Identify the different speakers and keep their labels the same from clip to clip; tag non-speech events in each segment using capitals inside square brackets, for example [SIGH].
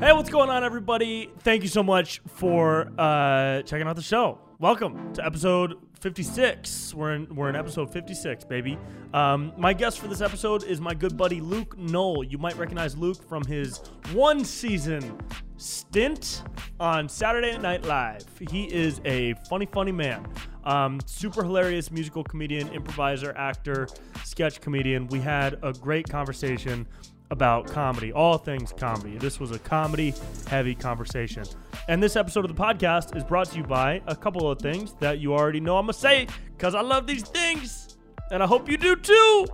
Speaker 1: Hey, what's going on, everybody? Thank you so much for uh, checking out the show. Welcome to episode 56. We're in we're in episode 56, baby. Um, my guest for this episode is my good buddy Luke Knoll. You might recognize Luke from his one season stint on Saturday Night Live. He is a funny, funny man. Um, super hilarious musical comedian, improviser, actor, sketch comedian. We had a great conversation about comedy, all things comedy. This was a comedy heavy conversation. And this episode of the podcast is brought to you by a couple of things that you already know I'm going to say because I love these things. And I hope you do too.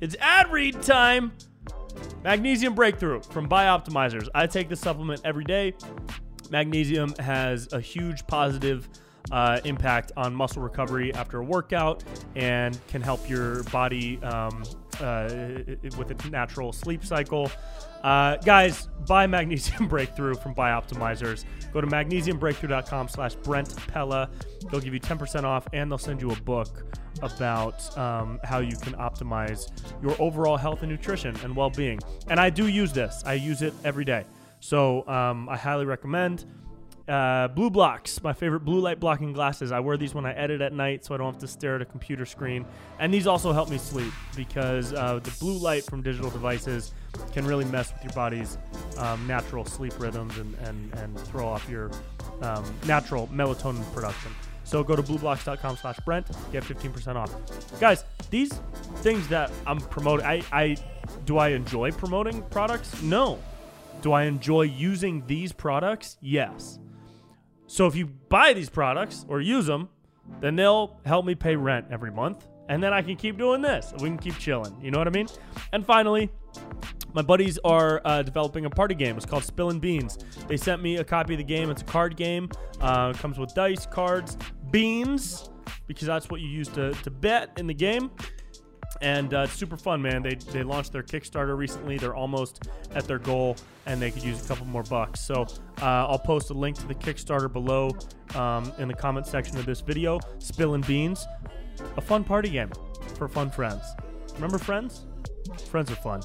Speaker 1: It's ad read time. Magnesium Breakthrough from Bioptimizers. I take this supplement every day. Magnesium has a huge positive uh, impact on muscle recovery after a workout and can help your body um, uh, with a natural sleep cycle. Uh, guys, buy [LAUGHS] Magnesium Breakthrough from Bioptimizers. Go to magnesiumbreakthrough.com slash Brent Pella. They'll give you 10% off and they'll send you a book about um, how you can optimize your overall health and nutrition and well-being. And I do use this. I use it every day. So um, I highly recommend uh, blue blocks, my favorite blue light blocking glasses. I wear these when I edit at night so I don't have to stare at a computer screen. And these also help me sleep because uh, the blue light from digital devices can really mess with your body's um, natural sleep rhythms and, and, and throw off your um, natural melatonin production. So go to blueblocks.com slash Brent, get 15% off. Guys, these things that I'm promoting, I, I do I enjoy promoting products? No. Do I enjoy using these products? Yes. So if you buy these products or use them, then they'll help me pay rent every month. And then I can keep doing this. We can keep chilling. You know what I mean? And finally, my buddies are uh, developing a party game. It's called Spillin' Beans. They sent me a copy of the game. It's a card game. Uh, it comes with dice, cards, beans, because that's what you use to, to bet in the game and uh, it's super fun, man. They they launched their Kickstarter recently. They're almost at their goal, and they could use a couple more bucks. So uh, I'll post a link to the Kickstarter below um, in the comment section of this video. Spillin' beans, a fun party game for fun friends. Remember friends? Friends are fun.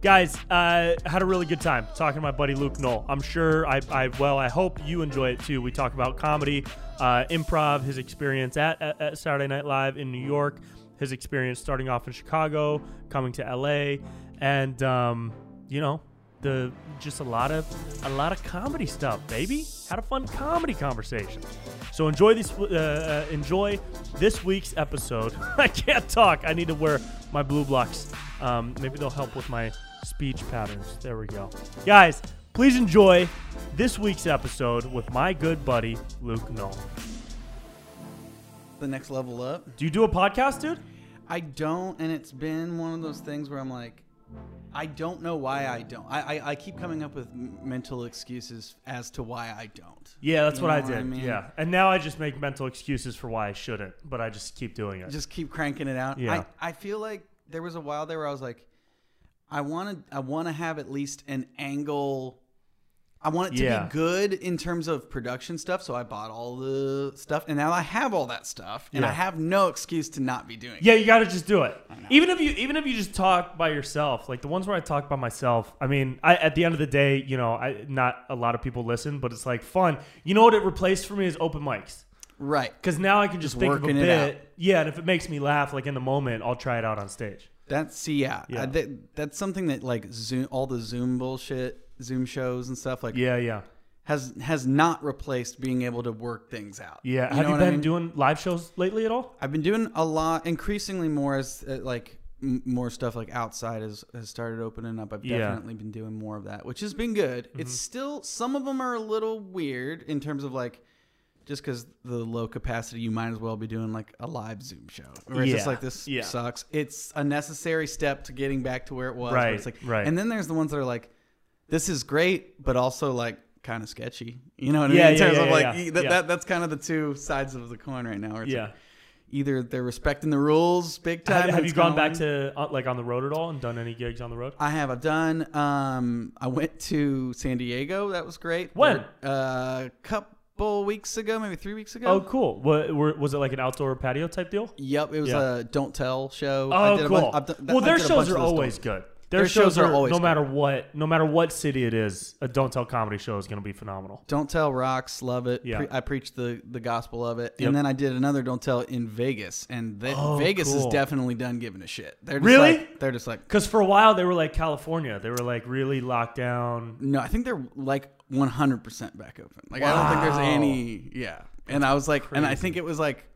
Speaker 1: Guys, uh, had a really good time talking to my buddy Luke Knoll. I'm sure I, I well, I hope you enjoy it too. We talk about comedy, uh, improv, his experience at, at, at Saturday Night Live in New York, his experience starting off in Chicago, coming to LA, and um, you know, the just a lot of a lot of comedy stuff, baby. Had a fun comedy conversation. So enjoy this uh, uh, enjoy this week's episode. [LAUGHS] I can't talk. I need to wear my blue blocks. Um, maybe they'll help with my speech patterns. There we go, guys. Please enjoy this week's episode with my good buddy Luke Knoll.
Speaker 2: the next level up.
Speaker 1: Do you do a podcast, dude?
Speaker 2: I don't, and it's been one of those things where I'm like, I don't know why I don't. I I, I keep coming up with m- mental excuses as to why I don't.
Speaker 1: Yeah, that's
Speaker 2: You
Speaker 1: what I
Speaker 2: know
Speaker 1: did.
Speaker 2: mean?
Speaker 1: Yeah. And now I just make mental excuses for why I shouldn't, but I just keep doing it.
Speaker 2: just keep cranking it out.
Speaker 1: Yeah.
Speaker 2: I, I feel like there was a while there where I was like, I want to I want to have at least an angle. I want it to
Speaker 1: Yeah.
Speaker 2: be good in terms of production stuff, so I bought all the stuff, and now I have all that stuff, and I
Speaker 1: Yeah.
Speaker 2: have no excuse to not be doing it.
Speaker 1: yeah, you got to just do it. Even if you even if you just talk by yourself, like the ones where I talk by myself, I mean, I at the end of the day, you know, I not a lot of people listen, but it's like fun. You know what it replaced for me is open mics.
Speaker 2: Right.
Speaker 1: Cuz now I can just,
Speaker 2: Just
Speaker 1: think of a
Speaker 2: working it out.
Speaker 1: bit. Yeah, and if it makes me laugh like in the moment, I'll try it out on stage.
Speaker 2: That's see, yeah,
Speaker 1: Yeah.
Speaker 2: Uh, that, that's something that like Zoom, all the Zoom bullshit, Zoom shows and stuff like
Speaker 1: Yeah, yeah.
Speaker 2: has has not replaced being able to work things out.
Speaker 1: Yeah,
Speaker 2: know
Speaker 1: have you
Speaker 2: what
Speaker 1: been
Speaker 2: I mean?
Speaker 1: doing live shows lately at all?
Speaker 2: I've been doing a lot, increasingly more as uh, like m- more stuff like outside has has started opening up. I've
Speaker 1: Yeah. Mm-hmm.
Speaker 2: definitely been doing more of that, which has been good. It's still some of them are a little weird in terms of like. Just because the low capacity, you might as well be doing like a live Zoom show. Where it's just
Speaker 1: Yeah.
Speaker 2: like this
Speaker 1: Yeah.
Speaker 2: sucks. It's a necessary step to getting back to where it was. where
Speaker 1: Right,
Speaker 2: it's like,
Speaker 1: right.
Speaker 2: And then there's the ones that are like, this is great, but also like kind of sketchy. You know what
Speaker 1: Yeah,
Speaker 2: I mean? In
Speaker 1: yeah,
Speaker 2: terms
Speaker 1: yeah,
Speaker 2: of
Speaker 1: yeah,
Speaker 2: like
Speaker 1: yeah.
Speaker 2: e- that,
Speaker 1: Yeah.
Speaker 2: that that's kind of the two sides of the coin right now. Where it's like,
Speaker 1: Yeah.
Speaker 2: either they're respecting the rules big time.
Speaker 1: Have, have
Speaker 2: and
Speaker 1: you
Speaker 2: it's
Speaker 1: gone
Speaker 2: kinda
Speaker 1: back
Speaker 2: lame.
Speaker 1: to uh, like on the road at all and done any gigs on the road?
Speaker 2: I have. I've done. Um, I went to San Diego. That was great.
Speaker 1: When?
Speaker 2: Uh, a couple weeks ago, maybe three weeks ago.
Speaker 1: Oh, cool. What, were, was it like an outdoor patio type deal?
Speaker 2: Yep, it was
Speaker 1: Yeah.
Speaker 2: a Don't Tell show. I
Speaker 1: Oh,
Speaker 2: did a
Speaker 1: cool.
Speaker 2: bunch- I've done-
Speaker 1: well,
Speaker 2: I
Speaker 1: their
Speaker 2: did a
Speaker 1: shows
Speaker 2: bunch of
Speaker 1: are
Speaker 2: those
Speaker 1: always good. Their, shows, are, always no matter what, no matter what city it is, a Don't Tell comedy show is going to be phenomenal.
Speaker 2: Don't Tell rocks, love it.
Speaker 1: Yeah.
Speaker 2: Pre- I preached the, the gospel of it.
Speaker 1: Yep.
Speaker 2: And then I did another Don't Tell in Vegas. And they,
Speaker 1: Oh,
Speaker 2: Vegas
Speaker 1: cool.
Speaker 2: is definitely done giving a shit. They're just
Speaker 1: Really?
Speaker 2: Like, they're just like,
Speaker 1: Because for a while they were like California, they were like really locked down.
Speaker 2: no, I think they're like 100% back open. Like, I don't think
Speaker 1: Wow.
Speaker 2: there's any. Yeah. And I was like, and I
Speaker 1: crazy.
Speaker 2: think it was like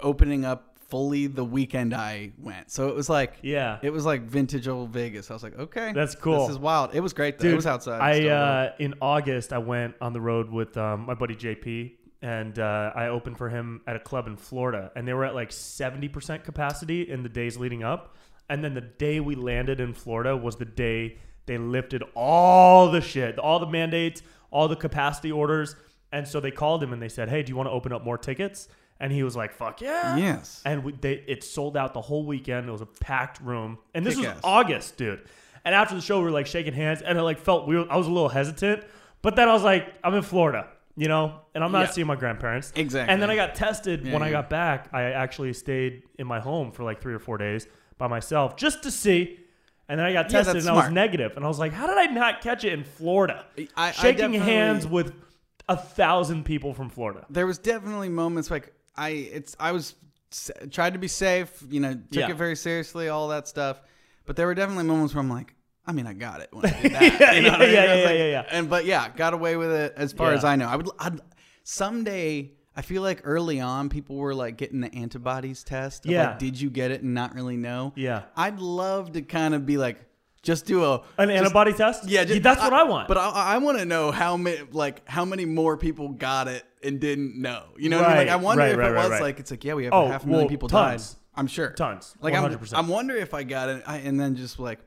Speaker 2: opening up fully the weekend I went. So it was like,
Speaker 1: Yeah,
Speaker 2: It was like vintage old Vegas. I was like, okay,
Speaker 1: That's cool.
Speaker 2: This is wild. It was great though.
Speaker 1: Dude,
Speaker 2: it was outside.
Speaker 1: I
Speaker 2: still,
Speaker 1: uh, in August I went on the road with um, my buddy JP, and uh, I opened for him at a club in Florida, and they were at like seventy percent capacity in the days leading up, and then the day we landed in Florida was the day they lifted all the shit, all the mandates, all the capacity orders, and so they called him and they said, "Hey, do you want to open up more tickets?" And he was like, "Fuck yeah!"
Speaker 2: though. yes.
Speaker 1: and we, they, it sold out the whole weekend. It was a packed room, and this
Speaker 2: Kick
Speaker 1: was
Speaker 2: ass.
Speaker 1: August, dude. And after the show, we were like shaking hands, and I like felt weird. I was a little hesitant, but then I was like, I'm in Florida, you know, and I'm not
Speaker 2: Yeah.
Speaker 1: seeing my grandparents.
Speaker 2: Exactly.
Speaker 1: And then I got tested when I
Speaker 2: yeah.
Speaker 1: got back. I actually stayed in my home for like three or four days by myself just to see. And then I got
Speaker 2: Yeah,
Speaker 1: tested, and
Speaker 2: that's
Speaker 1: I was
Speaker 2: smart.
Speaker 1: negative. And I was like, How did I not catch it in Florida?
Speaker 2: I- I
Speaker 1: shaking
Speaker 2: definitely-
Speaker 1: hands with a thousand people from Florida.
Speaker 2: there was definitely moments like I it's I was s- tried to be safe, you know, took
Speaker 1: Yeah.
Speaker 2: it very seriously, all that stuff. But there were definitely moments where I'm like, I mean, I got it. When
Speaker 1: [LAUGHS]
Speaker 2: I did that,
Speaker 1: Yeah,
Speaker 2: you know what I mean?
Speaker 1: yeah,
Speaker 2: I was
Speaker 1: yeah,
Speaker 2: like-
Speaker 1: yeah, yeah.
Speaker 2: And but yeah, got away with it as far
Speaker 1: Yeah.
Speaker 2: as I know. I would I'd, someday. I feel like early on, people were like getting the antibodies test. Of
Speaker 1: Yeah.
Speaker 2: Like, did you get it and not really know?
Speaker 1: Yeah.
Speaker 2: I'd love to kind of be like, just do a
Speaker 1: An
Speaker 2: just-
Speaker 1: antibody test?
Speaker 2: yeah, ju-
Speaker 1: that's what I want.
Speaker 2: But I, I want to know how many, like, how many more people got it and didn't know. You know, what I mean?
Speaker 1: Right,
Speaker 2: like, I wonder
Speaker 1: right,
Speaker 2: if
Speaker 1: right,
Speaker 2: it
Speaker 1: right,
Speaker 2: was
Speaker 1: right.
Speaker 2: like, it's like, yeah, we have
Speaker 1: Oh,
Speaker 2: half a million
Speaker 1: well,
Speaker 2: people
Speaker 1: tons.
Speaker 2: died. I'm sure,
Speaker 1: Tons.
Speaker 2: Like, I'm,
Speaker 1: 100%.
Speaker 2: I'm wonder if I got it, I, and then just like,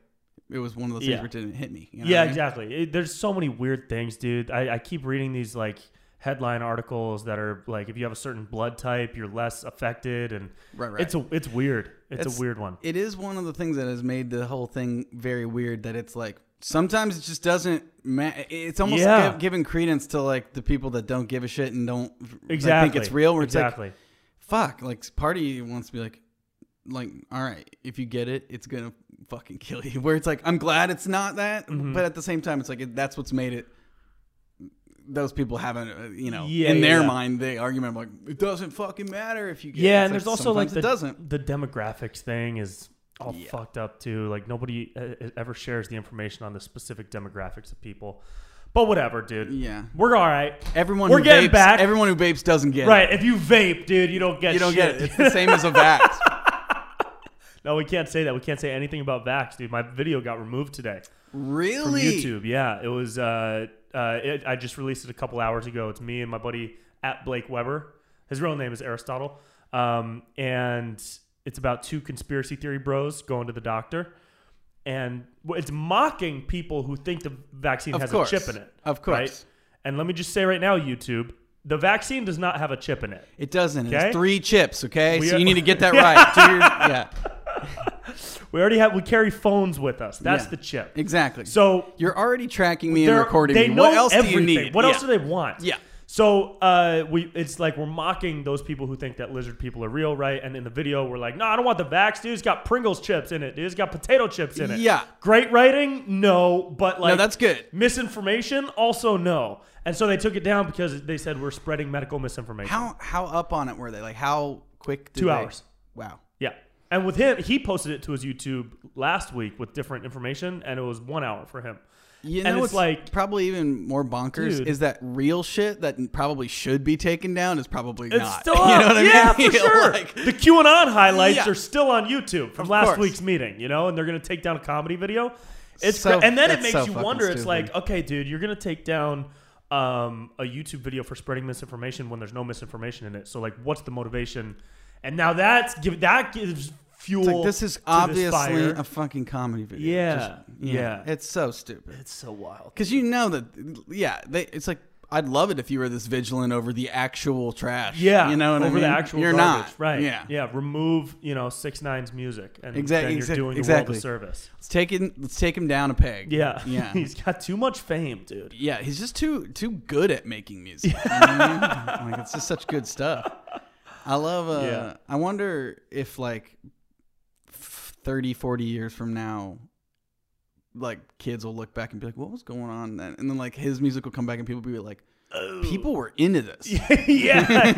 Speaker 2: it was one of those
Speaker 1: Yeah.
Speaker 2: things where it didn't hit me. You know
Speaker 1: yeah,
Speaker 2: what I mean?
Speaker 1: exactly. It- there's so many weird things, dude. I, I keep reading these like headline articles that are like, if you have a certain blood type, you're less affected, and
Speaker 2: Right, right.
Speaker 1: it's a it's weird. It's,
Speaker 2: It's-
Speaker 1: a weird one.
Speaker 2: It is one of the things that has made the whole thing very weird. That it's like sometimes it just doesn't. Ma- it's almost
Speaker 1: Yeah.
Speaker 2: gi- giving credence to like the people that don't give a shit and don't like,
Speaker 1: Exactly.
Speaker 2: think it's real. Where it's like,
Speaker 1: exactly.
Speaker 2: fuck like party wants to be like like all right if you get it it's gonna fucking kill you [LAUGHS] where it's like i'm glad it's not that
Speaker 1: Mm-hmm.
Speaker 2: but at the same time it's like it, that's what's made it those people haven't uh, you know
Speaker 1: Yeah,
Speaker 2: in their
Speaker 1: yeah.
Speaker 2: mind the argument of like it doesn't fucking matter if you get
Speaker 1: yeah,
Speaker 2: it. It's
Speaker 1: and there's also like
Speaker 2: sometimes
Speaker 1: the
Speaker 2: it doesn't
Speaker 1: the demographics thing is all
Speaker 2: Yeah.
Speaker 1: fucked up too. Like nobody uh, ever shares the information on the specific demographics of people. But whatever, dude.
Speaker 2: Yeah.
Speaker 1: we're all right.
Speaker 2: everyone
Speaker 1: We're
Speaker 2: who
Speaker 1: getting
Speaker 2: vapes,
Speaker 1: back.
Speaker 2: everyone who vapes doesn't get
Speaker 1: Right, if you vape, dude, you don't get
Speaker 2: it you don't
Speaker 1: shit.
Speaker 2: get it it's the same as a
Speaker 1: [LAUGHS]
Speaker 2: vax
Speaker 1: No, we can't say that. We can't say anything about Vax, dude. My video got removed today from
Speaker 2: really
Speaker 1: YouTube. Yeah, it was. Uh, uh, it, I just released it a couple hours ago. It's me and my buddy at Blake Weber. His real name is Aristotle, um, and it's about two conspiracy theory bros going to the doctor, and well, it's mocking people who think the vaccine
Speaker 2: Of
Speaker 1: has
Speaker 2: course.
Speaker 1: a chip in it.
Speaker 2: Of course.
Speaker 1: And let me just say right now, YouTube, the vaccine does not have a chip in it.
Speaker 2: it doesn't
Speaker 1: Okay.
Speaker 2: it's three chips okay
Speaker 1: We
Speaker 2: so
Speaker 1: are-
Speaker 2: you need to
Speaker 1: [LAUGHS]
Speaker 2: get that right Do your- yeah
Speaker 1: We already have. We carry phones with us. That's
Speaker 2: Yeah.
Speaker 1: the chip.
Speaker 2: exactly
Speaker 1: So
Speaker 2: You're already tracking me and
Speaker 1: They're-
Speaker 2: recording
Speaker 1: They
Speaker 2: me.
Speaker 1: know
Speaker 2: What else
Speaker 1: everything.
Speaker 2: do you need?
Speaker 1: What
Speaker 2: Yeah.
Speaker 1: else do they want?
Speaker 2: Yeah.
Speaker 1: So uh, we, it's like we're mocking those people who think that lizard people are real, right? And in the video, we're like, "No, I don't want the vax, dude. It's got Pringles chips in it. Dude, it's got potato chips in it.
Speaker 2: Yeah.
Speaker 1: Great writing, no, but like,
Speaker 2: that's good.
Speaker 1: Misinformation, also no. And so they took it down because they said we're spreading medical misinformation.
Speaker 2: How how up on it were they? Like how quick? Did
Speaker 1: Two
Speaker 2: they-
Speaker 1: hours.
Speaker 2: Wow.
Speaker 1: Yeah. And with him, he posted it to his YouTube last week with different information, and it was one hour for him.
Speaker 2: You know
Speaker 1: and it's
Speaker 2: what's
Speaker 1: like,
Speaker 2: probably even more bonkers
Speaker 1: Dude.
Speaker 2: is that real shit that probably should be taken down is probably
Speaker 1: It's
Speaker 2: not. [LAUGHS]
Speaker 1: still
Speaker 2: You
Speaker 1: up.
Speaker 2: know what I
Speaker 1: yeah,
Speaker 2: mean? [LAUGHS]
Speaker 1: for sure.
Speaker 2: Like,
Speaker 1: the QAnon highlights
Speaker 2: Yeah.
Speaker 1: are still on YouTube from
Speaker 2: Of
Speaker 1: last
Speaker 2: course.
Speaker 1: week's meeting, you know, and they're going to take down a comedy video. It's
Speaker 2: So-
Speaker 1: cra- and then it
Speaker 2: that's
Speaker 1: makes
Speaker 2: so
Speaker 1: you
Speaker 2: fucking
Speaker 1: wonder. It's
Speaker 2: stupid.
Speaker 1: like, okay, dude, you're going to take down um, a YouTube video for spreading misinformation when there's no misinformation in it. So like, what's the motivation? And now that's give that gives fuel.
Speaker 2: it's like, this is
Speaker 1: to
Speaker 2: obviously
Speaker 1: fire.
Speaker 2: a fucking comedy video.
Speaker 1: Yeah. Yeah.
Speaker 2: It's so stupid.
Speaker 1: it's so wild.
Speaker 2: Because you know that, yeah, they, it's like I'd love it if you were this vigilant over the actual trash.
Speaker 1: Yeah,
Speaker 2: you know what
Speaker 1: over
Speaker 2: I mean.
Speaker 1: the actual
Speaker 2: You're
Speaker 1: garbage,
Speaker 2: not
Speaker 1: right?
Speaker 2: Yeah,
Speaker 1: yeah. Remove you know six nines music, and
Speaker 2: Exac-
Speaker 1: then you're
Speaker 2: exac-
Speaker 1: doing
Speaker 2: exactly.
Speaker 1: the world a service.
Speaker 2: Let's take it. Let's take him down a peg.
Speaker 1: Yeah, [LAUGHS]
Speaker 2: yeah.
Speaker 1: He's got too much fame, dude.
Speaker 2: [LAUGHS] Yeah, he's just too too good at making music. you know what
Speaker 1: [LAUGHS]
Speaker 2: I mean? like it's just such good stuff. I love uh
Speaker 1: Yeah.
Speaker 2: I wonder if like f- 30 40 years from now like kids will look back and be like, "What was going on?" Then? And then like his music will come back and people will be like, "People were into this.
Speaker 1: yeah, Oh. [LAUGHS]
Speaker 2: [LAUGHS]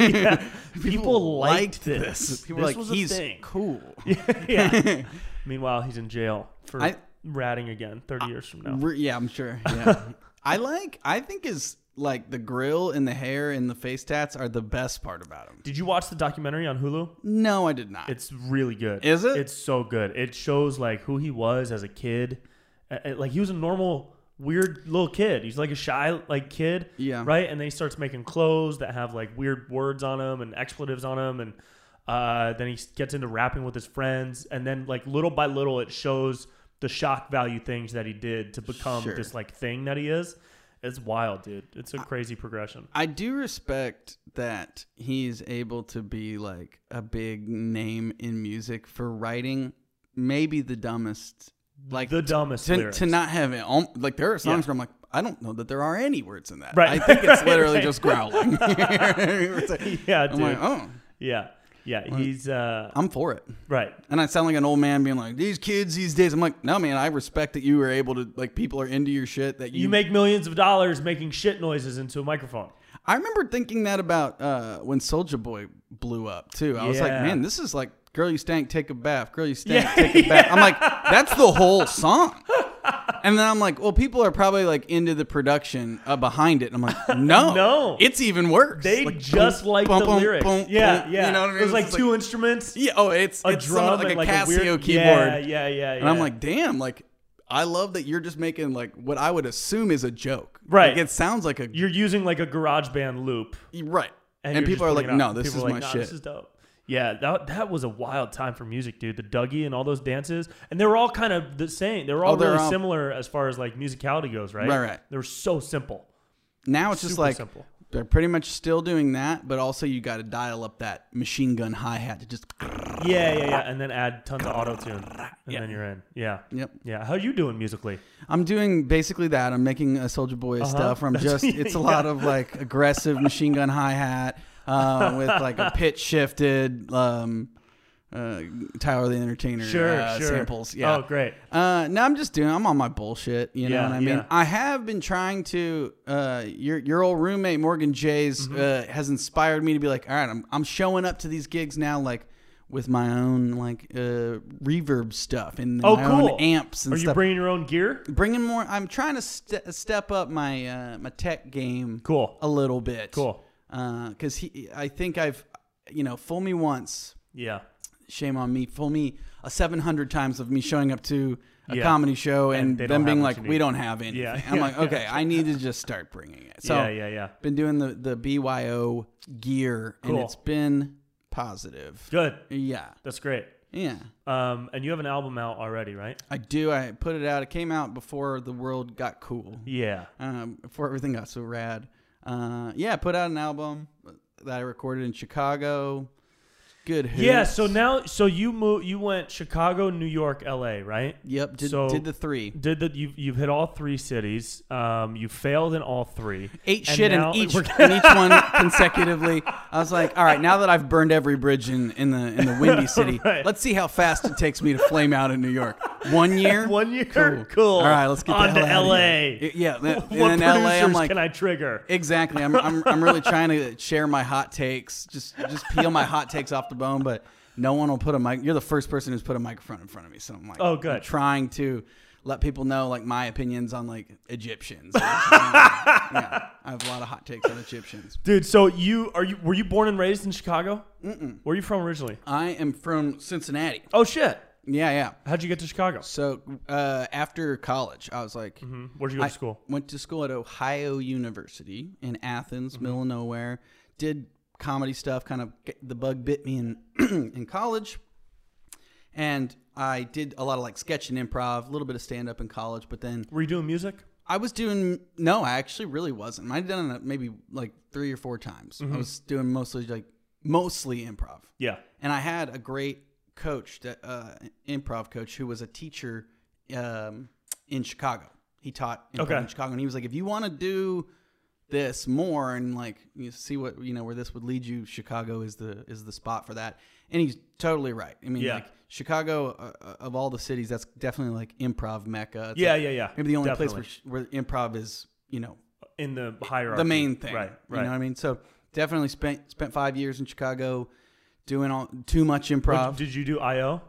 Speaker 1: yeah. [LAUGHS] People, liked, this.
Speaker 2: People were like
Speaker 1: was a
Speaker 2: he's
Speaker 1: thing.
Speaker 2: cool."
Speaker 1: [LAUGHS]
Speaker 2: [LAUGHS]
Speaker 1: yeah. Meanwhile, he's in jail for
Speaker 2: I-
Speaker 1: ratting again 30 years from now.
Speaker 2: We're- yeah, I'm sure. Yeah. I like. I think is like the grill and the hair and the face tats are the best part about him.
Speaker 1: Did you watch the documentary on Hulu?
Speaker 2: No, I did not.
Speaker 1: It's really good.
Speaker 2: Is it?
Speaker 1: It's so good. It shows like who he was as a kid. Uh, uh, Like he was a normal weird little kid. He's like a shy like kid.
Speaker 2: Yeah.
Speaker 1: Right? And then he starts making clothes that have like weird words on them and expletives on them and uh, then he s- gets into rapping with his friends and then like little by little it shows the shock value things that he did to become
Speaker 2: Sure.
Speaker 1: this like thing that he is. It's wild, dude. It's a crazy progression. [LAUGHS]
Speaker 2: I do respect that he's able to be like a big name in music for writing maybe the dumbest like
Speaker 1: The dumbest
Speaker 2: to,
Speaker 1: lyrics.
Speaker 2: to not have it um, like there are songs where I'm like I don't know that there are any words in that.
Speaker 1: Right,
Speaker 2: I think
Speaker 1: [LAUGHS]
Speaker 2: it's
Speaker 1: right,
Speaker 2: literally
Speaker 1: right.
Speaker 2: just
Speaker 1: [LAUGHS]
Speaker 2: growling. [LAUGHS] It's like-
Speaker 1: yeah, dude.
Speaker 2: I'm like, "Oh,
Speaker 1: Yeah. Yeah, he's uh
Speaker 2: I'm for it."
Speaker 1: right.
Speaker 2: And I sound like an old man being like, "These kids these days." I'm like, "No, man, I respect that you were able to like people are into your shit that you,
Speaker 1: You make millions of dollars making shit noises into a microphone.
Speaker 2: I remember thinking that about uh, when Soldier Boy blew up too. I was like,
Speaker 1: Yeah.
Speaker 2: man, this is like girl you stank, take a bath. Girl you stank,
Speaker 1: Yeah,
Speaker 2: take
Speaker 1: [LAUGHS]
Speaker 2: a bath. I'm like, that's the whole song. And then I'm like, well, people are probably like into the production uh, behind it. And I'm
Speaker 1: [LAUGHS]
Speaker 2: like, no,
Speaker 1: No.
Speaker 2: it's even worse.
Speaker 1: They
Speaker 2: Like,
Speaker 1: just
Speaker 2: boom,
Speaker 1: like
Speaker 2: boom,
Speaker 1: the
Speaker 2: boom,
Speaker 1: lyrics.
Speaker 2: boom,
Speaker 1: yeah,
Speaker 2: boom.
Speaker 1: yeah.
Speaker 2: You know what I mean?
Speaker 1: It was
Speaker 2: It's
Speaker 1: like
Speaker 2: just
Speaker 1: two instruments,
Speaker 2: yeah. Oh, it's
Speaker 1: a
Speaker 2: it's some-
Speaker 1: drum,
Speaker 2: like
Speaker 1: and
Speaker 2: a
Speaker 1: like
Speaker 2: Casio
Speaker 1: a weird,
Speaker 2: keyboard.
Speaker 1: Yeah, yeah, yeah, yeah.
Speaker 2: And I'm like, damn, like I love that you're just making like what I would assume is a joke.
Speaker 1: Right.
Speaker 2: Like, it sounds like a
Speaker 1: you're using like a garage band loop,
Speaker 2: right. And,
Speaker 1: and, you're
Speaker 2: people
Speaker 1: just
Speaker 2: are
Speaker 1: putting
Speaker 2: like,
Speaker 1: it
Speaker 2: no,
Speaker 1: out.
Speaker 2: this
Speaker 1: People
Speaker 2: is
Speaker 1: are
Speaker 2: my
Speaker 1: like, nah,
Speaker 2: shit.
Speaker 1: This is dope. Yeah, that that was a wild time for music, dude. The Dougie and all those dances, and they were all kind of the same. They were all
Speaker 2: Oh, they're
Speaker 1: really
Speaker 2: all-
Speaker 1: similar as far as like musicality goes, right?
Speaker 2: Right, right.
Speaker 1: They were so simple.
Speaker 2: Now it's just
Speaker 1: Super
Speaker 2: like
Speaker 1: simple.
Speaker 2: they're pretty much still doing that, but also you got to dial up that machine gun hi hat to just. [CLEARS THROAT]
Speaker 1: Yeah, yeah, yeah. And then add tons of auto tune, and then you're in. Yeah.
Speaker 2: Yep.
Speaker 1: Yeah. How you doing musically?
Speaker 2: I'm doing basically that. I'm making a Soldier Boy stuff. Where I'm
Speaker 1: Uh-huh. [LAUGHS] That's-
Speaker 2: just it's a lot of like aggressive machine gun hi hat uh,
Speaker 1: [LAUGHS]
Speaker 2: with like a pitch shifted um, uh, Tyler the Entertainer
Speaker 1: Sure,
Speaker 2: uh,
Speaker 1: sure.
Speaker 2: samples. Yeah.
Speaker 1: Oh, great.
Speaker 2: Uh, no, I'm just doing. I'm on my bullshit. You know
Speaker 1: Yeah,
Speaker 2: what I mean.
Speaker 1: yeah.
Speaker 2: I have been trying to. Uh, your your old roommate Morgan Jays
Speaker 1: Mm-hmm.
Speaker 2: uh, has inspired me to be like, all right, I'm I'm showing up to these gigs now, like with my own like uh, reverb stuff and
Speaker 1: Oh,
Speaker 2: my
Speaker 1: cool.
Speaker 2: own amps and
Speaker 1: Are you
Speaker 2: stuff.
Speaker 1: bringing your own gear?
Speaker 2: Bringing more. I'm trying to ste- step up my uh, my tech game
Speaker 1: Cool.
Speaker 2: a little bit.
Speaker 1: Cool.
Speaker 2: Because he, I think I've, you know, fool me once,
Speaker 1: Yeah.
Speaker 2: shame on me. Fool me a seven hundred times of me showing up to a
Speaker 1: Yeah.
Speaker 2: comedy show and,
Speaker 1: they don't
Speaker 2: them being
Speaker 1: have what
Speaker 2: like,
Speaker 1: you
Speaker 2: "We
Speaker 1: need."
Speaker 2: don't have
Speaker 1: [LAUGHS]
Speaker 2: anything."
Speaker 1: Yeah.
Speaker 2: I'm like, "Okay, I need to just start bringing it." So,
Speaker 1: yeah, yeah, yeah.
Speaker 2: been doing the the BYO gear,
Speaker 1: Cool.
Speaker 2: and it's been positive.
Speaker 1: Good.
Speaker 2: Yeah,
Speaker 1: That's great.
Speaker 2: yeah.
Speaker 1: Um, and you have an album out already, right?
Speaker 2: I do. I put it out. It came out before the world got cool.
Speaker 1: Yeah.
Speaker 2: um, before everything got so rad. Uh, yeah, I put out an album that I recorded in Chicago. Good. Hoots.
Speaker 1: Yeah. So now, so you move, you went Chicago, New York, L.A., right?
Speaker 2: Yep. Did,
Speaker 1: so-
Speaker 2: did the three.
Speaker 1: Did the you've you've hit all three cities? Um, you failed in all three.
Speaker 2: Ate
Speaker 1: And
Speaker 2: shit in
Speaker 1: now-
Speaker 2: each [LAUGHS] in each
Speaker 1: [LAUGHS]
Speaker 2: one consecutively. I was like, all right, now that I've burned every bridge in, in the in the
Speaker 1: [LAUGHS]
Speaker 2: windy city,
Speaker 1: Right.
Speaker 2: let's see how fast it takes me to flame out in New York. One
Speaker 1: [LAUGHS]
Speaker 2: year.
Speaker 1: One year. Cool.
Speaker 2: Cool. All right, let's get the
Speaker 1: on to
Speaker 2: hell outta
Speaker 1: L.A.
Speaker 2: here.
Speaker 1: [LAUGHS]
Speaker 2: Yeah. then-
Speaker 1: What
Speaker 2: And then LA, I'm
Speaker 1: producers
Speaker 2: like,
Speaker 1: can I trigger?
Speaker 2: Exactly. I'm, I'm, I'm really trying to share my hot takes, just just peel my hot takes off the bone, but no one will put a mic. You're the first person who's put a microphone in front of me, so I'm like,
Speaker 1: Oh, good.
Speaker 2: I'm trying to let people know like my opinions on like
Speaker 1: [LAUGHS]
Speaker 2: Egyptians. yeah, I have a lot of hot takes on Egyptians.
Speaker 1: Dude, so you are you were you born and raised in Chicago? Mm-mm. Where are you from originally?
Speaker 2: I am from Cincinnati.
Speaker 1: Oh shit!
Speaker 2: Yeah, yeah.
Speaker 1: How'd you get to Chicago?
Speaker 2: So uh, after college, I was like,
Speaker 1: Where'd you go to school?
Speaker 2: Went to school at Ohio University in Athens,
Speaker 1: Mm-hmm.
Speaker 2: middle of nowhere. Did comedy stuff. Kind of get, the bug bit me in [CLEARS THROAT] in college, and I did a lot of like sketch and improv, a little bit of stand up in college. But then
Speaker 1: Were you doing music?
Speaker 2: I was doing no, I actually really wasn't. I'd done it maybe like three or four times.
Speaker 1: Mm-hmm.
Speaker 2: I was doing mostly like mostly improv.
Speaker 1: Yeah.
Speaker 2: And I had a great coach, that, uh, improv coach, who was a teacher um, in Chicago. He taught improv
Speaker 1: Okay.
Speaker 2: in Chicago, and he was like, "If you want to do this more and like you see what you know where this would lead you, Chicago is the is the spot for that." and he's totally right. I mean,
Speaker 1: Yeah.
Speaker 2: like Chicago uh, uh, of all the cities, that's definitely like improv mecca. It's
Speaker 1: Yeah,
Speaker 2: like
Speaker 1: yeah, yeah.
Speaker 2: Maybe the only place
Speaker 1: Definitely.
Speaker 2: where, where improv is, you know,
Speaker 1: in the hierarchy.
Speaker 2: the main thing.
Speaker 1: Right,
Speaker 2: You
Speaker 1: right.
Speaker 2: know what I mean? So definitely spent spent five years in Chicago doing all too much improv.
Speaker 1: What- Did you do Mm-hmm. IO?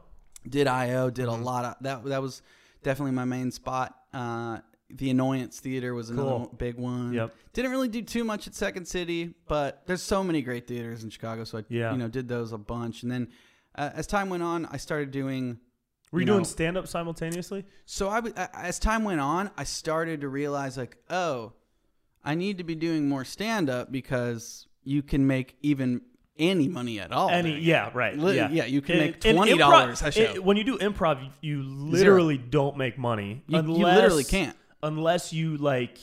Speaker 2: did IO, did a lot of that. That was definitely my main spot. Uh, the Annoyance Theater was another
Speaker 1: Cool.
Speaker 2: one- big one.
Speaker 1: Yep.
Speaker 2: Didn't really do too much at Second City, but there's so many great theaters in Chicago, so I
Speaker 1: Yeah.
Speaker 2: you know did those a bunch. And then uh, as time went on, I started doing.
Speaker 1: Were you,
Speaker 2: You
Speaker 1: doing
Speaker 2: know-
Speaker 1: stand up simultaneously?
Speaker 2: So I was I- as time went on, I started to realize like, oh, I need to be doing more stand up because you can make even any money at all.
Speaker 1: Any, yeah, right.
Speaker 2: Oh, Li-
Speaker 1: yeah.
Speaker 2: yeah, you can
Speaker 1: In-
Speaker 2: make
Speaker 1: in
Speaker 2: $20
Speaker 1: improv-
Speaker 2: a show.
Speaker 1: it- when you do improv, you, you literally don't make money.
Speaker 2: You- you
Speaker 1: unless,
Speaker 2: literally can't.
Speaker 1: Unless you like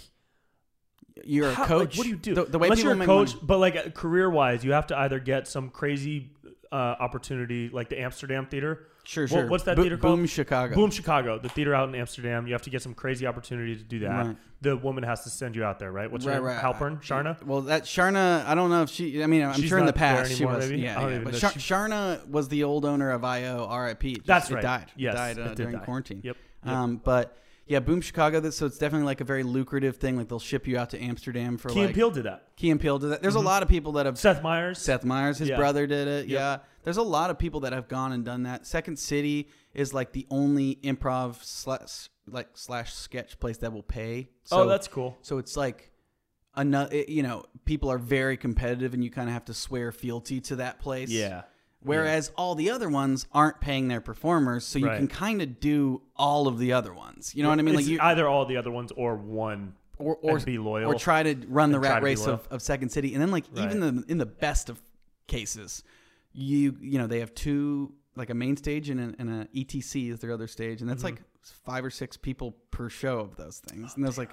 Speaker 2: You're a
Speaker 1: how- like,
Speaker 2: coach.
Speaker 1: what do you do?
Speaker 2: The, the way
Speaker 1: Unless
Speaker 2: people
Speaker 1: you're a
Speaker 2: make
Speaker 1: coach,
Speaker 2: money-
Speaker 1: but like career wise, you have to either get some crazy uh, opportunity, like the Amsterdam Theater.
Speaker 2: Sure,
Speaker 1: What-
Speaker 2: sure.
Speaker 1: What's that
Speaker 2: Bo-
Speaker 1: theater called?
Speaker 2: Boom Chicago.
Speaker 1: Boom Chicago, the theater out in Amsterdam. You have to get some crazy opportunity to do that.
Speaker 2: Right.
Speaker 1: The woman has to send you out there, right? What's her
Speaker 2: Right,
Speaker 1: name?
Speaker 2: right.
Speaker 1: Halpern, Sharna.
Speaker 2: Well, that Sharna, I don't know if she. I mean, I'm
Speaker 1: She's
Speaker 2: sure in the
Speaker 1: not there
Speaker 2: past
Speaker 1: anymore,
Speaker 2: she was.
Speaker 1: maybe? I
Speaker 2: Yeah,
Speaker 1: don't
Speaker 2: yeah.
Speaker 1: even
Speaker 2: But
Speaker 1: know.
Speaker 2: Shar
Speaker 1: She-
Speaker 2: Sharna was the old owner of IO, RIP. It just-
Speaker 1: That's right.
Speaker 2: It died. It
Speaker 1: Yes,
Speaker 2: died
Speaker 1: it
Speaker 2: uh,
Speaker 1: did
Speaker 2: during
Speaker 1: die.
Speaker 2: quarantine.
Speaker 1: Yep, yep.
Speaker 2: Um, but yeah, Boom Chicago. That so it's definitely like a very lucrative thing. Like they'll ship you out to Amsterdam for
Speaker 1: Key
Speaker 2: like
Speaker 1: and Peele did that.
Speaker 2: Key and Peele did that. There's a lot of people that have
Speaker 1: Seth Meyers.
Speaker 2: Seth Meyers, his
Speaker 1: Mm-hmm. Yeah.
Speaker 2: brother did it.
Speaker 1: Yep.
Speaker 2: Yeah. There's a lot of people that have gone and done that. Second City is like the only improv slash like slash sketch place that will pay. So,
Speaker 1: oh, that's cool.
Speaker 2: so it's like another you know, people are very competitive and you kind of have to swear fealty to that place.
Speaker 1: Yeah.
Speaker 2: Whereas all the other ones aren't paying their performers, so you
Speaker 1: Right.
Speaker 2: can kind of do all of the other ones. You know what I mean?
Speaker 1: It's
Speaker 2: you,
Speaker 1: either all the other ones or one.
Speaker 2: or or
Speaker 1: and be loyal.
Speaker 2: or try to run the
Speaker 1: And try to
Speaker 2: rat
Speaker 1: be
Speaker 2: race
Speaker 1: loyal.
Speaker 2: of, of second city and then like even the, in the best of cases you you know they have two like a main stage and an and a etc is their other stage and that's
Speaker 1: Mm-hmm.
Speaker 2: like five or six people per show of those things
Speaker 1: Oh,
Speaker 2: and there's like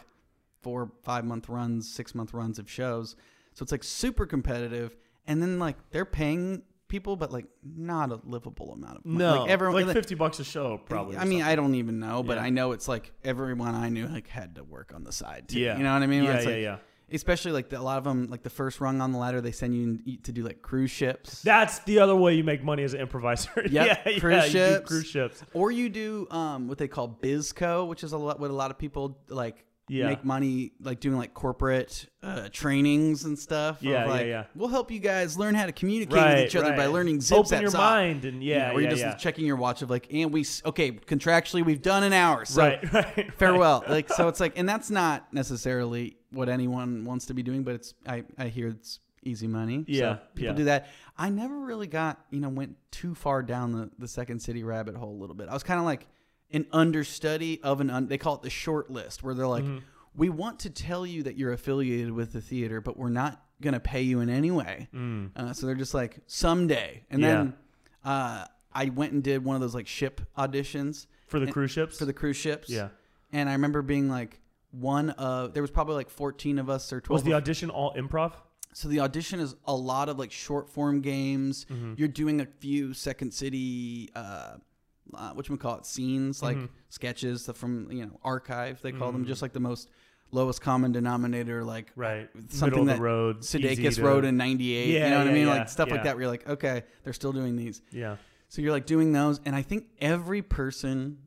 Speaker 2: four five month runs six month runs of shows so it's like super competitive and then like they're paying people but like not a livable amount of money
Speaker 1: No,
Speaker 2: like everyone
Speaker 1: like
Speaker 2: like-
Speaker 1: fifty bucks a show, probably.
Speaker 2: I mean, I don't even know, but
Speaker 1: Yeah.
Speaker 2: I know it's like everyone I knew like had to work on the side. Too,
Speaker 1: Yeah.
Speaker 2: you know what I mean? Where
Speaker 1: Yeah,
Speaker 2: it's
Speaker 1: yeah,
Speaker 2: like-
Speaker 1: yeah.
Speaker 2: Especially like the, a lot of them, like the first rung on the ladder, they send you in- to do like cruise ships,
Speaker 1: that's the other way you make money as an improviser. [LAUGHS] yeah, yeah,
Speaker 2: cruise
Speaker 1: you do
Speaker 2: ships.
Speaker 1: cruise ships.
Speaker 2: or you do um, what they call bizco, which is a lot what a lot of people like
Speaker 1: Yeah.
Speaker 2: make money like doing like corporate uh, trainings and stuff. of,
Speaker 1: Yeah, yeah,
Speaker 2: like,
Speaker 1: yeah.
Speaker 2: We'll help you guys learn how to communicate
Speaker 1: Right,
Speaker 2: with each other by
Speaker 1: right.
Speaker 2: learning zip
Speaker 1: Open
Speaker 2: zap,
Speaker 1: your
Speaker 2: zop.
Speaker 1: mind and yeah,
Speaker 2: where
Speaker 1: yeah,
Speaker 2: you're just
Speaker 1: yeah.
Speaker 2: checking your watch of like, and we s- okay contractually we've done an hour, so
Speaker 1: right, [LAUGHS] right.
Speaker 2: farewell like so it's like and
Speaker 1: [LAUGHS]
Speaker 2: that's not necessarily what anyone wants to be doing but it's i i hear it's easy money
Speaker 1: Yeah,
Speaker 2: so people
Speaker 1: yeah.
Speaker 2: do that i never really got you know went too far down the the second city rabbit hole a little bit i was kind of like an understudy of an un, they call it the short list where they're like
Speaker 1: Mm-hmm.
Speaker 2: we want to tell you that you're affiliated with the theater but we're not going to pay you in any way
Speaker 1: Mm.
Speaker 2: uh, so they're just like someday and then uh, i went and did one of those like ship auditions
Speaker 1: For the cruise ships.
Speaker 2: for the cruise ships
Speaker 1: yeah.
Speaker 2: and I remember being like one of there was probably like 14 of us or 12
Speaker 1: Was the
Speaker 2: of-
Speaker 1: audition all improv?
Speaker 2: so the audition is a lot of like short form games
Speaker 1: Mm-hmm.
Speaker 2: you're doing a few second city uh uh, what call it scenes
Speaker 1: Mm-hmm.
Speaker 2: like sketches the- from you know archive they call them just like the most lowest common denominator like
Speaker 1: Right. Middle
Speaker 2: something that
Speaker 1: of the road. easy
Speaker 2: Sudeikis
Speaker 1: to-
Speaker 2: wrote in 98
Speaker 1: Yeah,
Speaker 2: you know what
Speaker 1: yeah,
Speaker 2: I mean
Speaker 1: yeah,
Speaker 2: like stuff
Speaker 1: yeah.
Speaker 2: like that where you're like okay they're still doing these
Speaker 1: Yeah.
Speaker 2: so you're like doing those, and I think every person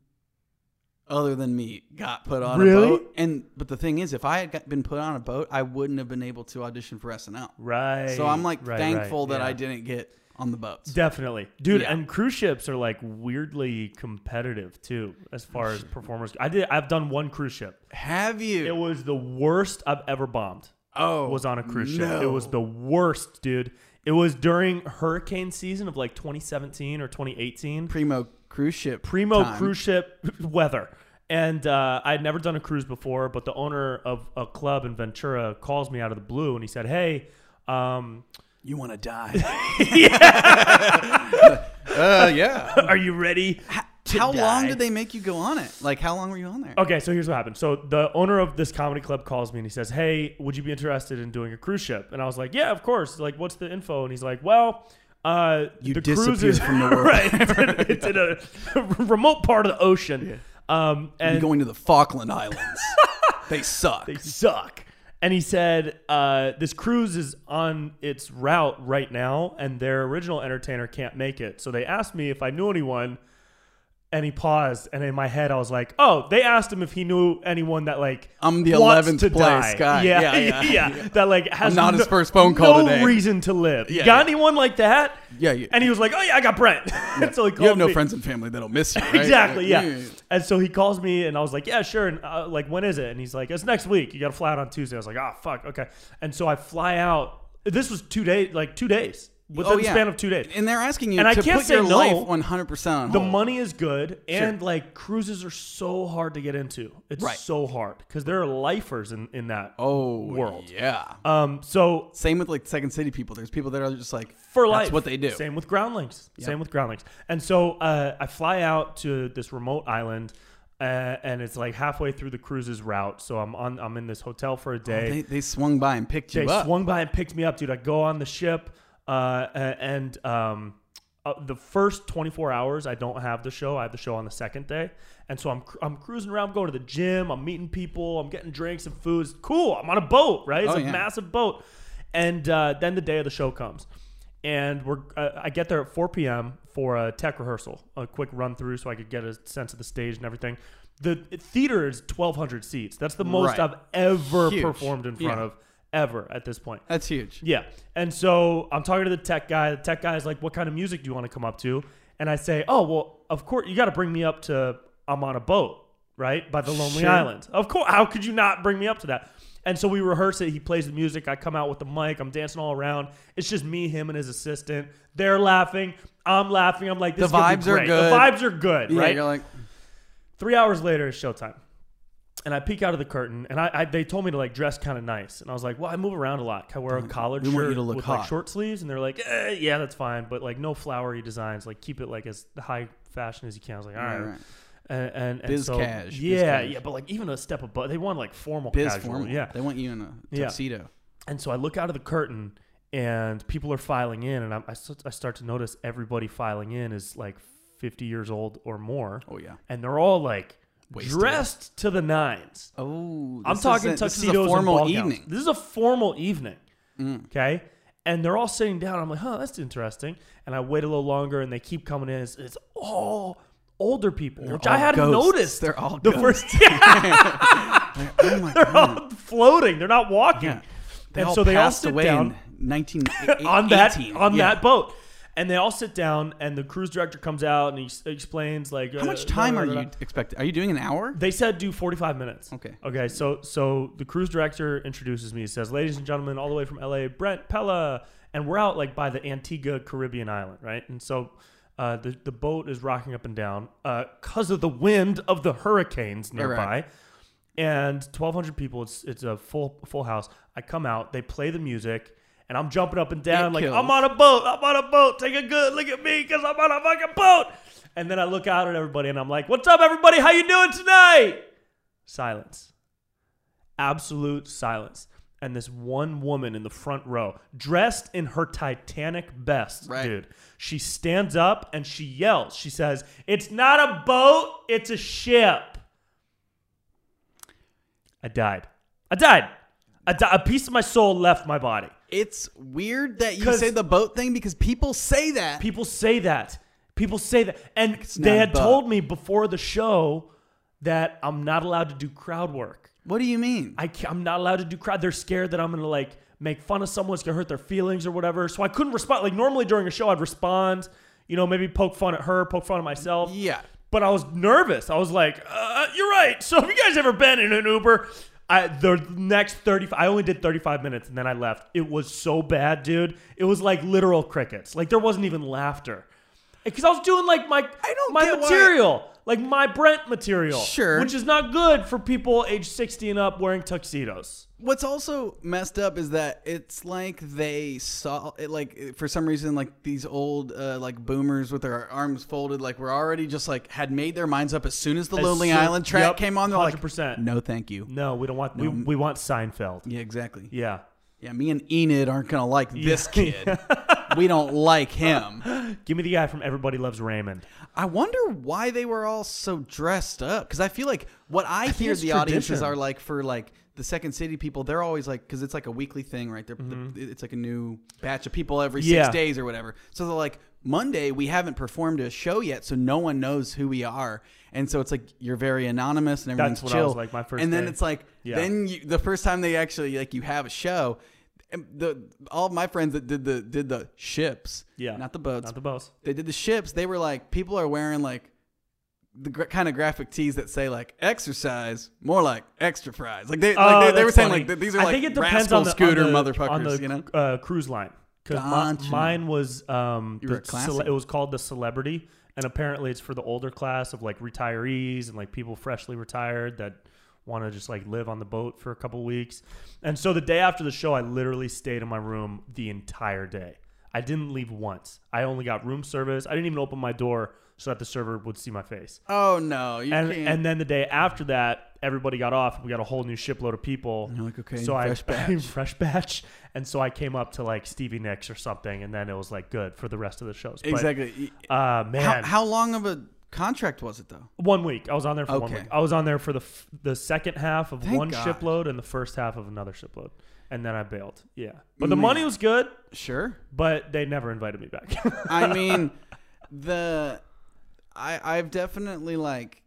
Speaker 2: other than me got put on
Speaker 1: Really?
Speaker 2: a boat. And but the thing is, if I had got, been put on a boat, I wouldn't have been able to audition for SNL.
Speaker 1: Right.
Speaker 2: So I'm like
Speaker 1: right, right,
Speaker 2: thankful that
Speaker 1: yeah.
Speaker 2: I didn't get on the boats.
Speaker 1: Definitely, dude.
Speaker 2: Yeah.
Speaker 1: And cruise ships are like weirdly competitive too, as far as performers. I did. I've done one cruise ship.
Speaker 2: have
Speaker 1: It
Speaker 2: you?
Speaker 1: was the worst I've ever bombed.
Speaker 2: oh,
Speaker 1: was on a cruise ship. It
Speaker 2: no.
Speaker 1: was the worst, dude. It was during hurricane season of like 2017 or 2018.
Speaker 2: primo cruise ship.
Speaker 1: Primo
Speaker 2: time.
Speaker 1: cruise ship [LAUGHS] weather. And uh, I had never done a cruise before, but the owner of a club in Ventura calls me out of the blue and he said, Hey, um,
Speaker 2: You want
Speaker 1: [LAUGHS]
Speaker 2: to die? [LAUGHS] uh, yeah.
Speaker 1: are you ready? to
Speaker 2: How long
Speaker 1: die?"
Speaker 2: did they make you go on it? Like, how long were you on there?
Speaker 1: Okay, so here's what happened. So the owner of this comedy club calls me and he says, "Hey, would you be interested in doing a cruise ship?" And I was like, "Yeah, of course." Like, what's the info? And he's like, "Well, uh,
Speaker 2: You
Speaker 1: the cruise
Speaker 2: disappeared
Speaker 1: is
Speaker 2: from
Speaker 1: [LAUGHS]
Speaker 2: the world.
Speaker 1: right. It's in, it's in a [LAUGHS] remote part of the ocean, um,
Speaker 2: You're
Speaker 1: and [LAUGHS]
Speaker 2: going to the Falkland Islands. they suck.
Speaker 1: they suck." and he said, uh, "This cruise is on its route right now, and their original entertainer can't make it. So they asked me if I knew anyone." And he paused, and in my head, I was like, "Oh, they asked him if he knew anyone that like
Speaker 2: I'm the
Speaker 1: wants
Speaker 2: 11th
Speaker 1: to
Speaker 2: place
Speaker 1: die.
Speaker 2: guy.
Speaker 1: Yeah,
Speaker 2: Yeah,
Speaker 1: yeah, [LAUGHS]
Speaker 2: yeah,
Speaker 1: yeah, That like has
Speaker 2: not
Speaker 1: no,
Speaker 2: his first phone call
Speaker 1: no
Speaker 2: today.
Speaker 1: reason to live.
Speaker 2: Yeah,
Speaker 1: got
Speaker 2: yeah.
Speaker 1: anyone like that?
Speaker 2: Yeah, yeah.
Speaker 1: And he was like, "Oh yeah, I got Brent." [LAUGHS] so he called
Speaker 2: you have no
Speaker 1: Oh, me.
Speaker 2: friends and family
Speaker 1: [LAUGHS]
Speaker 2: that'll miss you. right? Mm.
Speaker 1: Exactly. Yeah.
Speaker 2: Like,
Speaker 1: And so he calls me, and I was like, "Yeah, sure." And uh, like, when is it? And he's like, "It's next week. You got to fly out on Tuesday." I was like, "Oh fuck, okay." And so I fly out. This was two days, like two days within
Speaker 2: Oh,
Speaker 1: the
Speaker 2: yeah.
Speaker 1: span of two days.
Speaker 2: And they're asking you
Speaker 1: And
Speaker 2: to
Speaker 1: I can't
Speaker 2: put
Speaker 1: say
Speaker 2: your
Speaker 1: no.
Speaker 2: life 100% on
Speaker 1: the
Speaker 2: hold.
Speaker 1: money is good, and like cruises are so hard to get into. It's
Speaker 2: Right.
Speaker 1: so hard because there are lifers in in that.
Speaker 2: oh,
Speaker 1: world.
Speaker 2: Yeah.
Speaker 1: Um. So
Speaker 2: Same with like Second City people. There's people that are just like
Speaker 1: for
Speaker 2: that's
Speaker 1: life.
Speaker 2: what they do.
Speaker 1: Same with groundlings. Same with groundlings. And so uh, I fly out to this remote island, uh, and it's like halfway through the cruise's route. So I'm on. I'm in this hotel for a day.
Speaker 2: They, they swung by and picked
Speaker 1: they
Speaker 2: you up.
Speaker 1: swung by and picked me up, dude. I go on the ship, uh, a- and um, uh, the first 24 hours, I don't have the show. I have the show on the second day, and so I'm cr- I'm cruising around, I'm going to the gym, I'm meeting people, I'm getting drinks and foods. Cool. I'm on a boat, right? It's
Speaker 2: Oh,
Speaker 1: a
Speaker 2: yeah.
Speaker 1: massive boat, and uh, then the day of the show comes. And we're, uh, I get there at 4 p.m. for a tech rehearsal, a quick run through, so I could get a sense of the stage and everything. The theater is 1,200 seats. That's the most
Speaker 2: Right.
Speaker 1: I've ever
Speaker 2: Huge.
Speaker 1: performed in front
Speaker 2: Yeah.
Speaker 1: of ever at this point.
Speaker 2: That's huge.
Speaker 1: Yeah. And so I'm talking to the tech guy. The tech guy is like, What kind of music do you want to come up to? And I say, Oh, well, of course, you got to bring me up to I'm on a boat, right? By the Lonely
Speaker 2: Sure.
Speaker 1: Island. Of course. How could you not bring me up to that? And so we rehearse it. He plays the music. I come out with the mic. I'm dancing all around. It's just me, him, and his assistant. They're laughing. I'm laughing. I'm like, this
Speaker 2: The
Speaker 1: is gonna be
Speaker 2: vibes are
Speaker 1: great.
Speaker 2: good.
Speaker 1: The vibes are good,
Speaker 2: Yeah,
Speaker 1: right?
Speaker 2: You're like,
Speaker 1: Three hours later, it's showtime. And I peek out of the curtain, and I, I they told me to like dress kind of nice, and I was like, "Well, I move around a lot. Can I wear a collared
Speaker 2: we
Speaker 1: shirt
Speaker 2: want you to look
Speaker 1: with
Speaker 2: hot."
Speaker 1: like short sleeves?" And they're like, eh, "Yeah, that's fine, but like no flowery designs. Like keep it like as high fashion as you can." I was like, "All right."
Speaker 2: Right, right.
Speaker 1: And, and, and
Speaker 2: Biz
Speaker 1: so,
Speaker 2: cash, biz
Speaker 1: yeah,
Speaker 2: cash.
Speaker 1: yeah, but like even a step above, they want like formal,
Speaker 2: biz
Speaker 1: casual,
Speaker 2: formal.
Speaker 1: yeah.
Speaker 2: They want you in a
Speaker 1: Yeah.
Speaker 2: tuxedo.
Speaker 1: And so I look out of the curtain, and people are filing in, and I'm, I, st- I start to notice everybody filing in is like 50 years old or more,
Speaker 2: Oh yeah.
Speaker 1: and they're all like
Speaker 2: Wasted.
Speaker 1: dressed to the nines.
Speaker 2: Oh,
Speaker 1: I'm
Speaker 2: this
Speaker 1: talking
Speaker 2: isn't-
Speaker 1: tuxedos
Speaker 2: This is a formal
Speaker 1: and ball gowns.
Speaker 2: evening. Mm.
Speaker 1: This is a formal evening. Okay. And they're all sitting down. I'm like, huh, that's interesting. And I wait a little longer and they keep coming in. It's, it's all older people, which I
Speaker 2: all
Speaker 1: hadn't
Speaker 2: ghosts.
Speaker 1: noticed.
Speaker 2: They're all
Speaker 1: the
Speaker 2: ghosts.
Speaker 1: first [LAUGHS] yeah,
Speaker 2: Oh my
Speaker 1: they're [LAUGHS]
Speaker 2: [LAUGHS]
Speaker 1: all floating. They're not walking.
Speaker 2: Yeah. They
Speaker 1: and
Speaker 2: all
Speaker 1: so they all
Speaker 2: passed
Speaker 1: sit
Speaker 2: away
Speaker 1: down
Speaker 2: in 19
Speaker 1: [LAUGHS] on that
Speaker 2: 18.
Speaker 1: on
Speaker 2: Yeah.
Speaker 1: that boat. And they all sit down and the cruise director comes out and he s- explains like uh,
Speaker 2: How much time are you expecting? Are you doing an hour?
Speaker 1: They said do 45 minutes.
Speaker 2: Okay.
Speaker 1: Okay. So so the cruise director introduces me. He says, "Ladies and gentlemen, all the way from LA, Brent Pella." And we're out like by the Antigua Caribbean island, right? And so uh, the the boat is rocking up and down because of the wind of the hurricanes nearby. And 1,200 people. It's it's a full full house. I come out. They play the music. And I'm jumping up and down
Speaker 2: It
Speaker 1: like
Speaker 2: kills.
Speaker 1: I'm on a boat. I'm on a boat. Take a good look at me because I'm on a fucking boat. And then I look out at everybody and I'm like, "What's up, everybody? How you doing tonight?" silence absolute silence and this one woman in the front row dressed in her titanic best
Speaker 2: Right.
Speaker 1: dude she stands up and she yells she says it's not a boat it's a ship i died i died I di- a piece of my soul left my body
Speaker 2: It's weird that you
Speaker 1: 'Cause-
Speaker 2: say the boat thing because people say that.
Speaker 1: People say that. People say that. And
Speaker 2: not
Speaker 1: they
Speaker 2: a
Speaker 1: had
Speaker 2: boat.
Speaker 1: told me before the show that I'm not allowed to do crowd work.
Speaker 2: what do you mean?
Speaker 1: I can't, I'm not allowed to do crowd. They're scared that I'm gonna like make fun of someone. It's gonna hurt their feelings or whatever. So I couldn't respond. Like normally during a show, I'd respond. You know, maybe poke fun at her, poke fun at myself.
Speaker 2: yeah.
Speaker 1: But I was nervous. I was like, uh, "You're right." So if you guys ever been in an Uber, I the next 35. I only did 35 minutes and then I left. It was so bad, dude. It was like literal crickets. Like there wasn't even laughter because I was doing like my I
Speaker 2: don't
Speaker 1: my
Speaker 2: get why-
Speaker 1: material. Like my Brent material,
Speaker 2: Sure.
Speaker 1: which is not good for people age sixty and up wearing tuxedos.
Speaker 2: What's also messed up is that it's like they saw it like for some reason like these old uh, like boomers with their arms folded like were already just like had made their minds up as soon as the Lonely
Speaker 1: soon-
Speaker 2: Island track
Speaker 1: Yep,
Speaker 2: came on they're like
Speaker 1: 100%.
Speaker 2: no thank you.
Speaker 1: No, we don't want. We, we want Seinfeld.
Speaker 2: Yeah, exactly.
Speaker 1: Yeah,
Speaker 2: Yeah, me and Enid aren't gonna
Speaker 1: [LAUGHS]
Speaker 2: like this kid. we don't like him.
Speaker 1: give me the guy from Everybody Loves Raymond.
Speaker 2: I wonder why they were all so dressed up because I feel like what I, hear
Speaker 1: it's
Speaker 2: the audiences
Speaker 1: tradition.
Speaker 2: are like for like the Second City people, they're always like, because it's like a weekly thing, right? They're, they're- it's like a new batch of people every six
Speaker 1: Mm-hmm. Yeah.
Speaker 2: days or whatever. So they're like, Monday, we haven't performed a show yet, so no one knows who we are. And so it's like, you're very anonymous and everyone's
Speaker 1: what I
Speaker 2: chill.
Speaker 1: was like my first
Speaker 2: and then
Speaker 1: day.
Speaker 2: it's like,
Speaker 1: Yeah.
Speaker 2: then you, the first time they actually, like, you have a show, and the all my friends that did the did the ships,
Speaker 1: Yeah.
Speaker 2: not the boats,
Speaker 1: Not the boss.
Speaker 2: they did the ships. They were like, people are wearing like the gra- kind of graphic tees that say like exercise, more like extra fries. Like they,
Speaker 1: Oh,
Speaker 2: like they, they
Speaker 1: that's
Speaker 2: were saying
Speaker 1: funny.
Speaker 2: like th- these are
Speaker 1: I
Speaker 2: like
Speaker 1: think it depends
Speaker 2: rascal
Speaker 1: on the,
Speaker 2: scooter
Speaker 1: on the,
Speaker 2: motherfuckers.
Speaker 1: on the,
Speaker 2: you know,
Speaker 1: uh, cruise line because
Speaker 2: Gotcha.
Speaker 1: mine was um
Speaker 2: You were
Speaker 1: the
Speaker 2: a classic.
Speaker 1: cele- it was called the celebrity and apparently it's for the older class of like retirees and like people freshly retired that want to just like live on the boat for a couple weeks and so the day after the show I literally stayed in my room the entire day I didn't leave once I only got room service I didn't even open my door so that the server would see my face
Speaker 2: oh no, you
Speaker 1: and
Speaker 2: can't.
Speaker 1: and then the day after that, everybody got off. We got a whole new shipload of people.
Speaker 2: you're like, okay,
Speaker 1: so [LAUGHS]
Speaker 2: fresh
Speaker 1: I
Speaker 2: batch.
Speaker 1: fresh batch, and so I came up to like Stevie Nicks or something, and then it was like good for the rest of the shows. But,
Speaker 2: exactly.
Speaker 1: uh, man,
Speaker 2: How, how long of a contract was it though?
Speaker 1: one week. I was on there for one
Speaker 2: Okay.
Speaker 1: week. I was on there for the f- the second half of
Speaker 2: Thank
Speaker 1: one
Speaker 2: God.
Speaker 1: shipload and the first half of another shipload, and then I bailed. Yeah, but
Speaker 2: Mm.
Speaker 1: the money was good,
Speaker 2: Sure.
Speaker 1: but they never invited me back. [LAUGHS]
Speaker 2: I mean, the I I've definitely like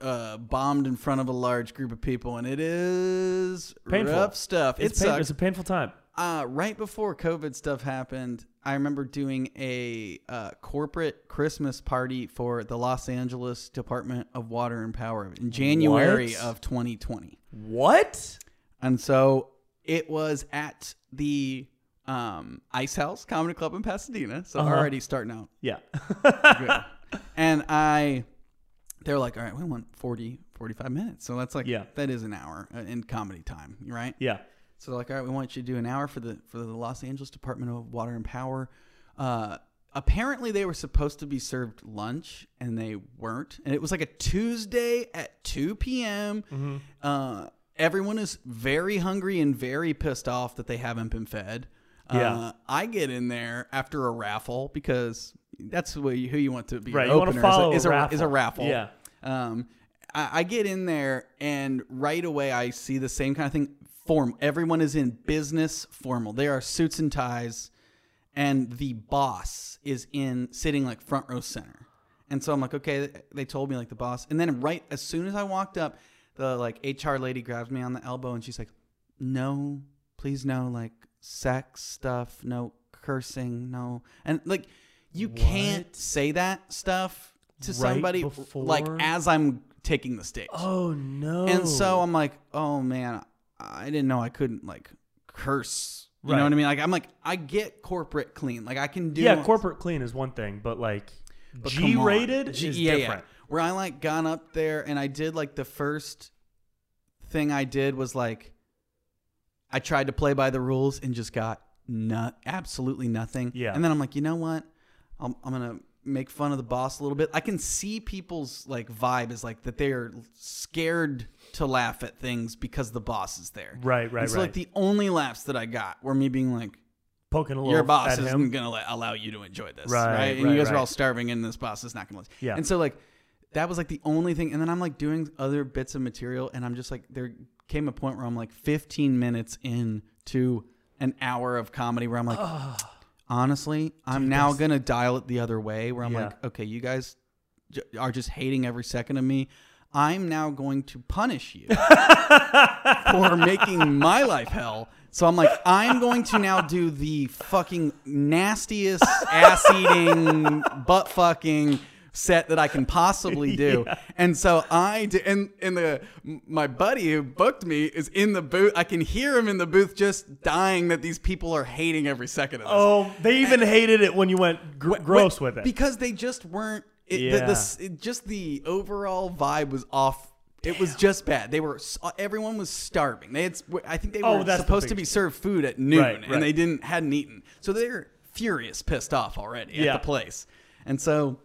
Speaker 2: uh bombed in front of a large group of people and it is
Speaker 1: Painful.
Speaker 2: rough stuff.
Speaker 1: it's,
Speaker 2: it
Speaker 1: pain-
Speaker 2: sucks.
Speaker 1: it's a painful time.
Speaker 2: uh, right before COVID stuff happened, I remember doing a uh, corporate Christmas party for the Los Angeles Department of Water and Power in January
Speaker 1: What?
Speaker 2: of 2020.
Speaker 1: What?
Speaker 2: And so it was at the um, Ice House Comedy Club in Pasadena. So
Speaker 1: Uh-huh.
Speaker 2: already starting out
Speaker 1: Yeah. [LAUGHS]
Speaker 2: good. and I, they were like, all right, we want 40, 45 minutes. So that's like,
Speaker 1: Yeah.
Speaker 2: that is an hour uh, in comedy time, right?
Speaker 1: yeah.
Speaker 2: So they're like, all right, we want you to do an hour for the for the Los Angeles Department of Water and Power. Uh, apparently, they were supposed to be served lunch, and they weren't. And it was like a Tuesday at two p.m. Uh, everyone is very hungry and very pissed off that they haven't been fed.
Speaker 1: Yeah.
Speaker 2: Uh, I get in there after a raffle because that's who you, who you want to be.
Speaker 1: Right,
Speaker 2: an
Speaker 1: you wanna
Speaker 2: opener is
Speaker 1: follow a
Speaker 2: is is
Speaker 1: raffle.
Speaker 2: a raffle.
Speaker 1: Yeah.
Speaker 2: Um, I, I get in there and right away I see the same kind of thing. Form. Everyone is in business formal. They are suits and ties, and the boss is in sitting like front row center. And so I'm like, okay. They told me like the boss, and then right as soon as I walked up, the like HR lady grabs me on the elbow and she's like, no, please no like sex stuff, no cursing, no, and like you can't say that stuff to
Speaker 1: Right
Speaker 2: somebody
Speaker 1: before?
Speaker 2: like as I'm taking the stage.
Speaker 1: Oh no.
Speaker 2: And so I'm like, oh man, I didn't know I couldn't like curse. You
Speaker 1: Right.
Speaker 2: know what I mean? Like I'm like I get corporate clean. Like I can do
Speaker 1: yeah, corporate clean is one thing, but like
Speaker 2: but come on.
Speaker 1: G rated
Speaker 2: G-
Speaker 1: is
Speaker 2: yeah, yeah.
Speaker 1: different.
Speaker 2: Where I like gone up there and I did like the first thing I did was like I tried to play by the rules and just got not absolutely nothing.
Speaker 1: Yeah.
Speaker 2: And then I'm like, you know what? I'm, I'm gonna make fun of the boss a little bit. I can see people's like vibe is like that they're scared to laugh at things because the boss is there.
Speaker 1: Right, right,
Speaker 2: And so
Speaker 1: right.
Speaker 2: like the only laughs that I got were me being like,
Speaker 1: Poking a little
Speaker 2: your boss
Speaker 1: at
Speaker 2: isn't
Speaker 1: him.
Speaker 2: gonna let, allow you to enjoy this,
Speaker 1: Right,
Speaker 2: right? And
Speaker 1: right,
Speaker 2: you guys
Speaker 1: right.
Speaker 2: are all starving, and this boss is not gonna. Let
Speaker 1: Yeah.
Speaker 2: And so like, that was like the only thing. And then I'm like doing other bits of material, and I'm just like, there came a point where I'm like 15 minutes in to an hour of comedy where I'm like, honestly, I'm now gonna dial it the other way. Where I'm
Speaker 1: Yeah.
Speaker 2: like, okay, you guys j- are just hating every second of me. I'm now going to punish you for making my life hell. So I'm like, I'm going to now do the fucking nastiest ass eating, butt fucking set that I can possibly do. And so I did, and, and the my buddy who booked me is in the booth. I can hear him in the booth just dying that these people are hating every second of this.
Speaker 1: Oh, they even hated it when you went gr- gross
Speaker 2: But-
Speaker 1: with it.
Speaker 2: because they just weren't. It, the-
Speaker 1: Yeah.
Speaker 2: the, s- it- just the overall vibe was off. It was just bad. They were s- uh, everyone was starving. They had s- I think they
Speaker 1: Oh,
Speaker 2: were
Speaker 1: that's the
Speaker 2: supposed to
Speaker 1: big
Speaker 2: be served food at noon
Speaker 1: Right, right.
Speaker 2: and they didn't hadn't eaten. So they were furious, pissed off already
Speaker 1: Yeah.
Speaker 2: at the place. And so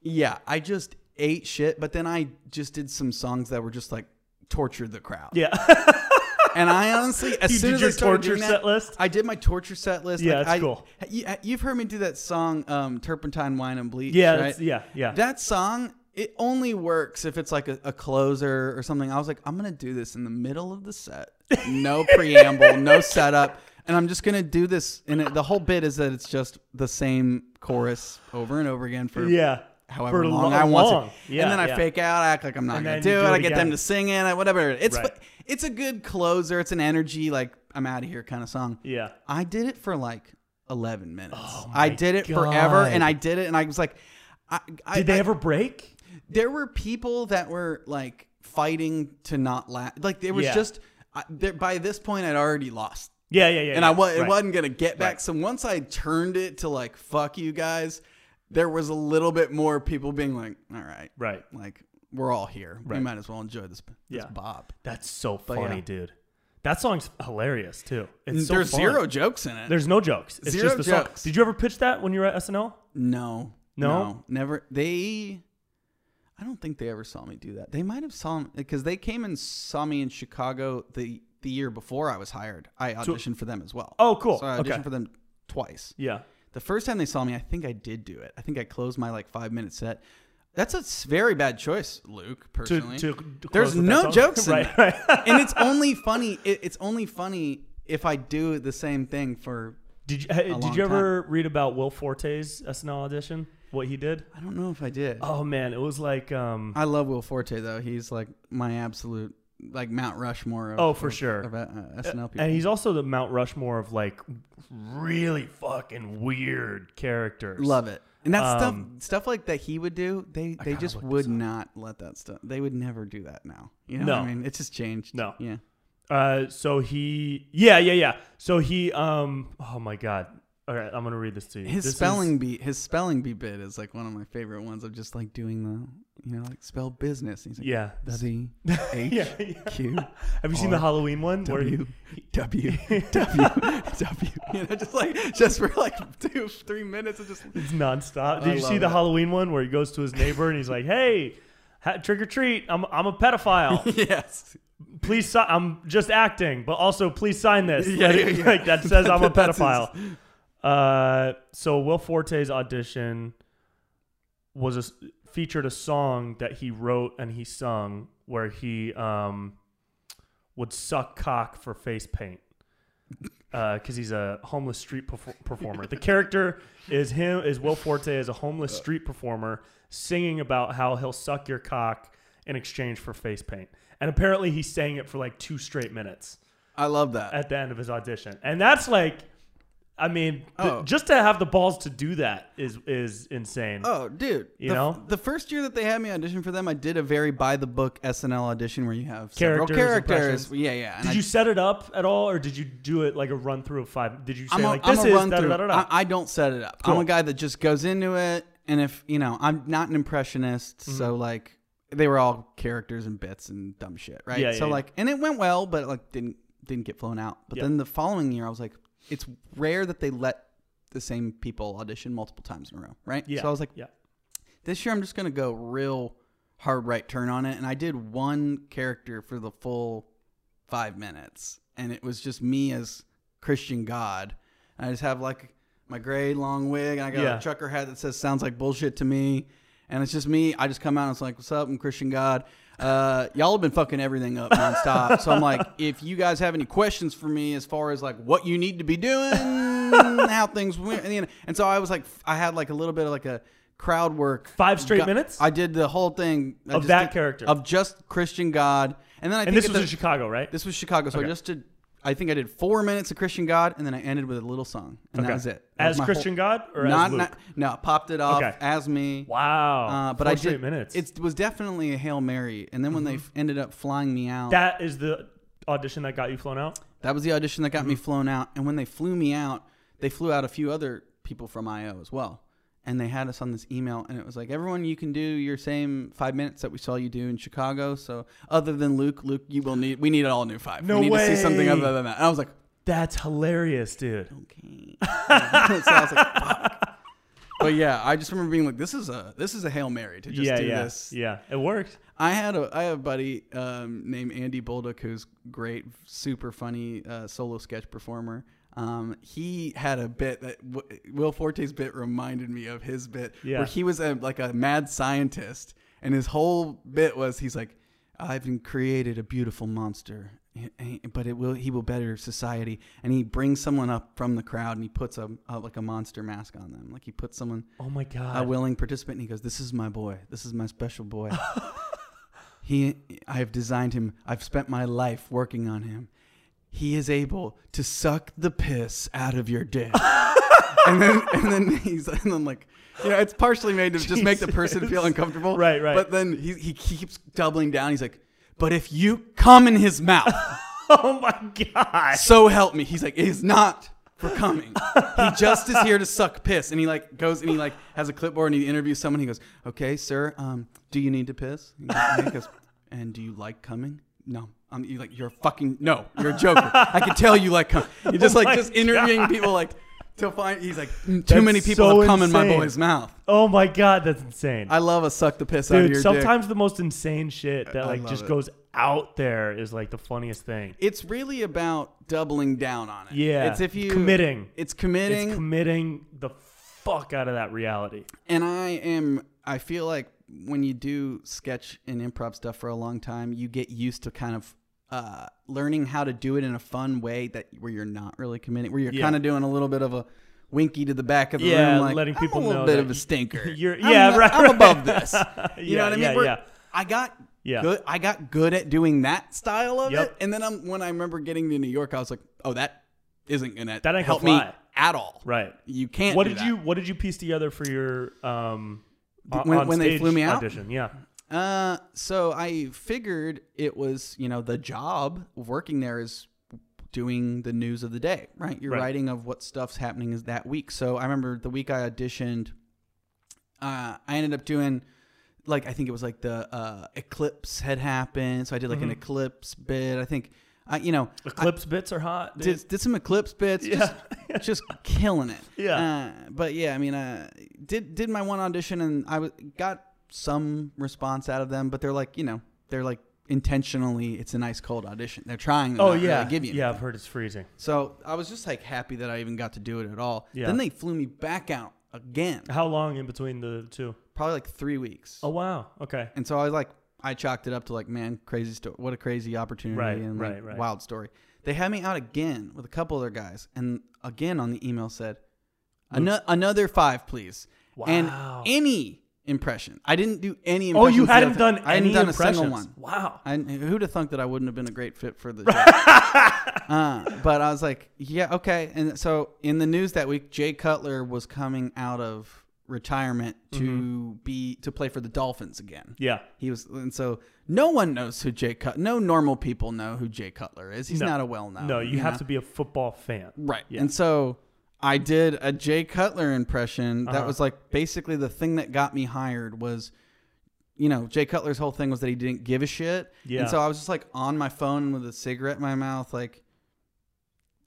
Speaker 2: yeah, I just ate shit, but then I just did some songs that were just like tortured the crowd.
Speaker 1: yeah, [LAUGHS]
Speaker 2: And I honestly, as
Speaker 1: You
Speaker 2: soon
Speaker 1: did
Speaker 2: as
Speaker 1: your
Speaker 2: I started
Speaker 1: torture
Speaker 2: doing that,
Speaker 1: set list?
Speaker 2: I did my torture set list.
Speaker 1: Yeah,
Speaker 2: Like,
Speaker 1: that's
Speaker 2: I- uh,
Speaker 1: cool.
Speaker 2: You, have heard me do that song, um, "Turpentine Wine and Bleach."
Speaker 1: yeah,
Speaker 2: right?
Speaker 1: that's- yeah, yeah.
Speaker 2: That song it only works if it's like a, a closer or something. I was like, I'm gonna do this in the middle of the set,
Speaker 1: [LAUGHS]
Speaker 2: no preamble, no setup, and I'm just gonna do this. And it, the whole bit is that it's just the same chorus over and over again for
Speaker 1: yeah.
Speaker 2: however
Speaker 1: For
Speaker 2: long
Speaker 1: lo-
Speaker 2: I want
Speaker 1: long.
Speaker 2: to.
Speaker 1: Yeah,
Speaker 2: and then I
Speaker 1: yeah.
Speaker 2: fake out, I act like I'm not
Speaker 1: And
Speaker 2: gonna
Speaker 1: then
Speaker 2: do,
Speaker 1: you
Speaker 2: it.
Speaker 1: do it
Speaker 2: I get them
Speaker 1: again.
Speaker 2: to sing it, I- whatever. It's
Speaker 1: Right.
Speaker 2: fu- it's a good closer. It's an energy like I'm out of here kind of song.
Speaker 1: Yeah.
Speaker 2: I did it for like 11 minutes.
Speaker 1: Oh my
Speaker 2: I did it forever
Speaker 1: God.
Speaker 2: and I did it and I was like I, I,
Speaker 1: Did they
Speaker 2: I-
Speaker 1: ever break?
Speaker 2: there were people that were like fighting to not laugh. Like there was
Speaker 1: Yeah.
Speaker 2: just I, there, by this point I'd already lost.
Speaker 1: Yeah, yeah, yeah.
Speaker 2: And
Speaker 1: yeah.
Speaker 2: I wa- it
Speaker 1: Right.
Speaker 2: wasn't going to get back.
Speaker 1: Right.
Speaker 2: So once I turned it to like fuck you guys, there was a little bit more people being like, "All right.
Speaker 1: Right.
Speaker 2: Like we're all here.
Speaker 1: Right.
Speaker 2: We might as well enjoy this, this
Speaker 1: Yeah.
Speaker 2: bob."
Speaker 1: That's so
Speaker 2: yeah. Mm,
Speaker 1: funny, dude. That song's hilarious too. It's so
Speaker 2: There's
Speaker 1: fun.
Speaker 2: zero jokes in it.
Speaker 1: There's no jokes. It's
Speaker 2: Zero
Speaker 1: just the song.
Speaker 2: jokes.
Speaker 1: Did you ever pitch that when you were at SNL?
Speaker 2: No,
Speaker 1: No?
Speaker 2: never. They, I don't think they ever saw me do that. They might have saw because they came and saw me in Chicago the the year before I was hired. I auditioned for them as well.
Speaker 1: Oh, cool.
Speaker 2: So I auditioned
Speaker 1: Okay.
Speaker 2: for them twice.
Speaker 1: Yeah.
Speaker 2: The first time they saw me, I think I did do it. I think I closed my like five minute set. That's a s- very bad choice, Luke.
Speaker 1: To, [LAUGHS]
Speaker 2: Personally,
Speaker 1: to, to
Speaker 2: there's
Speaker 1: close with that
Speaker 2: no
Speaker 1: song?
Speaker 2: jokes in
Speaker 1: right.
Speaker 2: that.
Speaker 1: Right.
Speaker 2: and it's only funny. It, it's only funny if I do the same thing for.
Speaker 1: Did you, hey, did
Speaker 2: long
Speaker 1: you ever read about Will Forte's SNL audition? What he did?
Speaker 2: I don't know if I did.
Speaker 1: Oh man, it was like um
Speaker 2: I love Will Forte though. He's like my absolute like Mount Rushmore. Of,
Speaker 1: Oh, for
Speaker 2: of-
Speaker 1: sure.
Speaker 2: Of, uh, SNL people.
Speaker 1: and he's also the Mount Rushmore of like really fucking weird characters.
Speaker 2: love it. And that
Speaker 1: Um,
Speaker 2: stuff, stuff like that he would do, they they
Speaker 1: gotta
Speaker 2: just
Speaker 1: look
Speaker 2: would not let that stuff. They would never do that now. You know
Speaker 1: No.
Speaker 2: what I mean? It's just changed.
Speaker 1: No.
Speaker 2: Yeah.
Speaker 1: Uh, so he, yeah, yeah, yeah. So he, um, oh my god. All right, I'm gonna read this to you.
Speaker 2: His
Speaker 1: This is-
Speaker 2: spelling bee, his spelling bee bit is like one of my favorite ones of just like doing the, you know, like spell business. And He's like,
Speaker 1: yeah. [LAUGHS] this-
Speaker 2: Z
Speaker 1: yeah,
Speaker 2: H
Speaker 1: yeah.
Speaker 2: Q
Speaker 1: Have you seen the
Speaker 2: R
Speaker 1: Halloween one? [LAUGHS] Where he,
Speaker 2: W
Speaker 1: [LAUGHS]
Speaker 2: W [LAUGHS] W W. You know, just like just for like [LAUGHS] two three minutes of just
Speaker 1: it's nonstop. Did
Speaker 2: I
Speaker 1: you see
Speaker 2: love
Speaker 1: the
Speaker 2: it.
Speaker 1: Halloween one where he goes to his neighbor and he's like, "Hey, ha- trick or treat! I'm I'm a
Speaker 2: [LAUGHS]
Speaker 1: pedophile.
Speaker 2: yes.
Speaker 1: Please, si- I'm just acting, but also please sign this.
Speaker 2: [LAUGHS] Yeah,
Speaker 1: like,
Speaker 2: yeah, yeah.
Speaker 1: like, that says
Speaker 2: [LAUGHS]
Speaker 1: I'm a
Speaker 2: That's his-
Speaker 1: pedophile." Uh, so Will Forte's audition was a s featured a song that he wrote and he sung where he um would suck cock for face paint because uh, he's a homeless street perfor-
Speaker 2: [LAUGHS]
Speaker 1: performer. the character is him is Will Forte as a homeless street performer singing about how he'll suck your cock in exchange for face paint. And apparently he sang it for like two straight minutes
Speaker 2: I love that.
Speaker 1: at the end of his audition, and that's like, I mean, th-
Speaker 2: Oh.
Speaker 1: just to have the balls to do that is is insane.
Speaker 2: oh, dude.
Speaker 1: You
Speaker 2: the,
Speaker 1: know?
Speaker 2: The first year that they had me audition for them, I did a very by the book SNL audition where you have several
Speaker 1: Characters,
Speaker 2: characters.
Speaker 1: impressions.
Speaker 2: Yeah, yeah. and
Speaker 1: did
Speaker 2: I-
Speaker 1: you set it up at all, or did you do it like a run through of five? Did you say
Speaker 2: I'm a,
Speaker 1: like
Speaker 2: I'm
Speaker 1: this
Speaker 2: a
Speaker 1: is
Speaker 2: run
Speaker 1: da da
Speaker 2: through.
Speaker 1: da da?
Speaker 2: I,
Speaker 1: da?
Speaker 2: I don't set it up. I'm
Speaker 1: Cool.
Speaker 2: a guy that just goes into it, and if you know, I'm not an impressionist,
Speaker 1: Mm-hmm.
Speaker 2: so like they were all characters and bits and dumb shit, right?
Speaker 1: Yeah, yeah,
Speaker 2: so
Speaker 1: yeah.
Speaker 2: like, and it went well, but like didn't didn't get flown out. But
Speaker 1: Yeah.
Speaker 2: then the following year, I was like, it's rare that they let the same people audition multiple times in a row, right?
Speaker 1: Yeah.
Speaker 2: So I was like,
Speaker 1: yeah,
Speaker 2: this year I'm just gonna go real hard right turn on it, and I did one character for the full five minutes, and it was just me as Christian God, and I just have like my gray long wig, and I got
Speaker 1: Yeah.
Speaker 2: a trucker hat that says "Sounds like bullshit to me," and it's just me. I just come out and it's like, "What's up? I'm Christian God." Uh, y'all have been fucking everything up nonstop. so I'm like, [LAUGHS] if you guys have any questions for me as far as like what you need to be doing, [LAUGHS] how things went, and, you know, and so I was like, I had like a little bit of like a crowd work
Speaker 1: five straight
Speaker 2: Go-
Speaker 1: minutes.
Speaker 2: I did the whole thing I
Speaker 1: Of
Speaker 2: just
Speaker 1: that
Speaker 2: did-
Speaker 1: character.
Speaker 2: of just Christian God, and then I
Speaker 1: and
Speaker 2: think
Speaker 1: this
Speaker 2: at
Speaker 1: was
Speaker 2: the-
Speaker 1: in Chicago, right?
Speaker 2: this was Chicago, so
Speaker 1: Okay.
Speaker 2: I just did. I think I did four minutes of Christian God, and then I ended with a little song, and
Speaker 1: Okay.
Speaker 2: that was it. That was
Speaker 1: as
Speaker 2: my
Speaker 1: Christian God or
Speaker 2: whole, not,
Speaker 1: as Luke?
Speaker 2: not no popped it off
Speaker 1: Okay.
Speaker 2: as me.
Speaker 1: wow,
Speaker 2: Uh, but
Speaker 1: Four
Speaker 2: I
Speaker 1: straight
Speaker 2: did
Speaker 1: minutes. Mm-hmm.
Speaker 2: It was definitely a hail mary, and then when they f- ended up flying me out, that,
Speaker 1: that is the audition that got you flown out.
Speaker 2: was the audition that got
Speaker 1: Mm-hmm.
Speaker 2: me flown out. And when they flew me out, they flew out a few other people from IO as well. And they had us on this email, and it was like, everyone, you can do your same five minutes that we saw you do in Chicago. So, other than Luke, Luke, you will need, we need an all new five.
Speaker 1: No
Speaker 2: we need to see something
Speaker 1: way.
Speaker 2: other than that. And I was like,
Speaker 1: That's hilarious, dude.
Speaker 2: okay.
Speaker 1: [LAUGHS]
Speaker 2: so I was like, fuck. But yeah, I just remember being like, this is a this is a hail mary to just
Speaker 1: yeah,
Speaker 2: do
Speaker 1: yeah,
Speaker 2: this.
Speaker 1: yeah. It worked.
Speaker 2: I had a I have a buddy um, named Andy Bolduc who's great, super funny uh, solo sketch performer. Um, he had a bit that w- Will Forte's bit reminded me of his bit,
Speaker 1: Yeah.
Speaker 2: where he was a, like a mad scientist. and his whole bit was he's like, I've been created a beautiful monster, but it will he will better society. And he brings someone up from the crowd and he puts a, a like a monster mask on them, like he puts someone
Speaker 1: Oh my god.
Speaker 2: a willing participant, and he goes, "This is my boy. This is my
Speaker 1: [LAUGHS]
Speaker 2: special boy. he, I have designed him. I've spent my life working on him. He is able to suck the piss out of
Speaker 1: [LAUGHS]
Speaker 2: your dick." and then, and then he's, and then like, you know, it's partially made to just make the person feel uncomfortable,
Speaker 1: Right, right.
Speaker 2: But then he he keeps doubling down. He's like, "But if you come in his mouth."
Speaker 1: [LAUGHS] Oh my god.
Speaker 2: so help me. He's like, it is not for coming. He just is here to suck piss. And he like goes and he like has a clipboard and he interviews someone. He goes, okay, sir, um, do you need to piss? And he goes, and do you like coming? No. Um, you like you're a fucking no. You're a joker. I can tell you like coming. You're just
Speaker 1: Oh my
Speaker 2: like just interviewing
Speaker 1: God.
Speaker 2: people like to find. He's like "Mm, too
Speaker 1: That's
Speaker 2: many people
Speaker 1: so
Speaker 2: have come in my
Speaker 1: insane.
Speaker 2: boy's mouth.
Speaker 1: Oh my god, that's insane.
Speaker 2: I love a suck the piss out of
Speaker 1: Dude,
Speaker 2: your dick.
Speaker 1: sometimes the most insane shit that
Speaker 2: I
Speaker 1: like
Speaker 2: love
Speaker 1: just
Speaker 2: it.
Speaker 1: goes out there is like the funniest thing.
Speaker 2: It's really about doubling down on it.
Speaker 1: Yeah.
Speaker 2: It's if you
Speaker 1: Committing.
Speaker 2: It's committing.
Speaker 1: It's committing the fuck out of that reality.
Speaker 2: And I am, I feel like when you do sketch and improv stuff for a long time, you get used to kind of uh, learning how to do it in a fun way that where you're not really committing, where you're
Speaker 1: Yeah.
Speaker 2: kind of doing a little bit of a winky to the back of the
Speaker 1: Yeah,
Speaker 2: room, like
Speaker 1: letting
Speaker 2: "I'm
Speaker 1: people
Speaker 2: a little
Speaker 1: know
Speaker 2: bit
Speaker 1: that
Speaker 2: of a
Speaker 1: [LAUGHS]
Speaker 2: stinker.
Speaker 1: you're-
Speaker 2: I'm
Speaker 1: yeah,
Speaker 2: not-
Speaker 1: right,
Speaker 2: I'm
Speaker 1: right. [LAUGHS]
Speaker 2: above this. You
Speaker 1: Yeah,
Speaker 2: know what I mean?
Speaker 1: yeah,
Speaker 2: We're-
Speaker 1: yeah.
Speaker 2: I got.
Speaker 1: Yeah.
Speaker 2: Good, I got good at doing that style of
Speaker 1: Yep.
Speaker 2: it, and then I'm, when I remember getting to New York, I was like, "Oh, that isn't gonna
Speaker 1: That ain't gonna
Speaker 2: help me
Speaker 1: fly.
Speaker 2: at all.
Speaker 1: Right.
Speaker 2: You can't."
Speaker 1: What
Speaker 2: do
Speaker 1: did
Speaker 2: that.
Speaker 1: you What did you piece together for your um o-
Speaker 2: When-
Speaker 1: on
Speaker 2: when they
Speaker 1: stage
Speaker 2: flew me out?
Speaker 1: audition? Yeah.
Speaker 2: Uh, so I figured it was, you know, the job of working there is doing the news of the day, right? You're
Speaker 1: Right.
Speaker 2: writing of what stuff's happening is that week. So I remember the week I auditioned, uh, I ended up doing like I think it was like the uh, eclipse had happened, so I did like an eclipse bit. I think, I you know,
Speaker 1: Eclipse bits are hot. dude.
Speaker 2: did, did some eclipse bits,
Speaker 1: Yeah. [LAUGHS]
Speaker 2: just, just killing it.
Speaker 1: Yeah.
Speaker 2: Uh, but yeah, I mean, uh, did did my one audition and I was got some response out of them, but they're like, you know, they're like intentionally, it's an ice cold audition. They're trying. To
Speaker 1: oh
Speaker 2: not
Speaker 1: yeah.
Speaker 2: really give you.
Speaker 1: yeah,
Speaker 2: anything.
Speaker 1: I've heard it's freezing.
Speaker 2: So I was just like happy that I even got to do it at all.
Speaker 1: Yeah.
Speaker 2: Then they flew me back out again,
Speaker 1: How long in between the two?
Speaker 2: probably like three weeks.
Speaker 1: Oh wow. Okay.
Speaker 2: And so I was like, I chalked it up to like, man, crazy story. What a crazy opportunity
Speaker 1: Right,
Speaker 2: and like,
Speaker 1: right, right.
Speaker 2: wild story. They had me out again with a couple other guys, and again on the email said, "Ano- another five, please. And
Speaker 1: Wow.
Speaker 2: any impression. I didn't do any.
Speaker 1: Oh,
Speaker 2: impressions
Speaker 1: you
Speaker 2: the
Speaker 1: hadn't
Speaker 2: other-
Speaker 1: done
Speaker 2: I hadn't
Speaker 1: any
Speaker 2: done
Speaker 1: impressions.
Speaker 2: a single one.
Speaker 1: Wow.
Speaker 2: I, who'd have thunk that I wouldn't have been a great fit
Speaker 1: [LAUGHS]
Speaker 2: for the job? uh, but I was like, yeah, okay. And so in the news that week, Jay Cutler was coming out of retirement to
Speaker 1: Mm-hmm.
Speaker 2: be to play for the Dolphins again.
Speaker 1: Yeah.
Speaker 2: He was, and so no one knows who Jay Cutler. No normal people know who Jay Cutler is. He's
Speaker 1: No.
Speaker 2: not a well-known.
Speaker 1: No, you have
Speaker 2: know?
Speaker 1: to be a football fan.
Speaker 2: right.
Speaker 1: Yeah.
Speaker 2: And so I did a Jay Cutler impression. That
Speaker 1: Uh-huh.
Speaker 2: was like basically the thing that got me hired was, you know, Jay Cutler's whole thing was that he didn't give a shit.
Speaker 1: Yeah.
Speaker 2: And so I was just like on my phone with a cigarette in my mouth, like,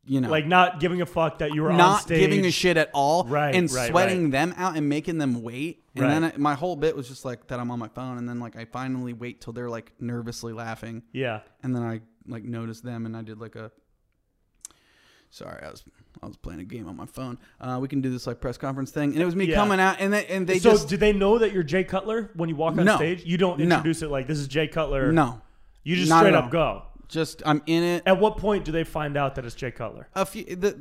Speaker 2: you know,
Speaker 1: Like not giving a fuck that you were on
Speaker 2: not
Speaker 1: stage.
Speaker 2: giving a shit at all
Speaker 1: Right,
Speaker 2: and
Speaker 1: right,
Speaker 2: sweating them out and making them wait and
Speaker 1: Right.
Speaker 2: then I, my whole bit was just like that i'm on my phone and then like i finally wait till they're like nervously laughing
Speaker 1: Yeah.
Speaker 2: and then i like noticed them and i did like a sorry i was i was playing a game on my phone uh, we can do this like press conference thing and it was me
Speaker 1: Yeah.
Speaker 2: coming out and they, and they
Speaker 1: so
Speaker 2: just
Speaker 1: did they know that you're Jay Cutler when you walk on
Speaker 2: No.
Speaker 1: stage? You don't
Speaker 2: No.
Speaker 1: introduce it like this is Jay Cutler.
Speaker 2: no
Speaker 1: You just
Speaker 2: Not
Speaker 1: straight
Speaker 2: at
Speaker 1: up
Speaker 2: all.
Speaker 1: go.
Speaker 2: just i'm in it
Speaker 1: At what point do they find out that it's Jay Cutler?
Speaker 2: a few the,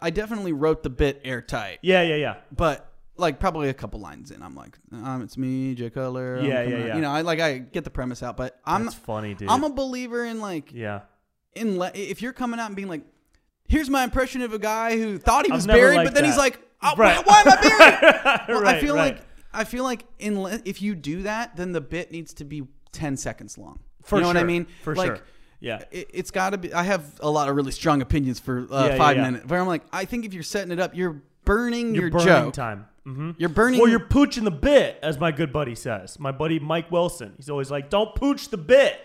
Speaker 2: i definitely wrote the bit airtight
Speaker 1: Yeah, yeah, yeah.
Speaker 2: but like probably a couple lines in, I'm like, um, it's me, Jay Cutler. I'm
Speaker 1: Yeah,
Speaker 2: coming
Speaker 1: yeah,
Speaker 2: out."
Speaker 1: yeah.
Speaker 2: You know, I like I get the premise out, but I'm
Speaker 1: That's funny, dude.
Speaker 2: I'm a believer in like
Speaker 1: yeah. [LAUGHS]
Speaker 2: in le- if you're coming out and being like, here's my impression of a guy who thought he
Speaker 1: I've
Speaker 2: was
Speaker 1: never
Speaker 2: buried,
Speaker 1: liked
Speaker 2: but then he's
Speaker 1: that.
Speaker 2: like, oh,
Speaker 1: Right.
Speaker 2: why, why am I buried? Well,
Speaker 1: [LAUGHS] right,
Speaker 2: I feel
Speaker 1: right.
Speaker 2: like I feel like unless if you do that, then the bit needs to be ten seconds long.
Speaker 1: For
Speaker 2: you know what I
Speaker 1: sure,
Speaker 2: mean?
Speaker 1: For
Speaker 2: like,
Speaker 1: sure. Yeah.
Speaker 2: it, it's got to be. I have a lot of really strong opinions for uh,
Speaker 1: Yeah, yeah,
Speaker 2: five
Speaker 1: yeah.
Speaker 2: minutes, where I'm like, I think if you're setting it up, you're burning your
Speaker 1: burning
Speaker 2: joke.
Speaker 1: time. Mm-hmm.
Speaker 2: You're burning.
Speaker 1: Or you're pooching the bit, as my good buddy says. My buddy Mike Wilson. He's always like, "Don't pooch the bit."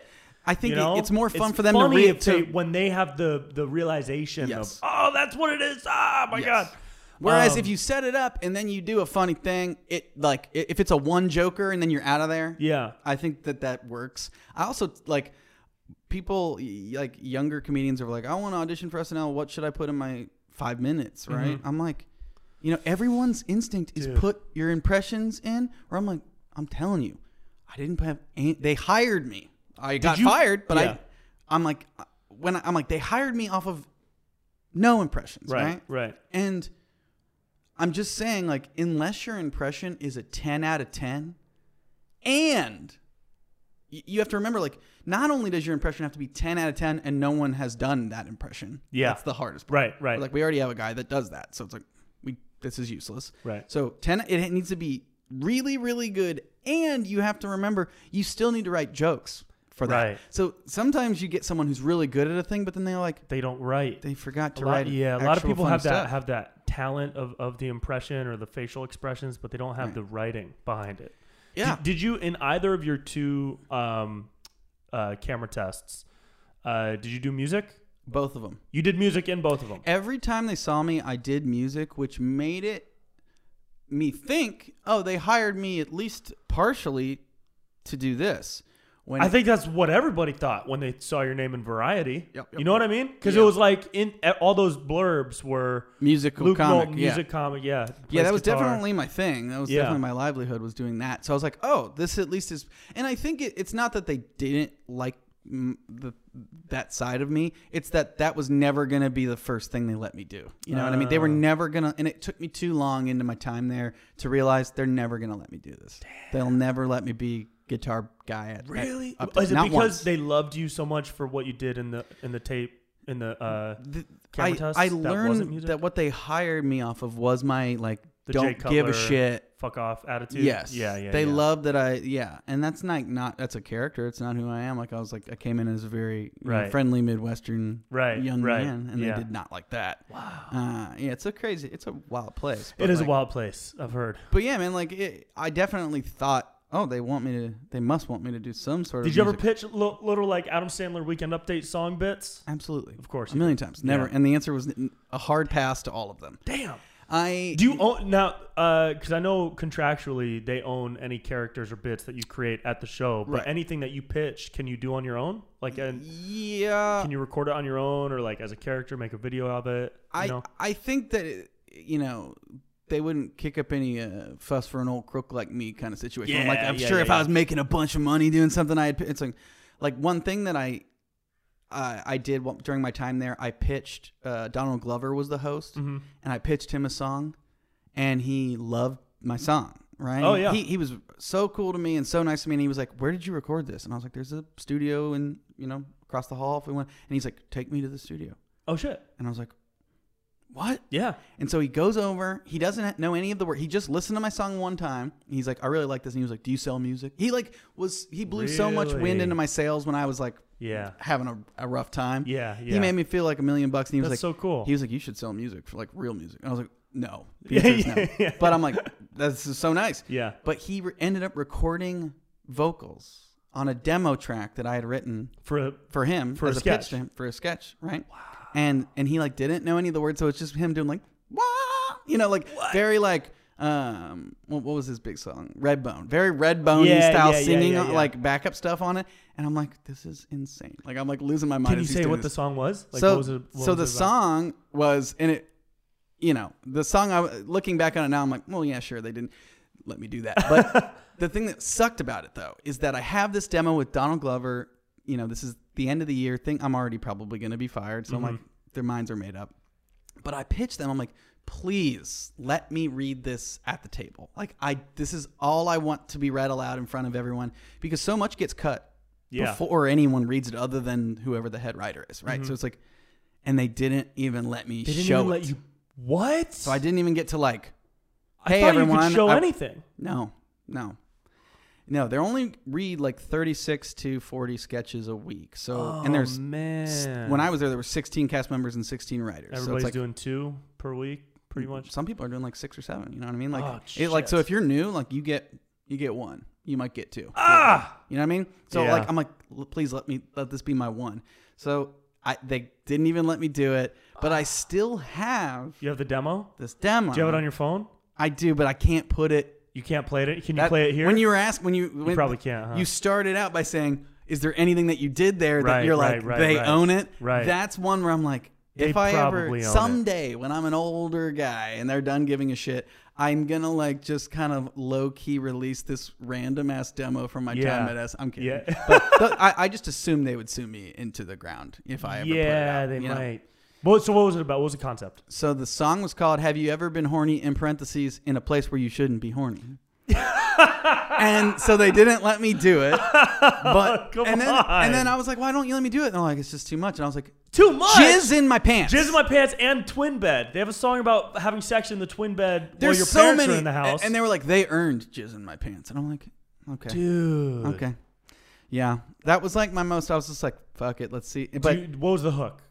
Speaker 2: I think
Speaker 1: You
Speaker 2: it-
Speaker 1: know,
Speaker 2: it's more fun for them
Speaker 1: funny
Speaker 2: to read
Speaker 1: if they,
Speaker 2: to.
Speaker 1: when they have the the realization
Speaker 2: Yes.
Speaker 1: of, "Oh, that's what it is." Ah, my
Speaker 2: Yes.
Speaker 1: god.
Speaker 2: Whereas
Speaker 1: Um,
Speaker 2: if you set it up and then you do a funny thing, it like i- if it's a one joker and then you're out of there.
Speaker 1: yeah,
Speaker 2: I think that that works. I also like people y- like younger comedians are like, I want to audition for SNL. What should I put in my five minutes? Right? I'm like, you know, everyone's instinct is
Speaker 1: Mm-hmm. Dude.
Speaker 2: put your impressions in. Or I'm like, I'm telling you, I didn't have. Any, they hired me. I got
Speaker 1: you-
Speaker 2: fired, but
Speaker 1: Yeah.
Speaker 2: I, I'm like, uh, when I, I'm like, they hired me off of no impressions, right?
Speaker 1: Right, right.
Speaker 2: And I'm just saying, like, unless your impression is a 10 out of 10, and y- you have to remember, like, not only does your impression have to be 10 out of 10, and no one has done that impression.
Speaker 1: Yeah.
Speaker 2: That's the hardest part.
Speaker 1: Right, right.
Speaker 2: But, Like, we already have a guy that does that. So it's like, we this is useless.
Speaker 1: Right.
Speaker 2: So 10, it needs to be really, really good. And you have to remember, you still need to write jokes for that.
Speaker 1: Right.
Speaker 2: So sometimes you get someone who's really good at a thing, but then they're like,
Speaker 1: they don't write.
Speaker 2: they forgot
Speaker 1: a
Speaker 2: to
Speaker 1: lot-
Speaker 2: write.
Speaker 1: yeah, a lot of
Speaker 2: actual
Speaker 1: people
Speaker 2: fun
Speaker 1: have that
Speaker 2: stuff.
Speaker 1: have that talent of, of the impression or the facial expressions, but they don't have the writing behind it. Did-
Speaker 2: Yeah.
Speaker 1: Did, you in either of your two um, uh, camera tests? Uh, did you do music?
Speaker 2: Both of them.
Speaker 1: You did music in both of them.
Speaker 2: Every time they saw me, I did music, which made it me think, oh, they hired me at least partially to do this. When
Speaker 1: I think that's what everybody thought when they saw your name in Variety.
Speaker 2: Yep,
Speaker 1: you
Speaker 2: yep,
Speaker 1: know what I mean? Because it
Speaker 2: Yeah.
Speaker 1: was like in e, all those blurbs were
Speaker 2: musical
Speaker 1: Luke Mould,
Speaker 2: comic, yeah.
Speaker 1: music comic. Yeah,
Speaker 2: yeah,
Speaker 1: plays
Speaker 2: that was
Speaker 1: guitar.
Speaker 2: definitely my thing. That was
Speaker 1: Yeah.
Speaker 2: definitely my livelihood was doing that. So I was like, oh, this at least is. And I think it, it's not that they didn't like mm, the that side of me. It's that that was never going to be the first thing they let me do. You know what I mean?
Speaker 1: Oh.
Speaker 2: They were never going to. And it took me too long into my time there to realize they're never going to let me do this. They'll never let me be guitar guy. At, at-
Speaker 1: really.
Speaker 2: up to-
Speaker 1: Is it
Speaker 2: not
Speaker 1: because
Speaker 2: once.
Speaker 1: they loved you so much for what you did in the in the tape in the uh,
Speaker 2: The-
Speaker 1: camera
Speaker 2: I,
Speaker 1: tests
Speaker 2: I
Speaker 1: that
Speaker 2: learned
Speaker 1: wasn't
Speaker 2: that,
Speaker 1: music?
Speaker 2: what they hired me off of was my like
Speaker 1: The Jay
Speaker 2: don't give
Speaker 1: Cutler
Speaker 2: a shit
Speaker 1: fuck off attitude?
Speaker 2: Yes.
Speaker 1: Yeah, yeah.
Speaker 2: They
Speaker 1: yeah.
Speaker 2: love that I yeah, and that's not not that's a character. It's not who I am. Like I was like I came in as a very you know,
Speaker 1: Right.
Speaker 2: friendly Midwestern
Speaker 1: Right,
Speaker 2: young
Speaker 1: right,
Speaker 2: man, and
Speaker 1: yeah.
Speaker 2: they did not like that. Wow. Uh, yeah, it's a crazy. It's a wild place.
Speaker 1: It is
Speaker 2: like,
Speaker 1: a wild place. I've heard.
Speaker 2: But yeah, man, like it, I definitely thought, oh, they want me to. They must want me to do some sort of.
Speaker 1: Did you ever
Speaker 2: music.
Speaker 1: pitch little, little like Adam Sandler Weekend Update song bits?
Speaker 2: Absolutely.
Speaker 1: Of course
Speaker 2: A
Speaker 1: you
Speaker 2: million times. Never.
Speaker 1: Yeah.
Speaker 2: And the answer was n- a hard pass to all of them.
Speaker 1: Damn.
Speaker 2: I
Speaker 1: Do you own now? Because I know contractually they own any characters or bits that you create at the show, but
Speaker 2: Right.
Speaker 1: anything that you pitch, can you do on your own? Like, and
Speaker 2: Yeah.
Speaker 1: can you record it on your own, or like as a character, make a video of it? You
Speaker 2: I
Speaker 1: know?
Speaker 2: I think that it, you know they wouldn't kick up any uh, fuss for an old crook like me kind of situation. I'm like
Speaker 1: Yeah,
Speaker 2: I'm
Speaker 1: yeah,
Speaker 2: sure
Speaker 1: yeah,
Speaker 2: if
Speaker 1: yeah.
Speaker 2: I was making a bunch of money doing something, I'd it's like like one thing that I. Uh, I did wa- during my time there. I pitched uh, Donald Glover was the host,
Speaker 1: Mm-hmm.
Speaker 2: and I pitched him a song, and he loved my song. Right?
Speaker 1: Oh, yeah.
Speaker 2: He he was so cool to me and so nice to me, and he was like, "Where did you record this?" And I was like, "There's a studio in you know across the hall if we want." And he's like, "Take me to the studio,"
Speaker 1: Oh shit!
Speaker 2: and I was like, "What?"
Speaker 1: Yeah,
Speaker 2: And so he goes over. He doesn't know any of the words. He just listened to my song one time. and He's like, I really like this. And he was like, Do you sell music? He like was he blew so much wind
Speaker 1: Really?
Speaker 2: into my sails when I was like
Speaker 1: yeah.
Speaker 2: having a, a rough time.
Speaker 1: Yeah, yeah.
Speaker 2: He made me feel like a million bucks. And he was
Speaker 1: That's
Speaker 2: like,
Speaker 1: so cool.
Speaker 2: He was like, You should sell music for like real music. And I was like, No.
Speaker 1: [LAUGHS]
Speaker 2: The
Speaker 1: Yeah,
Speaker 2: answer is
Speaker 1: yeah,
Speaker 2: no."
Speaker 1: yeah.
Speaker 2: But I'm like, This is so nice.
Speaker 1: Yeah.
Speaker 2: But he re- ended up recording vocals on a demo track that I had written
Speaker 1: For
Speaker 2: for him
Speaker 1: For a
Speaker 2: as a,
Speaker 1: sketch.
Speaker 2: pitch to him for a sketch, right? Wow. And and he like didn't know any of the words, so it's just him doing like wow, you know, like very like um what, what was his big song? Redbone, very Redbone
Speaker 1: Yeah,
Speaker 2: style
Speaker 1: yeah, yeah,
Speaker 2: singing,
Speaker 1: yeah, yeah.
Speaker 2: like backup stuff on it. And I'm like, this is insane. Like I'm like losing my mind.
Speaker 1: can you say what the song was? Like,
Speaker 2: so
Speaker 1: what was it, what
Speaker 2: so
Speaker 1: was
Speaker 2: the
Speaker 1: it about?
Speaker 2: song was and it, you know, the song. I looking back on it now, I'm like, well, yeah, sure, they didn't let me do that,
Speaker 1: [LAUGHS]
Speaker 2: but. The thing that sucked about it though is that I have this demo with Donald Glover. You know, this is the end of the year thing. I'm already probably going to be fired, so
Speaker 1: Mm-hmm.
Speaker 2: I'm like, their minds are made up. But I pitched them. I'm like, please let me read this at the table. Like, I this is all I want to be read aloud in front of everyone because so much gets cut
Speaker 1: Yeah.
Speaker 2: before anyone reads it, other than whoever the head writer is, right? So it's like, and they didn't even let me
Speaker 1: Mm-hmm. They didn't
Speaker 2: show
Speaker 1: even
Speaker 2: it.
Speaker 1: let you. What?
Speaker 2: so I didn't even get to like,
Speaker 1: I
Speaker 2: hey
Speaker 1: thought
Speaker 2: everyone,
Speaker 1: you could show
Speaker 2: I-
Speaker 1: anything.
Speaker 2: no, no. No, they only read like 36 to 40 sketches a week. So, and there's,
Speaker 1: Oh, man.
Speaker 2: when I was there, there were 16 cast members and 16 writers. so
Speaker 1: everybody's
Speaker 2: it's like, Mm.
Speaker 1: doing two per week, pretty much.
Speaker 2: some people are doing like six or seven. You know what I mean? Like,
Speaker 1: Oh,
Speaker 2: it, like, so
Speaker 1: shit.
Speaker 2: if you're new, like you get, you get one, you might get two.
Speaker 1: Ah,
Speaker 2: You know what I mean? So
Speaker 1: Yeah.
Speaker 2: like, I'm like, "L- please let me, let this be my one. So I, they didn't even let me do it, but I still have
Speaker 1: you have the demo.
Speaker 2: this demo.
Speaker 1: Do you have it on your phone?
Speaker 2: I do, but I can't put it
Speaker 1: You can't play it. Can you
Speaker 2: That-
Speaker 1: play it here?
Speaker 2: When you were asked, when you, when,
Speaker 1: probably can't, huh?
Speaker 2: You started out by saying, "Is there anything that you did there that
Speaker 1: Right,
Speaker 2: you're
Speaker 1: right,
Speaker 2: like
Speaker 1: right,
Speaker 2: they
Speaker 1: right.
Speaker 2: own it?"
Speaker 1: Right.
Speaker 2: That's one where I'm like,
Speaker 1: They
Speaker 2: if I ever
Speaker 1: probably own it.
Speaker 2: someday when I'm an older guy and they're done giving a shit, I'm gonna like just kind of low key release this random ass demo from my
Speaker 1: Yeah.
Speaker 2: time at S. I'm
Speaker 1: [LAUGHS]
Speaker 2: kidding,
Speaker 1: Yeah.
Speaker 2: but th- I, I just assume they would sue me into the ground if I ever. put it
Speaker 1: yeah,
Speaker 2: out,
Speaker 1: they
Speaker 2: you know?
Speaker 1: might. Well, so what was it about? What was the concept?
Speaker 2: So the song was called "Have You Ever Been Horny?" in parentheses in a place where you shouldn't be horny. and so they didn't let me do
Speaker 1: [LAUGHS]
Speaker 2: it. [LAUGHS] But
Speaker 1: Oh, Come
Speaker 2: and then and then
Speaker 1: on.
Speaker 2: I was like, "Why don't you let me do it?" And they're like, "It's just too much." And I was like,
Speaker 1: Too much.
Speaker 2: "Jizz in my pants."
Speaker 1: Jizz in my pants and twin bed. They have a song about having sex in the twin bed while
Speaker 2: There's
Speaker 1: your
Speaker 2: so
Speaker 1: parents
Speaker 2: many
Speaker 1: are in the house.
Speaker 2: And they were like, "They earned jizz in my pants." And I'm like, "Okay,
Speaker 1: dude.
Speaker 2: okay, yeah." That was like my most. I was just like, "Fuck it, let's see." But
Speaker 1: Dude, what was the hook?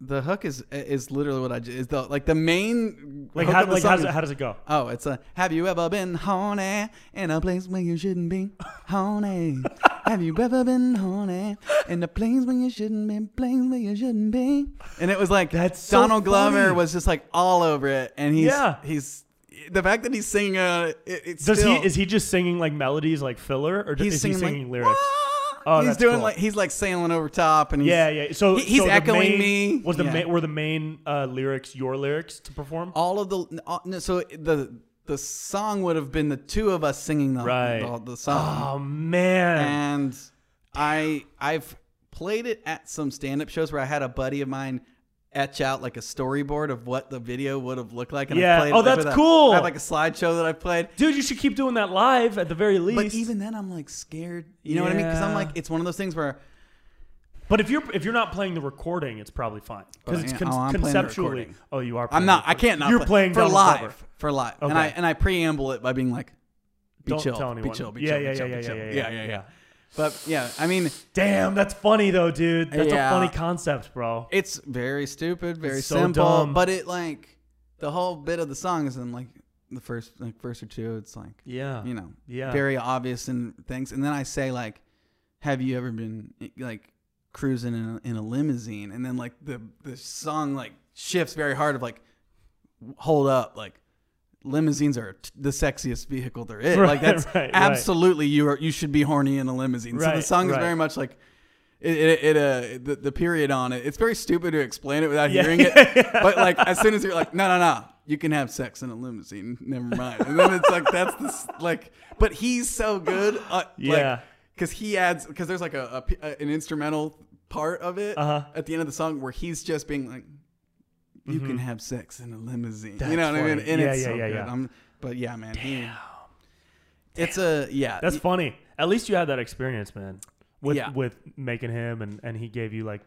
Speaker 2: the hook is is literally what I j- is the like the main
Speaker 1: Like,
Speaker 2: hook
Speaker 1: how,
Speaker 2: of the
Speaker 1: like
Speaker 2: song
Speaker 1: how, does
Speaker 2: is-
Speaker 1: it, how does it go?
Speaker 2: Oh, it's a Have you ever been horny in a place where you shouldn't be
Speaker 1: [LAUGHS]
Speaker 2: horny? have you ever been horny in a place where you shouldn't be, place where you shouldn't be? And it was like
Speaker 1: That's so
Speaker 2: Donald Glover
Speaker 1: funny.
Speaker 2: was just like all over it, and he's
Speaker 1: Yeah.
Speaker 2: he's the fact that he's singing. Uh, it, it's
Speaker 1: Does
Speaker 2: still,
Speaker 1: he is he just singing like melodies like filler or does,
Speaker 2: he's
Speaker 1: is
Speaker 2: singing,
Speaker 1: he singing
Speaker 2: like,
Speaker 1: lyrics?
Speaker 2: "Wah!"
Speaker 1: Oh,
Speaker 2: he's
Speaker 1: that's
Speaker 2: doing
Speaker 1: cool.
Speaker 2: like he's like sailing over top, and he's,
Speaker 1: Yeah, yeah. So
Speaker 2: he- he's
Speaker 1: so the main-
Speaker 2: echoing me.
Speaker 1: Was the
Speaker 2: Yeah.
Speaker 1: main, were the main uh, lyrics your lyrics to perform?
Speaker 2: all of the all, no, so the the song would have been the two of us singing the
Speaker 1: Right.
Speaker 2: the, the song.
Speaker 1: Oh man,
Speaker 2: and I I've played it at some stand up shows where I had a buddy of mine etch out like a storyboard of what the video would have looked like. And
Speaker 1: Yeah.
Speaker 2: I played
Speaker 1: Oh,
Speaker 2: it like,
Speaker 1: that's
Speaker 2: with a-
Speaker 1: cool.
Speaker 2: I had like a slideshow that I played.
Speaker 1: dude, you should keep doing that live at the very least.
Speaker 2: But even then, I'm like scared. You know what I mean? Because I'm
Speaker 1: Yeah.
Speaker 2: like, it's one of those things where
Speaker 1: But if you're if you're not playing the recording, it's probably fine because
Speaker 2: Oh,
Speaker 1: it's
Speaker 2: yeah.
Speaker 1: con-
Speaker 2: Oh, I'm playing the
Speaker 1: conceptually.
Speaker 2: recording.
Speaker 1: Oh, you are. Playing
Speaker 2: I'm
Speaker 1: the
Speaker 2: not. I
Speaker 1: recording.
Speaker 2: can't not.
Speaker 1: You're
Speaker 2: play-
Speaker 1: playing
Speaker 2: for
Speaker 1: Donald
Speaker 2: live.
Speaker 1: Glover.
Speaker 2: For live.
Speaker 1: Okay.
Speaker 2: And I and I preamble it by being like, be
Speaker 1: Don't
Speaker 2: chill,
Speaker 1: tell
Speaker 2: be
Speaker 1: anyone.
Speaker 2: chill, be
Speaker 1: yeah,
Speaker 2: chill,
Speaker 1: yeah,
Speaker 2: be
Speaker 1: yeah,
Speaker 2: chill,
Speaker 1: yeah,
Speaker 2: be chill.
Speaker 1: yeah,
Speaker 2: Yeah, yeah, yeah. But yeah, I mean,
Speaker 1: Damn, that's funny though, dude. That's
Speaker 2: Yeah.
Speaker 1: a funny concept, bro.
Speaker 2: It's very stupid, very
Speaker 1: It's so
Speaker 2: simple,
Speaker 1: dumb.
Speaker 2: but it like the whole bit of the song is in like the first like first or two. It's like
Speaker 1: yeah,
Speaker 2: you know,
Speaker 1: yeah.
Speaker 2: very obvious and things. And then I say like, "Have you ever been like cruising in a, in a limousine?" And then like the the song like shifts very hard of like, "Hold up, like." Limousines are t- the sexiest vehicle
Speaker 1: [LAUGHS]
Speaker 2: there is.
Speaker 1: Right,
Speaker 2: like that's
Speaker 1: right, right.
Speaker 2: absolutely you are. You should be horny in a limousine. so the
Speaker 1: Right,
Speaker 2: song is
Speaker 1: right.
Speaker 2: very much like it, it, it uh the, the period on it it's very stupid to explain it without
Speaker 1: Yeah.
Speaker 2: hearing
Speaker 1: [LAUGHS]
Speaker 2: it but like as soon as you're like no no no you can have sex in a limousine never mind and then it's like that's the s- like but he's so good uh,
Speaker 1: Yeah.
Speaker 2: because he adds because there's like a, a p- a- an instrumental part of it
Speaker 1: Uh-huh.
Speaker 2: at the end of the song where he's just being like you can have sex in a
Speaker 1: Mm-hmm.
Speaker 2: limousine
Speaker 1: That's
Speaker 2: you know what i mean
Speaker 1: funny.
Speaker 2: and
Speaker 1: Yeah,
Speaker 2: it's
Speaker 1: yeah,
Speaker 2: so
Speaker 1: yeah,
Speaker 2: good
Speaker 1: yeah.
Speaker 2: I'm, but yeah man he- it's a yeah
Speaker 1: That's
Speaker 2: y-
Speaker 1: funny. At least you had that experience, man. With
Speaker 2: Yeah.
Speaker 1: with making him and and he gave you like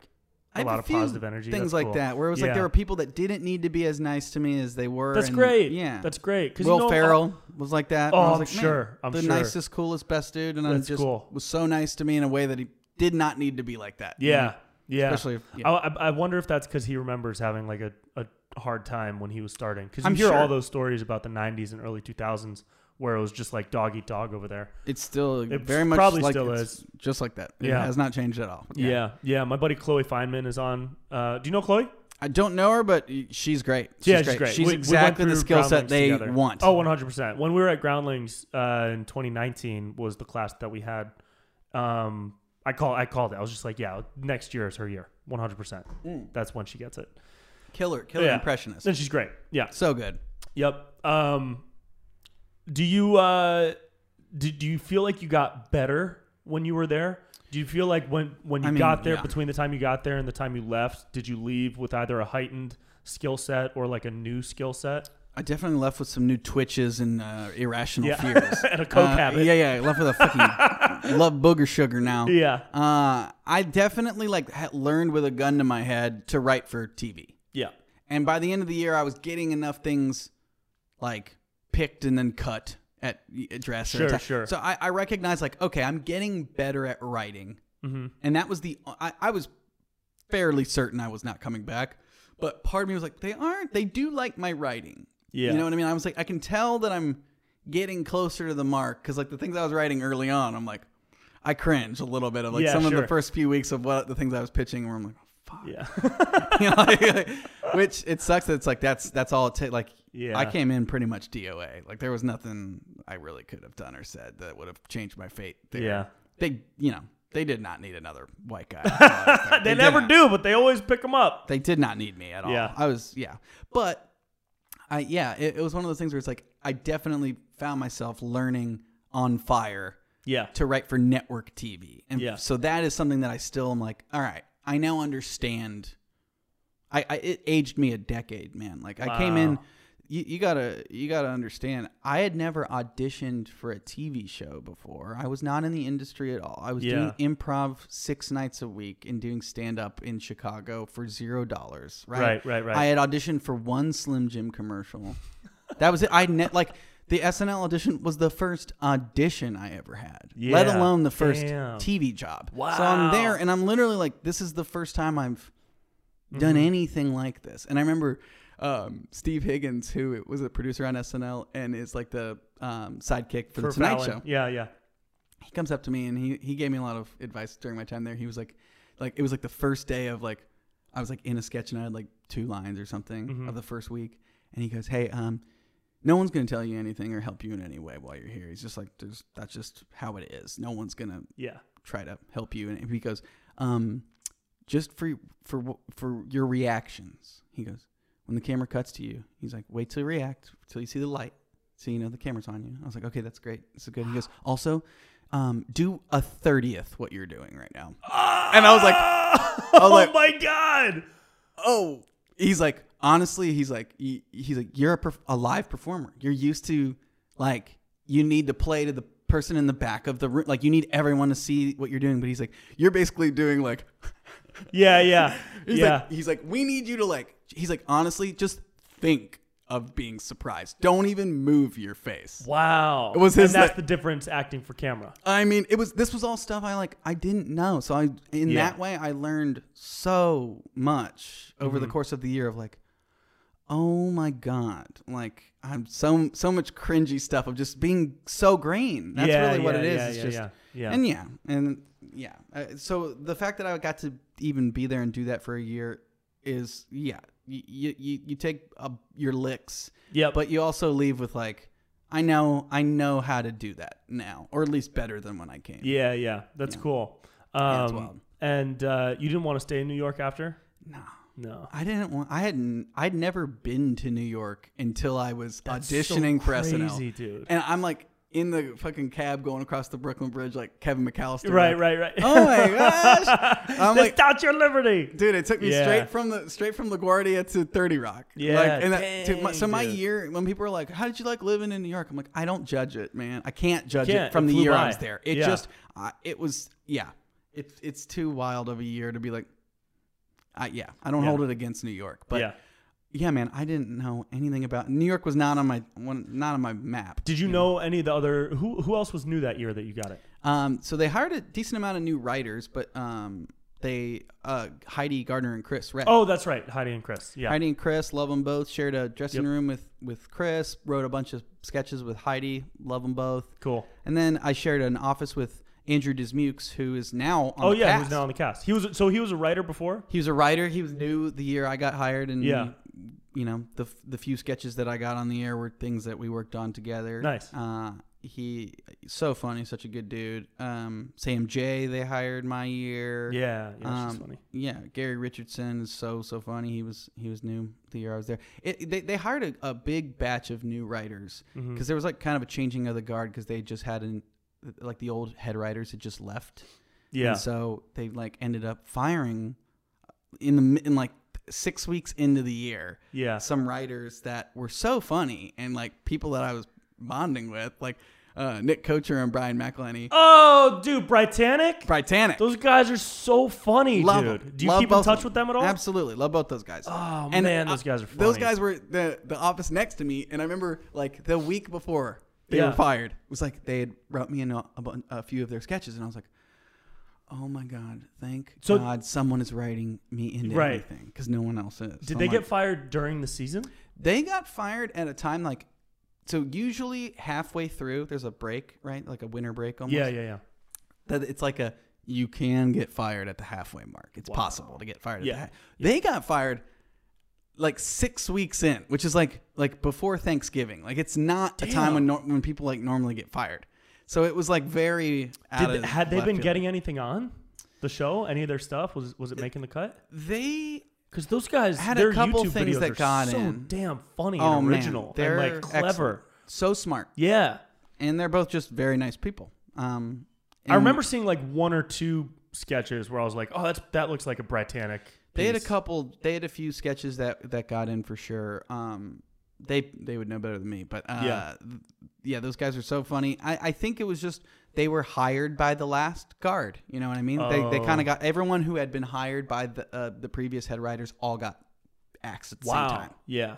Speaker 2: I
Speaker 1: a
Speaker 2: had
Speaker 1: lot of
Speaker 2: few
Speaker 1: positive energy.
Speaker 2: Things
Speaker 1: That's
Speaker 2: like
Speaker 1: cool.
Speaker 2: that, where it was like
Speaker 1: Yeah.
Speaker 2: there were people that didn't need to be as nice to me as they were.
Speaker 1: That's
Speaker 2: and-
Speaker 1: great.
Speaker 2: Yeah.
Speaker 1: that's great. 'Cause you
Speaker 2: Will
Speaker 1: know,
Speaker 2: Ferrell was like that.
Speaker 1: Oh,
Speaker 2: and I was
Speaker 1: I'm
Speaker 2: like, man,
Speaker 1: sure. I'm
Speaker 2: the
Speaker 1: sure.
Speaker 2: nicest, coolest, best dude, and I
Speaker 1: That's
Speaker 2: just
Speaker 1: cool.
Speaker 2: was so nice to me in a way that he did not need to be like that. you
Speaker 1: Yeah,
Speaker 2: know?
Speaker 1: yeah.
Speaker 2: Mm-hmm. Especially if- yeah.
Speaker 1: I, I- I wonder if that's because he remembers having like a, a hard time when he was starting. Because you
Speaker 2: I'm
Speaker 1: hear
Speaker 2: sure.
Speaker 1: all those stories about the '90s and early 2000s where it was just like dog eat dog over there.
Speaker 2: It's still
Speaker 1: It
Speaker 2: very much
Speaker 1: probably
Speaker 2: like
Speaker 1: still
Speaker 2: it's
Speaker 1: is.
Speaker 2: just like that. It
Speaker 1: Yeah.
Speaker 2: has not changed at all.
Speaker 1: Yeah, yeah. My buddy Chloe Feynman is on. Uh, do you know Chloe?
Speaker 2: I don't know her, but she's great. She's
Speaker 1: yeah,
Speaker 2: great.
Speaker 1: she's great.
Speaker 2: She's
Speaker 1: We- we went
Speaker 2: exactly the
Speaker 1: through
Speaker 2: skill set
Speaker 1: Groundlings
Speaker 2: they
Speaker 1: together.
Speaker 2: want.
Speaker 1: Oh, 100. percent When we were at Groundlings uh, in 2019 was the class that we had. Um, I call I called it. I was just like, yeah, next year is her year. 100. percent
Speaker 2: Mm.
Speaker 1: That's when she gets it.
Speaker 2: killer, killer
Speaker 1: Yeah.
Speaker 2: impressionist.
Speaker 1: And she's great. Yeah.
Speaker 2: So good.
Speaker 1: Yep. Um, do you uh, do, do you feel like you got better when you were there? Do you feel like when when you
Speaker 2: I mean,
Speaker 1: got there,
Speaker 2: yeah.
Speaker 1: between the time you got there and the time you left, did you leave with either a heightened skill set or like a new skill set?
Speaker 2: I definitely left with some new twitches and uh, irrational
Speaker 1: Yeah.
Speaker 2: fears.
Speaker 1: And a [LAUGHS] coke
Speaker 2: Uh,
Speaker 1: habit.
Speaker 2: Yeah, yeah. I Left with
Speaker 1: [LAUGHS]
Speaker 2: a fucking love booger sugar now.
Speaker 1: Yeah.
Speaker 2: Uh, I definitely like ha- learned with a gun to my head to write for TV.
Speaker 1: Yeah.
Speaker 2: And by the end of the year, I was getting enough things like picked and then cut at at dress. or
Speaker 1: Sure,
Speaker 2: atta-
Speaker 1: sure.
Speaker 2: So I, I recognized like, okay, I'm getting better at writing.
Speaker 1: Mhm.
Speaker 2: And that was the, I, I was fairly certain I was not coming back. But part of me was like, they aren't, they do like my writing.
Speaker 1: Yeah.
Speaker 2: You know what I mean? I was like, I can tell that I'm getting closer to the mark because like the things I was writing early on, I'm like, I cringe a little bit of like
Speaker 1: Yeah,
Speaker 2: some of
Speaker 1: sure.
Speaker 2: the first few weeks of what the things I was pitching, where I'm like, "Oh, fuck.
Speaker 1: Yeah.
Speaker 2: [LAUGHS] You know, like- like, which it sucks that it's like that's that's all it takes. Like,
Speaker 1: Yeah.
Speaker 2: I came in pretty much DOA. Like there was nothing I really could have done or said that would have changed my fate. There.
Speaker 1: Yeah.
Speaker 2: They, you know, They did not need another
Speaker 1: [LAUGHS]
Speaker 2: white guy. That's all I was there.
Speaker 1: [LAUGHS] they,
Speaker 2: did
Speaker 1: never
Speaker 2: not.
Speaker 1: do, but they always pick them up.
Speaker 2: They did not need me at all.
Speaker 1: Yeah.
Speaker 2: I was yeah, but I yeah, it, it was one of those things where it's like I definitely found myself learning on fire
Speaker 1: Yeah.
Speaker 2: to write for network TV. And
Speaker 1: Yeah.
Speaker 2: so that is something that I still am like, all right, I now understand. I, I it aged me a decade, man. Like I came in,
Speaker 1: Wow.
Speaker 2: you, you gotta you gotta understand. I had never auditioned for a TV show before. I was not in the industry at all. I was
Speaker 1: Yeah.
Speaker 2: doing improv six nights a week and doing stand up in Chicago for zero dollars. Right,
Speaker 1: Right, right, right.
Speaker 2: I had auditioned for one Slim Jim commercial. That was it. I net like the SNL audition was the first audition I ever had, let
Speaker 1: Yeah.
Speaker 2: alone the first
Speaker 1: Damn.
Speaker 2: TV job. So I'm there
Speaker 1: Wow.
Speaker 2: and I'm literally like, this is the first time I've done
Speaker 1: Mm-hmm.
Speaker 2: anything like this. And I remember um, Steve Higgins, who was a producer on SNL and is like the um, sidekick for, the Tonight
Speaker 1: Fallon.
Speaker 2: Show
Speaker 1: Yeah, yeah.
Speaker 2: he comes up to me and he, he gave me a lot of advice during my time there. He was like, like it was like the first day of like, I was like in a sketch and I had like two lines or something of the first week, and he goes, "Hey, um, no one's gonna tell you anything or help you in any way while you're here." He's just like, "There's that's just how it is. No one's gonna
Speaker 1: Yeah.
Speaker 2: try to help you." And he goes, um, "Just for for wh- for your reactions." He goes, "When the camera cuts to you, he's like, wait till you react, till you see the light, so you know the camera's on you." I was like, "Okay, that's great. This is good." He goes, "Also." Um, do a thirtieth what you're doing right now. And I
Speaker 1: [LAUGHS]
Speaker 2: was like-
Speaker 1: oh
Speaker 2: was like-
Speaker 1: my god.
Speaker 2: Oh, he's like, honestly, he's like, he- he's like, you're a, perf- a live performer. You're used to like, you need to play to the person in the back of the room. Like, you need everyone to see what you're doing. But he's like, you're basically doing like,
Speaker 1: Yeah, yeah,
Speaker 2: [LAUGHS] he's
Speaker 1: yeah.
Speaker 2: like, he's like, we need you to like, he's like, honestly, just think of being surprised. Don't even move your face.
Speaker 1: wow.
Speaker 2: It was his,
Speaker 1: and that's
Speaker 2: like-
Speaker 1: the difference acting for camera.
Speaker 2: I mean, it was this was all stuff I like I didn't know. So I in
Speaker 1: Yeah.
Speaker 2: that way I learned so much over
Speaker 1: Mm-hmm.
Speaker 2: the course of the year of like oh my god, like I'm so so much cringy stuff of just being so green. That's
Speaker 1: Yeah,
Speaker 2: really what
Speaker 1: yeah,
Speaker 2: it is.
Speaker 1: yeah,
Speaker 2: it's
Speaker 1: yeah,
Speaker 2: just
Speaker 1: yeah, yeah.
Speaker 2: And yeah, and yeah. Uh, so the fact that I got to even be there and do that for a year is yeah. You you you, you take uh, your licks
Speaker 1: Yep.
Speaker 2: but you also leave with like i know i know how to do that now or at least better than when i came
Speaker 1: yeah, yeah. That's cool. Um,
Speaker 2: it's wild.
Speaker 1: And uh, you didn't want to stay in New York after?
Speaker 2: no
Speaker 1: No.
Speaker 2: i didn't want i hadn't i'd never been to new york until i was
Speaker 1: That's so
Speaker 2: auditioning for
Speaker 1: crazy,
Speaker 2: snl
Speaker 1: dude.
Speaker 2: and i'm like in the fucking cab going across the brooklyn bridge like kevin mcallister
Speaker 1: right,
Speaker 2: like,
Speaker 1: right, right.
Speaker 2: [LAUGHS] oh
Speaker 1: [LAUGHS]
Speaker 2: my gosh i'm
Speaker 1: They
Speaker 2: like
Speaker 1: stopped your liberty.
Speaker 2: dude it took me
Speaker 1: Yeah.
Speaker 2: straight from the straight from LaGuardia to 30 Rock
Speaker 1: Yeah,
Speaker 2: like, and that, to my,
Speaker 1: dang,
Speaker 2: so my
Speaker 1: dude.
Speaker 2: year when people are like how did you like living in New York I'm like I don't judge it man I can't judge
Speaker 1: Can't.
Speaker 2: it from
Speaker 1: It
Speaker 2: the
Speaker 1: flew
Speaker 2: year
Speaker 1: by.
Speaker 2: I was there it
Speaker 1: Yeah.
Speaker 2: just uh, it was yeah it's it's too wild of a year to be like I, yeah I don't
Speaker 1: Yeah.
Speaker 2: hold it against New York but
Speaker 1: yeah.
Speaker 2: yeah. man I didn't know anything about New York was not on my one not on my map
Speaker 1: Did you know any of the other who who else was new that year that you got it?
Speaker 2: Um, so they hired a decent amount of new writers but um they uh Heidi Gardner and Chris Redd.
Speaker 1: Oh, that's right, Heidi and Chris. Yeah.
Speaker 2: Heidi and Chris, love them both. Shared a dressing room with with Chris. Wrote a bunch of sketches with Heidi. Love them both.
Speaker 1: Cool.
Speaker 2: And then I shared an office with Andrew Dismukes, who is now on
Speaker 1: Oh
Speaker 2: the
Speaker 1: yeah,
Speaker 2: cast.
Speaker 1: he was now on the cast. He was so he was a writer before?
Speaker 2: He was a writer. He was new the year I got hired, and
Speaker 1: Yeah.
Speaker 2: you know the f- the few sketches that I got on the air were things that we worked on together.
Speaker 1: Nice.
Speaker 2: Uh, he so funny, such a good dude. Um, Sam J. They hired my year.
Speaker 1: Yeah, yeah, she's
Speaker 2: Um,
Speaker 1: funny.
Speaker 2: Yeah, Gary Richardson is so so funny. He was he was new the year I was there. It, they they hired a, a big batch of new writers because
Speaker 1: Mm. Mm-hmm.
Speaker 2: there was like kind of a changing of the guard because they just had an like the old head writers had just left.
Speaker 1: Yeah.
Speaker 2: And so they like ended up firing uh, in the mi- in like six weeks into the year
Speaker 1: Yeah.
Speaker 2: some writers that were so funny and like people that I was bonding with like uh, Nick Kocher and Brian McElhenney.
Speaker 1: Oh, dude, Britannic?
Speaker 2: Britannic.
Speaker 1: Those guys are so funny,
Speaker 2: Love
Speaker 1: dude.
Speaker 2: 'em.
Speaker 1: Do you
Speaker 2: Love
Speaker 1: keep in
Speaker 2: both
Speaker 1: touch
Speaker 2: of
Speaker 1: with them at all?
Speaker 2: Absolutely, love both those guys. uh,
Speaker 1: Oh, man, those guys are
Speaker 2: Those
Speaker 1: funny.
Speaker 2: guys were the the office next to me, and I remember like the week before they
Speaker 1: Yeah.
Speaker 2: were fired. It was like they had wrote me in a, a, bun- a few of their sketches, and I was like, "Oh my god, thank
Speaker 1: So-
Speaker 2: God someone is writing me into
Speaker 1: Right.
Speaker 2: everything because no one else is."
Speaker 1: Did they get fired during the season?
Speaker 2: they got fired at a time like so usually halfway through there's a break right like a winter break almost
Speaker 1: Yeah, yeah, yeah.
Speaker 2: that it's like a you can get fired at the halfway mark. It's possible to get fired.
Speaker 1: Yeah.
Speaker 2: At the ha- They got fired like six weeks in, which is like like before Thanksgiving. Like it's not a time when nor- when people like normally get fired. So it was like very. Out
Speaker 1: Did,
Speaker 2: of
Speaker 1: they- had they
Speaker 2: left
Speaker 1: been
Speaker 2: field.
Speaker 1: getting anything on the show? Any of their stuff was was it making the cut?
Speaker 2: They
Speaker 1: Because those guys
Speaker 2: Had a
Speaker 1: their
Speaker 2: couple
Speaker 1: YouTube
Speaker 2: things
Speaker 1: videos
Speaker 2: that
Speaker 1: are
Speaker 2: got
Speaker 1: so
Speaker 2: in.
Speaker 1: damn funny
Speaker 2: Oh,
Speaker 1: and
Speaker 2: man.
Speaker 1: original
Speaker 2: They're
Speaker 1: and like clever.
Speaker 2: excellent. so smart,
Speaker 1: Yeah,
Speaker 2: and they're both just very nice people. Um,
Speaker 1: I
Speaker 2: and
Speaker 1: remember seeing like one or two sketches where I was like, "Oh, that's that looks like a Britannic."
Speaker 2: they had a
Speaker 1: piece.
Speaker 2: couple. They had a few sketches that that got in for sure. Um, they they would know better than me, but uh,
Speaker 1: Yeah.
Speaker 2: yeah, yeah, those guys are so funny. I I think it was just they were hired by the last guard. You know what I mean? They they
Speaker 1: Oh.
Speaker 2: kind of got everyone who had been hired by the uh, the previous head writers all got axed at the
Speaker 1: Wow.
Speaker 2: same time.
Speaker 1: Yeah.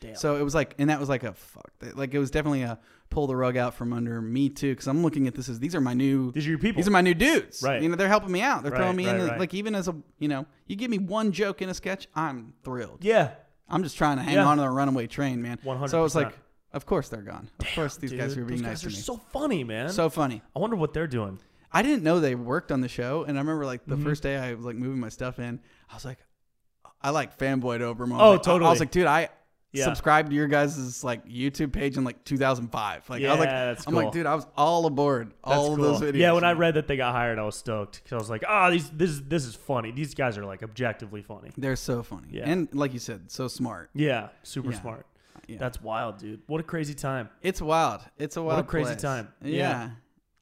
Speaker 1: Damn.
Speaker 2: So it was like, and that was like a fuck. Like it was definitely a pull the rug out from under me too, because I'm looking at this as these are my new,
Speaker 1: These are your people.
Speaker 2: these are my new dudes.
Speaker 1: Right.
Speaker 2: You know, they're helping me out. They're
Speaker 1: Right,
Speaker 2: throwing me in.
Speaker 1: right,
Speaker 2: the-
Speaker 1: right.
Speaker 2: Like even as a, you know, you give me one joke in a sketch, I'm thrilled.
Speaker 1: yeah.
Speaker 2: I'm just trying to hang
Speaker 1: Yeah.
Speaker 2: on to the runaway train, man.
Speaker 1: 100%.
Speaker 2: So I was like, of course they're gone. Of course these
Speaker 1: Dude,
Speaker 2: guys are being
Speaker 1: those
Speaker 2: nice
Speaker 1: guys are
Speaker 2: to me.
Speaker 1: so funny, man.
Speaker 2: so funny.
Speaker 1: I wonder what they're doing.
Speaker 2: I didn't know they worked on the show, and I remember like
Speaker 1: Mm-hmm.
Speaker 2: the first day I was like moving my stuff in, I was like, I like fanboyed over them. I was
Speaker 1: Oh,
Speaker 2: like- I- I
Speaker 1: totally.
Speaker 2: was like, dude, I
Speaker 1: Yeah.
Speaker 2: subscribed to your guys' like YouTube page in like 2005. Like I was like,
Speaker 1: Yeah, that's
Speaker 2: I'm
Speaker 1: cool.
Speaker 2: like, dude, I was all aboard all of
Speaker 1: That's
Speaker 2: those
Speaker 1: cool.
Speaker 2: videos.
Speaker 1: Yeah, when I read that they got hired, I was stoked because I was like, "Ah, these this is this is funny. These guys are like objectively funny."
Speaker 2: they're so funny,
Speaker 1: Yeah.
Speaker 2: and like you said, so smart.
Speaker 1: Yeah, super
Speaker 2: Yeah.
Speaker 1: smart.
Speaker 2: Yeah.
Speaker 1: That's wild, dude. What a crazy time.
Speaker 2: It's wild. It's a wild.
Speaker 1: a crazy
Speaker 2: place.
Speaker 1: time.
Speaker 2: Yeah.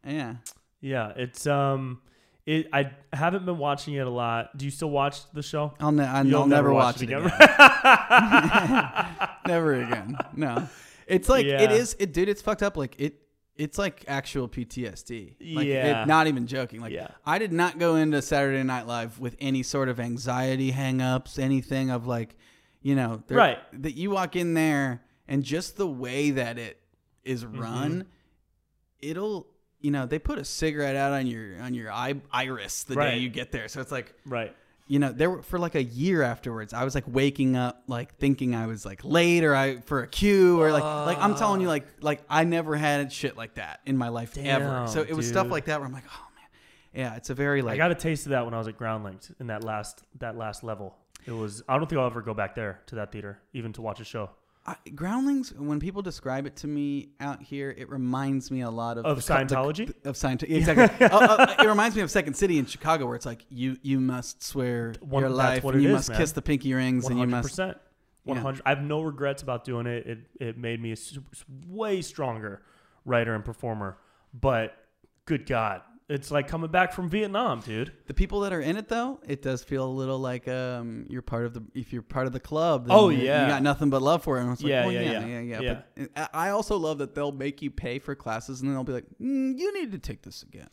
Speaker 2: yeah,
Speaker 1: Yeah, it's um, it. I haven't been watching it a lot. Do you still watch the show?
Speaker 2: I'll, ne- I'll,
Speaker 1: You'll
Speaker 2: I'll never, watch, it again. [LAUGHS] never again. No. It's like
Speaker 1: Yeah.
Speaker 2: it is it dude, it's fucked up. Like it it's like actual PTSD. Like,
Speaker 1: Yeah.
Speaker 2: It, not even joking. Like
Speaker 1: Yeah.
Speaker 2: I did not go into Saturday Night Live with any sort of anxiety hangups, anything of like, you know, there-
Speaker 1: Right.
Speaker 2: that you walk in there and just the way that it is
Speaker 1: Mm-hmm.
Speaker 2: run, it'll you know, they put a cigarette out on your on your eye, iris the
Speaker 1: Right.
Speaker 2: day you get there. So it's like
Speaker 1: right.
Speaker 2: you know there were for like a year afterwards i was like waking up like thinking i was like late or i for a cue or like like i'm telling you like like i never had shit like that in my life ever
Speaker 1: Damn,
Speaker 2: so it was stuff
Speaker 1: dude.
Speaker 2: like that where i'm like oh man yeah it's a very
Speaker 1: I
Speaker 2: like
Speaker 1: got a taste of that when I was at Ground Linked in that last that last level. It was. I don't think I'll ever go back there to that theater, even to watch a show.
Speaker 2: I, groundlings when people describe it to me out here it reminds me a lot of
Speaker 1: Of
Speaker 2: the co- the-
Speaker 1: Scientology?
Speaker 2: of Scientology
Speaker 1: [LAUGHS]
Speaker 2: exactly Oh, oh, it reminds me of second city in chicago where it's like you you must swear
Speaker 1: One-
Speaker 2: your
Speaker 1: that's
Speaker 2: life
Speaker 1: what
Speaker 2: and
Speaker 1: it
Speaker 2: you
Speaker 1: is,
Speaker 2: must
Speaker 1: man.
Speaker 2: kiss the pinky rings
Speaker 1: One
Speaker 2: and you
Speaker 1: hundred
Speaker 2: must
Speaker 1: percent. One
Speaker 2: Yeah.
Speaker 1: hundred. I have no regrets about doing it. It it made me a super, way stronger writer and performer. But good God, it's like coming back from Vietnam, dude.
Speaker 2: The people that are in it though, it does feel a little like um you're part of the if you're part of the club. then
Speaker 1: Oh,
Speaker 2: you-
Speaker 1: yeah.
Speaker 2: you got nothing but love for it. And it's like,
Speaker 1: Yeah,
Speaker 2: well,
Speaker 1: yeah,
Speaker 2: yeah,
Speaker 1: yeah.
Speaker 2: yeah, yeah,
Speaker 1: Yeah.
Speaker 2: But uh, I I also love that they'll make you pay for classes and then they'll be like, mm, you need to take this again.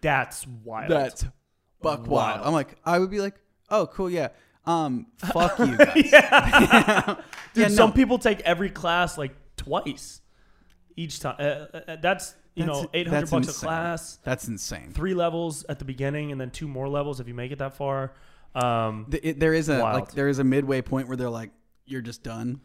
Speaker 1: That's wild.
Speaker 2: That's buck wild.
Speaker 1: Wild.
Speaker 2: I'm like, I would be like, oh cool, yeah. Um,
Speaker 1: [LAUGHS]
Speaker 2: fuck you. Guys.
Speaker 1: dude.
Speaker 2: Yeah, no.
Speaker 1: Some people take every class like twice each time. Uh, uh, uh, that's you
Speaker 2: That's-
Speaker 1: know eight hundred
Speaker 2: that's
Speaker 1: bucks a
Speaker 2: insane.
Speaker 1: class.
Speaker 2: That's insane.
Speaker 1: Three levels at the beginning, and then two more levels if you make it that far. Um,
Speaker 2: Th- it- there is a
Speaker 1: Wild.
Speaker 2: like there is a midway point where they're like, you're just done.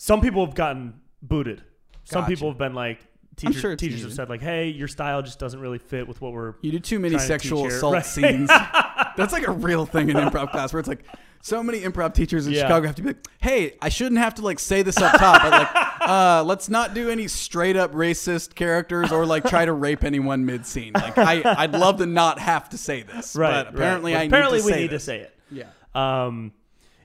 Speaker 1: some people have gotten booted. Some
Speaker 2: Gotcha.
Speaker 1: people have been like teacher,
Speaker 2: sure it's
Speaker 1: teachers have
Speaker 2: needed.
Speaker 1: said like, "Hey, your style just doesn't really fit with what we're."
Speaker 2: You do too many
Speaker 1: Trying to teach
Speaker 2: sexual
Speaker 1: here.
Speaker 2: assault
Speaker 1: Right. [LAUGHS]
Speaker 2: scenes. That's like a real thing in improv class where it's like so many improv teachers in
Speaker 1: Yeah.
Speaker 2: Chicago have to be like, "Hey, I shouldn't have to like say this up top,
Speaker 1: [LAUGHS]
Speaker 2: but like, uh, let's not do any straight up racist characters or like try to rape anyone mid scene. Like, I I'd love to not have to say this,
Speaker 1: Right.
Speaker 2: But apparently,
Speaker 1: right.
Speaker 2: I
Speaker 1: apparently
Speaker 2: need to
Speaker 1: we
Speaker 2: say
Speaker 1: need
Speaker 2: this.
Speaker 1: to say it.
Speaker 2: yeah.
Speaker 1: Um,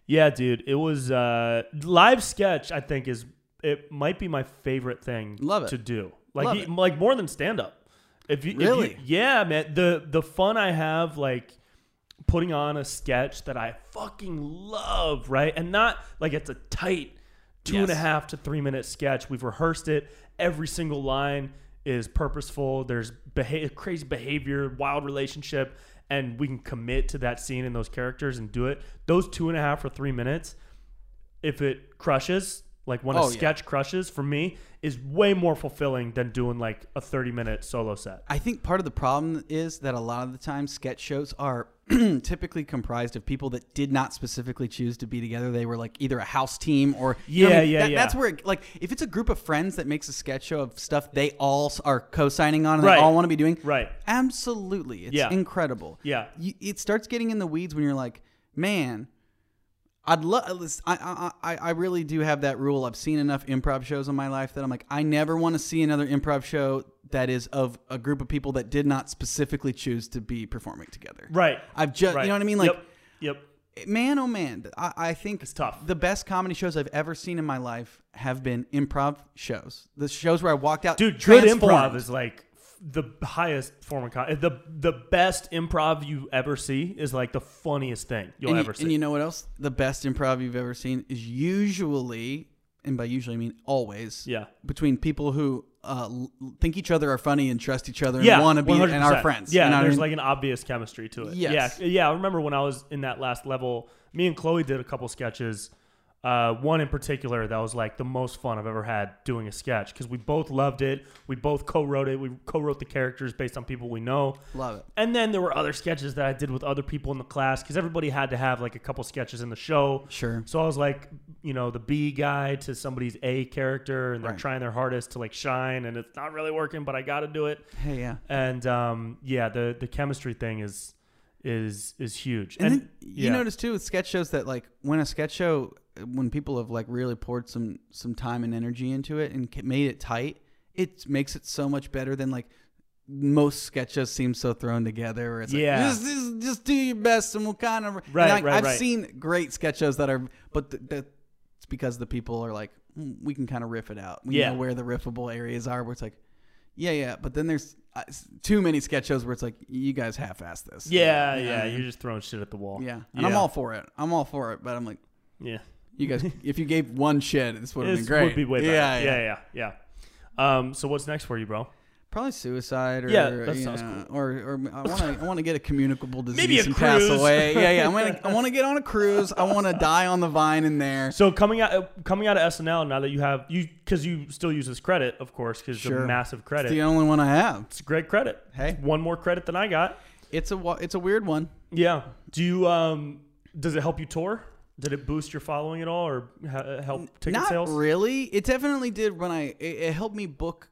Speaker 1: yeah, dude, it was uh, live sketch. I think is it might be my favorite thing.
Speaker 2: Love it.
Speaker 1: to do. Like
Speaker 2: Love
Speaker 1: e-
Speaker 2: it.
Speaker 1: like more than stand up. If you if you-
Speaker 2: Really?
Speaker 1: yeah, man. The the fun I have like putting on a sketch that I fucking love, right? And not like it's a tight two and a half
Speaker 2: Yes.
Speaker 1: to three minute sketch. We've rehearsed it. Every single line is purposeful. There's beha- crazy behavior, wild relationship, and we can commit to that scene and those characters and do it. Those two and a half or three minutes, if it crushes, like when a
Speaker 2: Oh, yeah.
Speaker 1: sketch crushes for me, is way more fulfilling than doing like a 30 minute solo set.
Speaker 2: I think part of the problem is that a lot of the time sketch shows are [CLEARS THROAT] typically comprised of people that did not specifically choose to be together. They were like either a house team or you know what
Speaker 1: Yeah,
Speaker 2: I mean?
Speaker 1: yeah,
Speaker 2: That-
Speaker 1: yeah.
Speaker 2: That's where it, like if it's a group of friends that makes a sketch show of stuff they all s- are co-signing on and
Speaker 1: Right.
Speaker 2: they all want to be doing.
Speaker 1: Right.
Speaker 2: Absolutely, it's
Speaker 1: Yeah.
Speaker 2: incredible.
Speaker 1: Yeah.
Speaker 2: you, it starts getting in the weeds when you're like, man. I'd love. I, I I I really do have that rule. I've seen enough improv shows in my life that I'm like, I never want to see another improv show that is of a group of people that did not specifically choose to be performing together.
Speaker 1: Right.
Speaker 2: I've just,
Speaker 1: right.
Speaker 2: you know what I mean? Like,
Speaker 1: yep. Yep.
Speaker 2: man, oh man, I, I think
Speaker 1: It's tough.
Speaker 2: The best comedy shows I've ever seen in my life have been improv shows. The shows where I walked out,
Speaker 1: Dude, good improv
Speaker 2: transformed.
Speaker 1: is like f- the highest form of comedy. The the best improv you ever see is like the funniest thing you'll
Speaker 2: and
Speaker 1: ever
Speaker 2: you,
Speaker 1: see.
Speaker 2: And you know what else? The best improv you've ever seen is usually, and by usually I mean always,
Speaker 1: Yeah.
Speaker 2: between people who uh, l- think each other are funny and trust each other
Speaker 1: yeah,
Speaker 2: and want to be and
Speaker 1: 100%.
Speaker 2: are friends.
Speaker 1: Yeah,
Speaker 2: and
Speaker 1: there's like an obvious chemistry to it.
Speaker 2: Yes.
Speaker 1: Yeah, yeah. I remember when I was in that last level, me and Chloe did a couple sketches. Uh, one in particular that was like the most fun I've ever had doing a sketch because we both loved it. We both co-wrote it. We co-wrote the characters based on people we know.
Speaker 2: love it.
Speaker 1: And then there were other sketches that I did with other people in the class because everybody had to have like a couple sketches in the show.
Speaker 2: Sure.
Speaker 1: So I was like, you know, the B guy to somebody's A character, and they're
Speaker 2: Right.
Speaker 1: trying their hardest to like shine, and it's not really working, but I got to do it.
Speaker 2: Hey, yeah.
Speaker 1: And um, yeah, the the chemistry thing is is is huge.
Speaker 2: And, then you
Speaker 1: yeah.
Speaker 2: notice too with sketch shows that like when a sketch show when people have like really poured some some time and energy into it and ca- made it tight, it makes it so much better than like most sketch shows seem so thrown together. Where it's
Speaker 1: Yeah.
Speaker 2: like, just, just just do your best and we'll kind of and,
Speaker 1: Right,
Speaker 2: like,
Speaker 1: right,
Speaker 2: I've
Speaker 1: right.
Speaker 2: seen great sketch shows that are, but th- that it's because the people are like "Mm, we can kind of riff it out. We
Speaker 1: Yeah.
Speaker 2: know where the riffable areas are. Where it's like. Yeah, yeah, but then there's uh, s- too many sketch shows where it's like you guys half-ass this.
Speaker 1: yeah,
Speaker 2: You know what
Speaker 1: yeah,
Speaker 2: I mean?
Speaker 1: you're just throwing shit at the wall.
Speaker 2: Yeah, and I'm all for it. I'm all for it, but I'm like,
Speaker 1: yeah. [LAUGHS]
Speaker 2: you guys, if you gave one shit, this would have been
Speaker 1: This
Speaker 2: great.
Speaker 1: would be way better.
Speaker 2: Yeah, yeah.
Speaker 1: yeah, yeah, yeah. Um, so what's next for you, bro?
Speaker 2: Probably suicide, or
Speaker 1: Yeah, that
Speaker 2: you
Speaker 1: sounds
Speaker 2: know, or or I want to I want to get a communicable disease
Speaker 1: Maybe a
Speaker 2: and pass
Speaker 1: cruise.
Speaker 2: away. Yeah, yeah.
Speaker 1: [LAUGHS]
Speaker 2: I want to I want to get on a cruise. I want to die on the vine in there.
Speaker 1: So coming out uh, coming out of SNL now that you have you because you still use this credit of course because it's a
Speaker 2: Sure.
Speaker 1: massive credit.
Speaker 2: It's the only one I have.
Speaker 1: It's a great credit.
Speaker 2: Hey.
Speaker 1: one more credit than I got.
Speaker 2: It's a wa- it's a weird one.
Speaker 1: Yeah. Do you um? Does it help you tour? Did it boost your following at all, or ha- help ticket
Speaker 2: Not
Speaker 1: sales?
Speaker 2: really. It definitely did when I it, it helped me book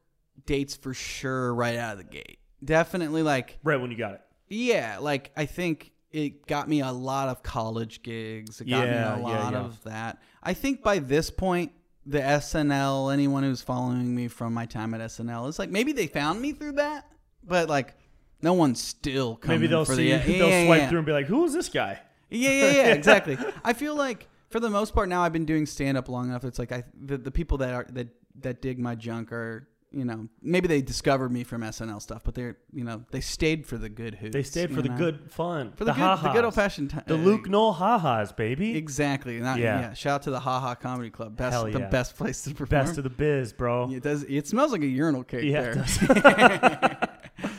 Speaker 2: dates for sure right out of the gate. Definitely like
Speaker 1: Right when you got it.
Speaker 2: Yeah, like I think it got me a lot of college gigs. It
Speaker 1: Yeah,
Speaker 2: got me
Speaker 1: yeah,
Speaker 2: a lot
Speaker 1: yeah.
Speaker 2: of that. I think by this point, the SNL, anyone who's following me from my time at SNL, it's like maybe they found me through that, but like no one's still coming.
Speaker 1: Maybe they'll
Speaker 2: for
Speaker 1: see.
Speaker 2: The,
Speaker 1: [LAUGHS]
Speaker 2: yeah,
Speaker 1: they'll
Speaker 2: yeah,
Speaker 1: swipe
Speaker 2: yeah.
Speaker 1: through and be like, "Who is this guy?"
Speaker 2: Yeah,
Speaker 1: [LAUGHS]
Speaker 2: yeah, yeah, exactly. I feel like for the most part now I've been doing stand up long enough. It's like I the, the people that are that that dig my junk are you know maybe they discovered me from SNL stuff, but they're you know they stayed for the good hoots.
Speaker 1: They stayed for
Speaker 2: you
Speaker 1: the
Speaker 2: know?
Speaker 1: good fun,
Speaker 2: for the, good, the good old fashioned time.
Speaker 1: the Luke Knoll ha ha's baby.
Speaker 2: exactly. Not,
Speaker 1: Yeah.
Speaker 2: yeah. Shout out to the Ha Ha Comedy Club. Best,
Speaker 1: Hell yeah.
Speaker 2: the best place to perform.
Speaker 1: Best of the biz, bro. Yeah,
Speaker 2: it does. It smells like a urinal cake
Speaker 1: it
Speaker 2: there, [LAUGHS]
Speaker 1: does.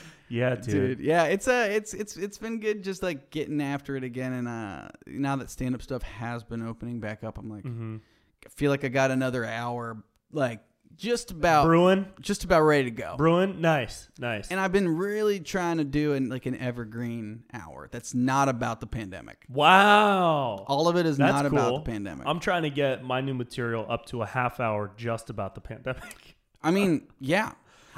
Speaker 1: [LAUGHS] yeah dude.
Speaker 2: dude. Yeah, it's a, it's, it's, it's been good just like getting after it again. And uh, now that stand up stuff has been opening back up, I'm like,
Speaker 1: Mm. Mm-hmm.
Speaker 2: I feel like I got another hour, like just about,
Speaker 1: Bruin,
Speaker 2: just about ready to go.
Speaker 1: Bruin, nice, nice.
Speaker 2: and I've been really trying to do an like an evergreen hour that's not about the pandemic.
Speaker 1: wow,
Speaker 2: All of it is
Speaker 1: That's
Speaker 2: not
Speaker 1: cool.
Speaker 2: about the pandemic.
Speaker 1: I'm trying to get my new material up to a half hour just about the
Speaker 2: [LAUGHS]
Speaker 1: pandemic. [LAUGHS]
Speaker 2: I mean, yeah.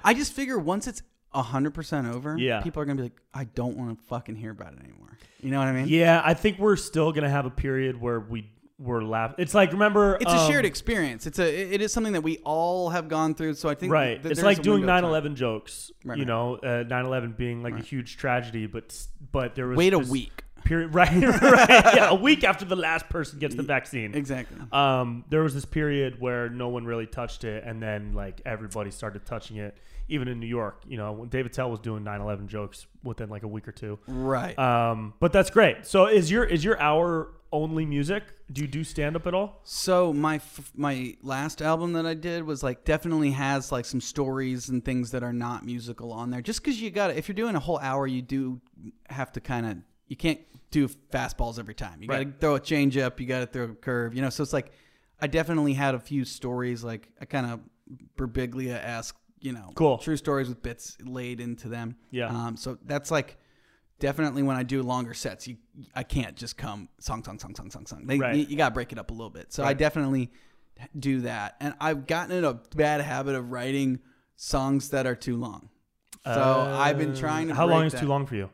Speaker 2: I just figure once it's hundred percent over,
Speaker 1: Yeah.
Speaker 2: people are gonna be like, I don't want to fucking hear about it anymore. You know what I mean?
Speaker 1: yeah, I think we're still gonna have a period where we we're laughing. It's like remember,
Speaker 2: It's a
Speaker 1: um,
Speaker 2: shared experience. It's a it is something that we all have gone through. So I think
Speaker 1: right.
Speaker 2: that
Speaker 1: it's
Speaker 2: there's
Speaker 1: like
Speaker 2: a
Speaker 1: doing
Speaker 2: window of
Speaker 1: 9/11 jokes.
Speaker 2: Right,
Speaker 1: you
Speaker 2: right.
Speaker 1: know, uh, 9/11 being like a huge tragedy, but s- but there was
Speaker 2: time. Wait a
Speaker 1: this
Speaker 2: week.
Speaker 1: period. [LAUGHS] Right, right. Yeah, a week after the last person
Speaker 2: [LAUGHS]
Speaker 1: gets the
Speaker 2: E,
Speaker 1: vaccine.
Speaker 2: Exactly.
Speaker 1: um, there was this period where no one really touched it, and then like everybody started touching it, even in New York. You know, when David Tell was doing 9/11 jokes within like a week or two.
Speaker 2: Right.
Speaker 1: Um, but that's great. So is your is your hour only music? Do you do stand up at all?
Speaker 2: so my f- my last album that I did was like definitely has like some stories and things that are not musical on there. Just because you got to if you're doing a whole hour, you do have to kind of you can't do fastballs every time. You got
Speaker 1: Right.
Speaker 2: to throw a change up. You got to throw a curve. You know, so it's like I definitely had a few stories like I kind of Berbiglia esque. You know,
Speaker 1: Cool.
Speaker 2: true stories with bits laid into them.
Speaker 1: Yeah.
Speaker 2: Um. So that's like. Definitely, when I do longer sets, you I can't just come song, song, song, song, song, song. They,
Speaker 1: Right.
Speaker 2: you- you got to break it up a little bit. So I definitely do that. And I've gotten in a bad habit of writing songs that are too long. So I've been trying to.
Speaker 1: Uh, How long
Speaker 2: break
Speaker 1: is
Speaker 2: that.
Speaker 1: too long for you?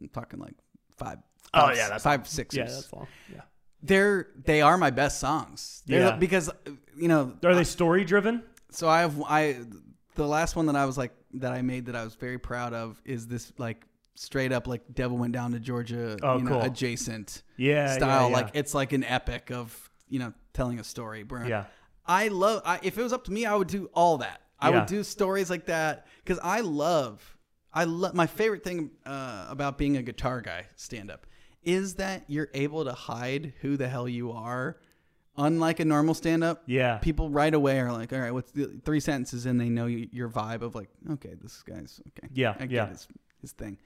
Speaker 2: I'm talking like five.
Speaker 1: Oh,
Speaker 2: five-
Speaker 1: yeah, that's-
Speaker 2: five,
Speaker 1: Oh,
Speaker 2: six.
Speaker 1: Yeah,
Speaker 2: years.
Speaker 1: that's long. Yeah.
Speaker 2: they're they are my best songs. They're
Speaker 1: Yeah.
Speaker 2: the- because you know
Speaker 1: Are they story driven?
Speaker 2: so I have I the last one that I was like that I made that I was very proud of is this like straight up like Devil Went Down to Georgia
Speaker 1: Oh,
Speaker 2: you know,
Speaker 1: cool.
Speaker 2: adjacent
Speaker 1: Yeah, yeah,
Speaker 2: style.
Speaker 1: yeah.
Speaker 2: Like it's like an epic of you know telling a story. Where
Speaker 1: Yeah.
Speaker 2: I love. I, if it was up to me, I would do all that. I
Speaker 1: Yeah.
Speaker 2: would do stories like that because I love. I love my favorite thing uh, about being a guitar guy stand up is that you're able to hide who the hell you are. Unlike a normal stand up,
Speaker 1: Yeah.
Speaker 2: [LAUGHS] people right away are like, all right, what's the three sentences and they know y- your vibe of like, okay, this guy's okay.
Speaker 1: Yeah,
Speaker 2: I
Speaker 1: yeah.
Speaker 2: get his, his thing.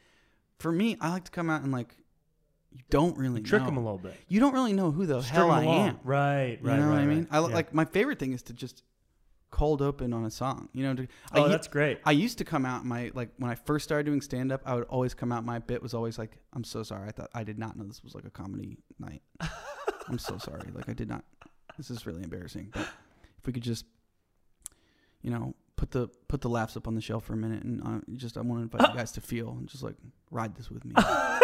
Speaker 2: For me, I like to come out and like, you don't really
Speaker 1: Trick
Speaker 2: know.
Speaker 1: them a little bit.
Speaker 2: You don't really know who the
Speaker 1: String
Speaker 2: hell
Speaker 1: 'em
Speaker 2: I
Speaker 1: along.
Speaker 2: am.
Speaker 1: Right, right,
Speaker 2: you know
Speaker 1: right.
Speaker 2: what I
Speaker 1: right.
Speaker 2: mean? I li-
Speaker 1: Yeah.
Speaker 2: like my favorite thing is to just cold open on a song. You know, to, I
Speaker 1: Oh,
Speaker 2: u-
Speaker 1: that's great.
Speaker 2: I used to come out my like when I first started doing stand up, I would always come out. My bit was always like, "I'm so sorry. I thought I did not know this was like a comedy
Speaker 1: [LAUGHS]
Speaker 2: night. I'm so sorry. Like I did not. This is really embarrassing. But if we could just, you know, put the put the laughs up on the shelf for a minute, and uh, just I want to invite you guys to feel and just like ride this with me.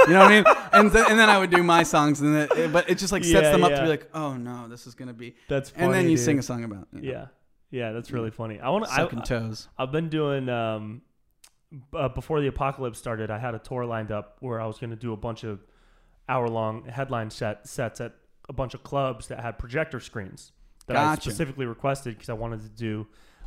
Speaker 2: you
Speaker 1: [LAUGHS]
Speaker 2: know what I mean? And then, and then I would do my songs, and then, but it just like sets
Speaker 1: Yeah,
Speaker 2: them up
Speaker 1: yeah.
Speaker 2: to be like, oh no, this is gonna be.
Speaker 1: That's
Speaker 2: and then
Speaker 1: funny,
Speaker 2: you
Speaker 1: dude.
Speaker 2: sing a song about you know,
Speaker 1: Yeah, yeah, that's really funny. I want
Speaker 2: sucking
Speaker 1: to.
Speaker 2: toes.
Speaker 1: I've been doing um, b- uh, before the apocalypse started. I had a tour lined up where I was going to do a bunch of hour-long headline set sets at a bunch of clubs that had projector screens that I
Speaker 2: Gotcha.
Speaker 1: specifically requested because I wanted to do.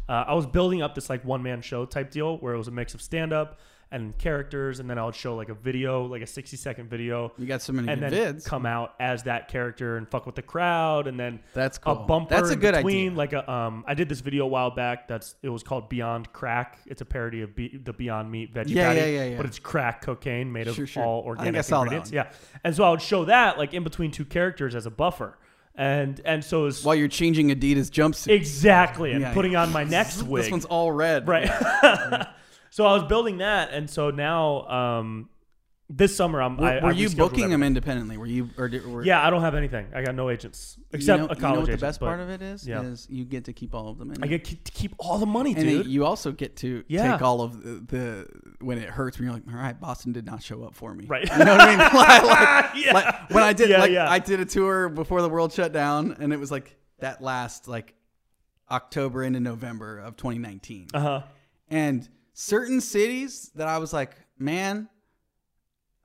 Speaker 1: Uh, I was building up this like one-man show type deal where it was a mix of stand-up and characters, and then I would show like a video, like a sixty-second video,
Speaker 2: You got so many
Speaker 1: and
Speaker 2: good
Speaker 1: then
Speaker 2: vids.
Speaker 1: come out as that character and fuck with the crowd, and then
Speaker 2: That's
Speaker 1: a
Speaker 2: cool.
Speaker 1: bumper.
Speaker 2: That's a
Speaker 1: in
Speaker 2: good
Speaker 1: between,
Speaker 2: idea.
Speaker 1: Like a um, I did this video a while back. That's it was called Beyond Crack. It's a parody of Be- the Beyond Meat veggie
Speaker 2: Yeah,
Speaker 1: patty,
Speaker 2: yeah, yeah, yeah.
Speaker 1: but it's crack cocaine made of
Speaker 2: Sure, sure.
Speaker 1: all
Speaker 2: I think I
Speaker 1: organic
Speaker 2: saw that
Speaker 1: ingredients.
Speaker 2: one.
Speaker 1: Yeah, and so I would show that like in between two characters as a buffer, and and so it's
Speaker 2: while you're changing Adidas jumpsuit.
Speaker 1: exactly and
Speaker 2: Yeah,
Speaker 1: putting on
Speaker 2: [LAUGHS]
Speaker 1: my next wig.
Speaker 2: This one's all red.
Speaker 1: [LAUGHS] right. [LAUGHS] so I was building that, and so now um, this summer I'm. I,
Speaker 2: Were, were
Speaker 1: I
Speaker 2: you
Speaker 1: rescheduled
Speaker 2: booking
Speaker 1: everything.
Speaker 2: them independently? Were you or did, were,
Speaker 1: Yeah, I don't have anything. I got no agents
Speaker 2: you
Speaker 1: except
Speaker 2: know,
Speaker 1: a college
Speaker 2: You know what
Speaker 1: agent,
Speaker 2: the best
Speaker 1: but
Speaker 2: part of it is?
Speaker 1: yeah.
Speaker 2: Is you get to keep all of them. In
Speaker 1: I get ke- to keep all the money,
Speaker 2: and
Speaker 1: dude.
Speaker 2: it- you also get to
Speaker 1: Yeah.
Speaker 2: take all of the, the when it hurts when you're like, all right, Boston did not show up for me.
Speaker 1: Right.
Speaker 2: You know what I
Speaker 1: [LAUGHS]
Speaker 2: mean? [LAUGHS] like, like-
Speaker 1: Yeah.
Speaker 2: like, when I did
Speaker 1: Yeah,
Speaker 2: like
Speaker 1: yeah.
Speaker 2: I did a tour before the world shut down, and it was like that last like October into November of 2019.
Speaker 1: uh huh.
Speaker 2: and certain cities that I was like, man,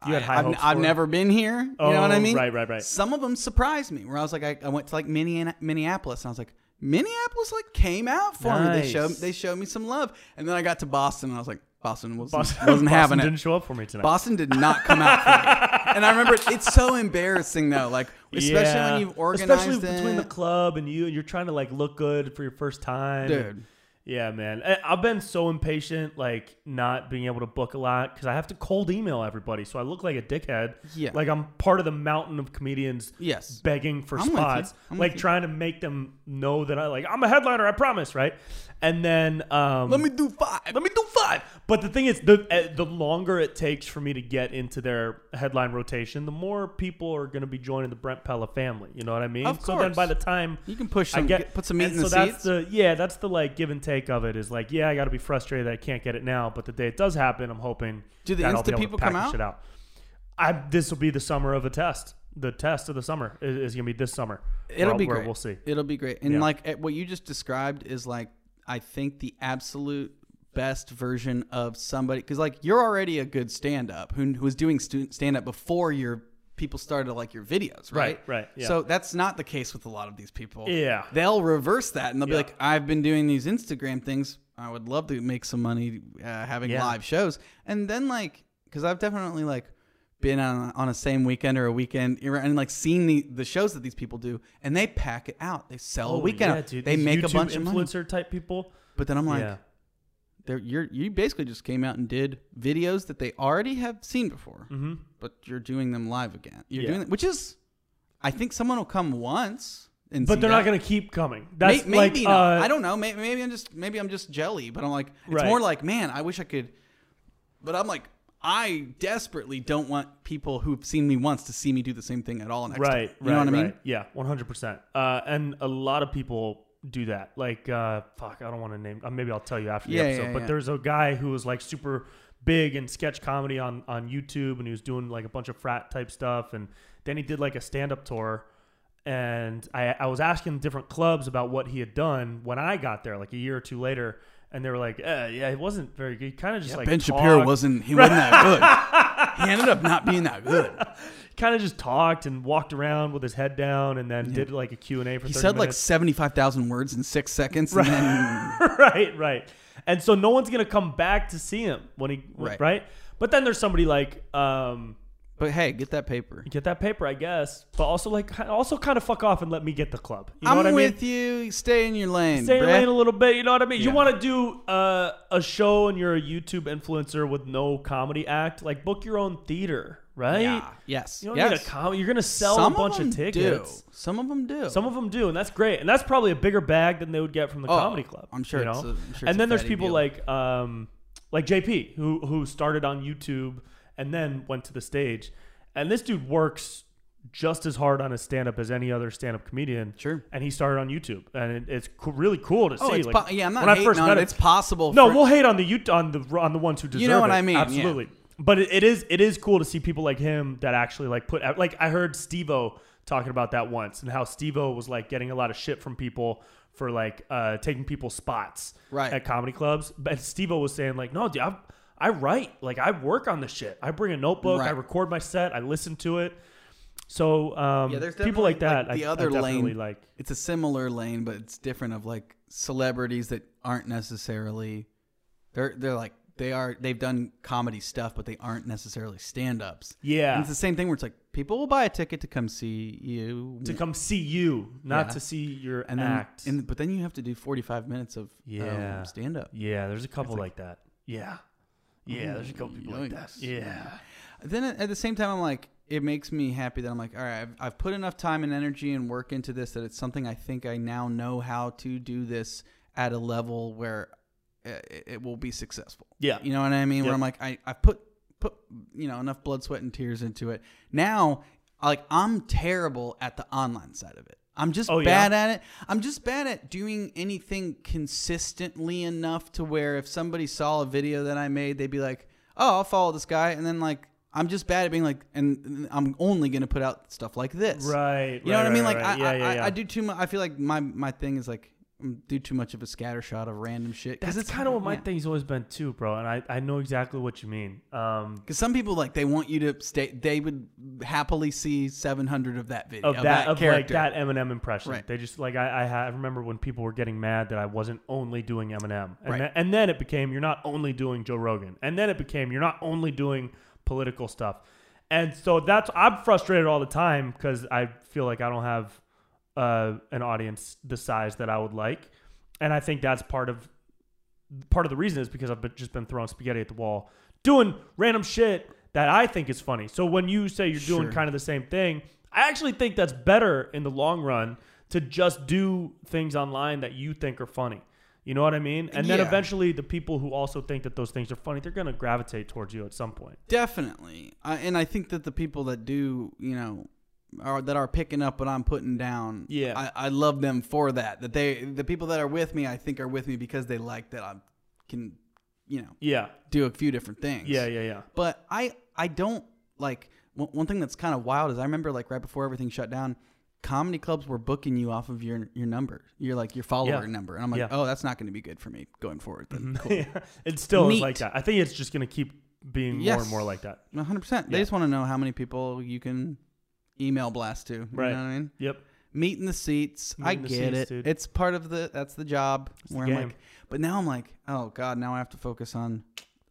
Speaker 1: You had high
Speaker 2: I, have
Speaker 1: hopes
Speaker 2: I've
Speaker 1: for it.
Speaker 2: never been here. You know what
Speaker 1: Oh,
Speaker 2: I mean?
Speaker 1: right, right, right.
Speaker 2: Some of them surprised me. Where I was like, I, I went to like Minnean- Minneapolis, and I was like, Minneapolis like came out for me. They
Speaker 1: Nice.
Speaker 2: showed they showed me some love, and then I got to Boston, and I was like, Boston wasn't
Speaker 1: Boston,
Speaker 2: [LAUGHS] wasn't having
Speaker 1: didn't
Speaker 2: it.
Speaker 1: show up for me tonight.
Speaker 2: Boston did not come
Speaker 1: [LAUGHS]
Speaker 2: out for me. And I remember it's so embarrassing though, like especially
Speaker 1: Yeah.
Speaker 2: when you've organized
Speaker 1: especially between the
Speaker 2: it.
Speaker 1: club and you, and you're trying to like look good for your first time.
Speaker 2: Dude.
Speaker 1: yeah, man, I, I've been so impatient, like not being able to book a lot because I have to cold email everybody, so I look like a dickhead.
Speaker 2: Yeah.
Speaker 1: like I'm part of the mountain of comedians.
Speaker 2: Yes.
Speaker 1: begging for
Speaker 2: I'm with you.
Speaker 1: spots,
Speaker 2: I'm
Speaker 1: like
Speaker 2: with you.
Speaker 1: trying to make them know that I like I'm a headliner. I promise, right? And then um,
Speaker 2: Let me do five. Let me do five.
Speaker 1: But the thing is, the uh, the longer it takes for me to get into their headline rotation, the more people are going to be joining the Brent Pella family. You know what I mean?
Speaker 2: Of
Speaker 1: So then, by
Speaker 2: course.
Speaker 1: the time
Speaker 2: You can push
Speaker 1: I
Speaker 2: some,
Speaker 1: get
Speaker 2: get, put some meat
Speaker 1: and
Speaker 2: in the
Speaker 1: so
Speaker 2: seats.
Speaker 1: that's the yeah, that's the like give and take of it. Is like yeah, I got to be frustrated that I can't get it now, but the day it does happen, I'm hoping
Speaker 2: Do the
Speaker 1: that I'll
Speaker 2: Insta
Speaker 1: be able
Speaker 2: people
Speaker 1: to
Speaker 2: come
Speaker 1: package
Speaker 2: out?
Speaker 1: It out. I this will be the summer of a test. The test of the summer is, is going to be this summer.
Speaker 2: It'll
Speaker 1: where-
Speaker 2: be
Speaker 1: where
Speaker 2: great.
Speaker 1: We'll see.
Speaker 2: It'll be great. And
Speaker 1: Yeah.
Speaker 2: like eh, what you just described is like I think the absolute best version of somebody because like you're already a good stand up who, who was doing stu- stand up before your people started to like your videos, right?
Speaker 1: Right, right, yeah.
Speaker 2: So Oh, that's not the case with a lot of these people.
Speaker 1: Yeah.
Speaker 2: They'll reverse that and they'll
Speaker 1: Yeah.
Speaker 2: be like, I've been doing these Instagram things. I would love to make some money uh, having
Speaker 1: Yeah.
Speaker 2: live shows. And then like, because I've definitely like been on on a same weekend or a weekend and like seen the, the shows that these people do, and they pack it out. They sell a weekend.
Speaker 1: Oh, yeah,
Speaker 2: out.
Speaker 1: dude,
Speaker 2: they
Speaker 1: these
Speaker 2: make a
Speaker 1: YouTube
Speaker 2: bunch
Speaker 1: influencer
Speaker 2: of money.
Speaker 1: type people.
Speaker 2: But then I'm like,
Speaker 1: yeah,
Speaker 2: they're, you're you basically just came out and did videos that they already have seen before,
Speaker 1: hmm
Speaker 2: but you're doing them live again. You're
Speaker 1: Yeah.
Speaker 2: doing it, which is, I think someone will come once. And
Speaker 1: but
Speaker 2: see
Speaker 1: they're
Speaker 2: that.
Speaker 1: not going to keep coming. That's
Speaker 2: May- maybe
Speaker 1: like
Speaker 2: not.
Speaker 1: uh,
Speaker 2: I don't know. Maybe, maybe I'm just maybe I'm just jelly, but I'm like it's
Speaker 1: Right.
Speaker 2: more like man, I wish I could. But I'm like I desperately don't want people who've seen me once to see me do the same thing at all next
Speaker 1: right,
Speaker 2: time.
Speaker 1: Right,
Speaker 2: You know what I mean?
Speaker 1: right. Yeah, one hundred percent. Uh, And a lot of people do that. Like, uh, fuck, I don't want to name. uh, Maybe I'll tell you after
Speaker 2: Yeah,
Speaker 1: the episode.
Speaker 2: yeah,
Speaker 1: but
Speaker 2: yeah.
Speaker 1: there's a guy who was like super big in sketch comedy on on YouTube, and he was doing like a bunch of frat type stuff, and then he did like a stand up tour. and I, I was asking different clubs about what he had done when I got there, like a year or two later, and they were like, eh, "Yeah, it wasn't very good. Kind of just like
Speaker 2: ben Shapiro
Speaker 1: talked-
Speaker 2: wasn't. He wasn't that
Speaker 1: [LAUGHS]
Speaker 2: good. He ended up not being that good.
Speaker 1: kind of just talked and walked around with his head down, and then did like a Q and A for
Speaker 2: He
Speaker 1: 30
Speaker 2: said like
Speaker 1: minutes. [LAUGHS]
Speaker 2: seventy five thousand words in six seconds, and then
Speaker 1: right, right. And so no one's gonna come back to see him when he right.
Speaker 2: Right.
Speaker 1: But then there's somebody like, um,
Speaker 2: but hey, get that paper.
Speaker 1: get that paper, I guess. But also like, also kind of fuck off and let me get the club. You know
Speaker 2: I'm
Speaker 1: what I mean?
Speaker 2: with you. Stay in your lane.
Speaker 1: Stay in your
Speaker 2: bruh.
Speaker 1: lane a little bit. You know what I mean? You
Speaker 2: Yeah.
Speaker 1: want to do uh, a show and you're a YouTube influencer with no comedy act? Like book your own theater, right?
Speaker 2: Yeah. Yes.
Speaker 1: You don't need a
Speaker 2: yes.
Speaker 1: comedy. You're gonna sell
Speaker 2: Some
Speaker 1: a bunch of,
Speaker 2: of them
Speaker 1: tickets.
Speaker 2: Do. Some of them do.
Speaker 1: Some of them do, and that's great. And that's probably a bigger bag than they would get from the
Speaker 2: Oh,
Speaker 1: comedy club.
Speaker 2: I'm sure
Speaker 1: You know?
Speaker 2: it's a- I'm sure it's
Speaker 1: and
Speaker 2: a
Speaker 1: then there's
Speaker 2: fatty
Speaker 1: people
Speaker 2: deal.
Speaker 1: like um, like JP who who started on YouTube and then went to the stage. And this dude works just as hard on his stand up as any other stand up comedian.
Speaker 2: Sure.
Speaker 1: And he started on YouTube, and it, it's co- really cool to
Speaker 2: Oh,
Speaker 1: see.
Speaker 2: it's
Speaker 1: like,
Speaker 2: po- yeah. I'm not
Speaker 1: when I
Speaker 2: hating
Speaker 1: first
Speaker 2: on
Speaker 1: met
Speaker 2: it.
Speaker 1: him-
Speaker 2: It's possible.
Speaker 1: no,
Speaker 2: for-
Speaker 1: we'll hate on the Ut- on the on the ones who deserve
Speaker 2: know what
Speaker 1: it.
Speaker 2: I mean, yeah.
Speaker 1: Absolutely. But it, it is it is cool to see people like him that actually like put out like I heard Stevo talking about that once and how Stevo was like getting a lot of shit from people for like uh taking people's spots
Speaker 2: Right.
Speaker 1: at comedy clubs. But Stevo was saying like, "No, dude, I I write. Like I work on this shit. I bring a notebook, I
Speaker 2: Right.
Speaker 1: record my set, I listen to it." So um
Speaker 2: Yeah, there's
Speaker 1: people like
Speaker 2: definitely,
Speaker 1: that
Speaker 2: like, the
Speaker 1: I,
Speaker 2: other
Speaker 1: I definitely
Speaker 2: lane.
Speaker 1: like
Speaker 2: it's a similar lane, but it's different. Of like celebrities that aren't necessarily. They're they're like they are. They've done comedy stuff, but they aren't necessarily stand ups.
Speaker 1: Yeah.
Speaker 2: And it's the same thing where it's like people will buy a ticket to come see you,
Speaker 1: to come see you, not
Speaker 2: Yeah.
Speaker 1: to see your
Speaker 2: and then
Speaker 1: act.
Speaker 2: and but then you have to do 45 minutes of
Speaker 1: Yeah.
Speaker 2: um, stand up.
Speaker 1: Yeah, there's a couple like, that. Yeah. Yeah, there's a couple people like that.
Speaker 2: yikes.
Speaker 1: Yeah.
Speaker 2: then at at the same time i'm like it makes me happy that i'm like all right I've, I've put enough time and energy and work into this that it's something i think i now know how to do this at a level where uh, it, it will be successful
Speaker 1: Yeah.
Speaker 2: you know what i mean
Speaker 1: Yep.
Speaker 2: where i'm like i i put put you know enough blood sweat and tears into it now like i'm terrible at the online side of it i'm just
Speaker 1: Oh, yeah?
Speaker 2: bad at it i'm just bad at doing anything consistently enough to where if somebody saw a video that i made they'd be like oh i'll follow this guy and then like i'm just bad at being like and i'm only gonna put out stuff like this
Speaker 1: Right.
Speaker 2: you know
Speaker 1: right,
Speaker 2: what I mean?
Speaker 1: right,
Speaker 2: Like
Speaker 1: right.
Speaker 2: I,
Speaker 1: yeah,
Speaker 2: I,
Speaker 1: yeah,
Speaker 2: I-
Speaker 1: yeah.
Speaker 2: I do too much. I feel like my my thing is like mm, do too much of a scattershot of random shit.
Speaker 1: That's
Speaker 2: it's
Speaker 1: kind of what my
Speaker 2: yeah.
Speaker 1: thing's always been too, bro. And I, I know exactly what you mean. Um,
Speaker 2: Because some people like they want you to stay. They would happily see seven hundred of that video
Speaker 1: of that, of
Speaker 2: character.
Speaker 1: like that Eminem impression.
Speaker 2: Right.
Speaker 1: They just like I, I, ha- I remember when people were getting mad that I wasn't only doing Eminem, and
Speaker 2: Right.
Speaker 1: then, and then it became you're not only doing Joe Rogan, and then it became you're not only doing political stuff, and so that's I'm frustrated all the time because I feel like I don't have uh, an audience the size that I would like, and I think that's part of part of the reason is because I've been, just been throwing spaghetti at the wall, doing random shit that I think is funny. So when you say you're doing
Speaker 2: Sure.
Speaker 1: kind of the same thing, I actually think that's better in the long run to just do things online that you think are funny. You know what I mean? And then
Speaker 2: Yeah.
Speaker 1: eventually the people who also think that those things are funny, they're going to gravitate towards you at some point.
Speaker 2: Definitely, I, and I think that the people that do, you know, are that are picking up what I'm putting down.
Speaker 1: Yeah.
Speaker 2: I, I love them for that. That they, the people that are with me, I think are with me because they like that I can, you know,
Speaker 1: Yeah.
Speaker 2: do a few different things.
Speaker 1: Yeah, yeah, yeah.
Speaker 2: but I I don't like one one thing that's kind of wild is I remember like right before everything shut down, comedy clubs were booking you off of your your number, your like your follower
Speaker 1: Yeah.
Speaker 2: number, and I'm like,
Speaker 1: Yeah. Mm-hmm.
Speaker 2: oh, that's not going to be good for me going forward. Then
Speaker 1: [LAUGHS] it still is
Speaker 2: Neat.
Speaker 1: like that. I think it's just going to keep being more and
Speaker 2: Yes.
Speaker 1: more like that.
Speaker 2: 100. percent They
Speaker 1: Yeah.
Speaker 2: just want to know how many people you can email blast to. You
Speaker 1: Right.
Speaker 2: know what I mean?
Speaker 1: Yep.
Speaker 2: Meet in the seats.
Speaker 1: Meet
Speaker 2: I
Speaker 1: in the
Speaker 2: get
Speaker 1: seats,
Speaker 2: it.
Speaker 1: dude.
Speaker 2: It's part of the that's the job.
Speaker 1: the
Speaker 2: where I'm
Speaker 1: game.
Speaker 2: like, but now I'm like, oh god, now I have to focus on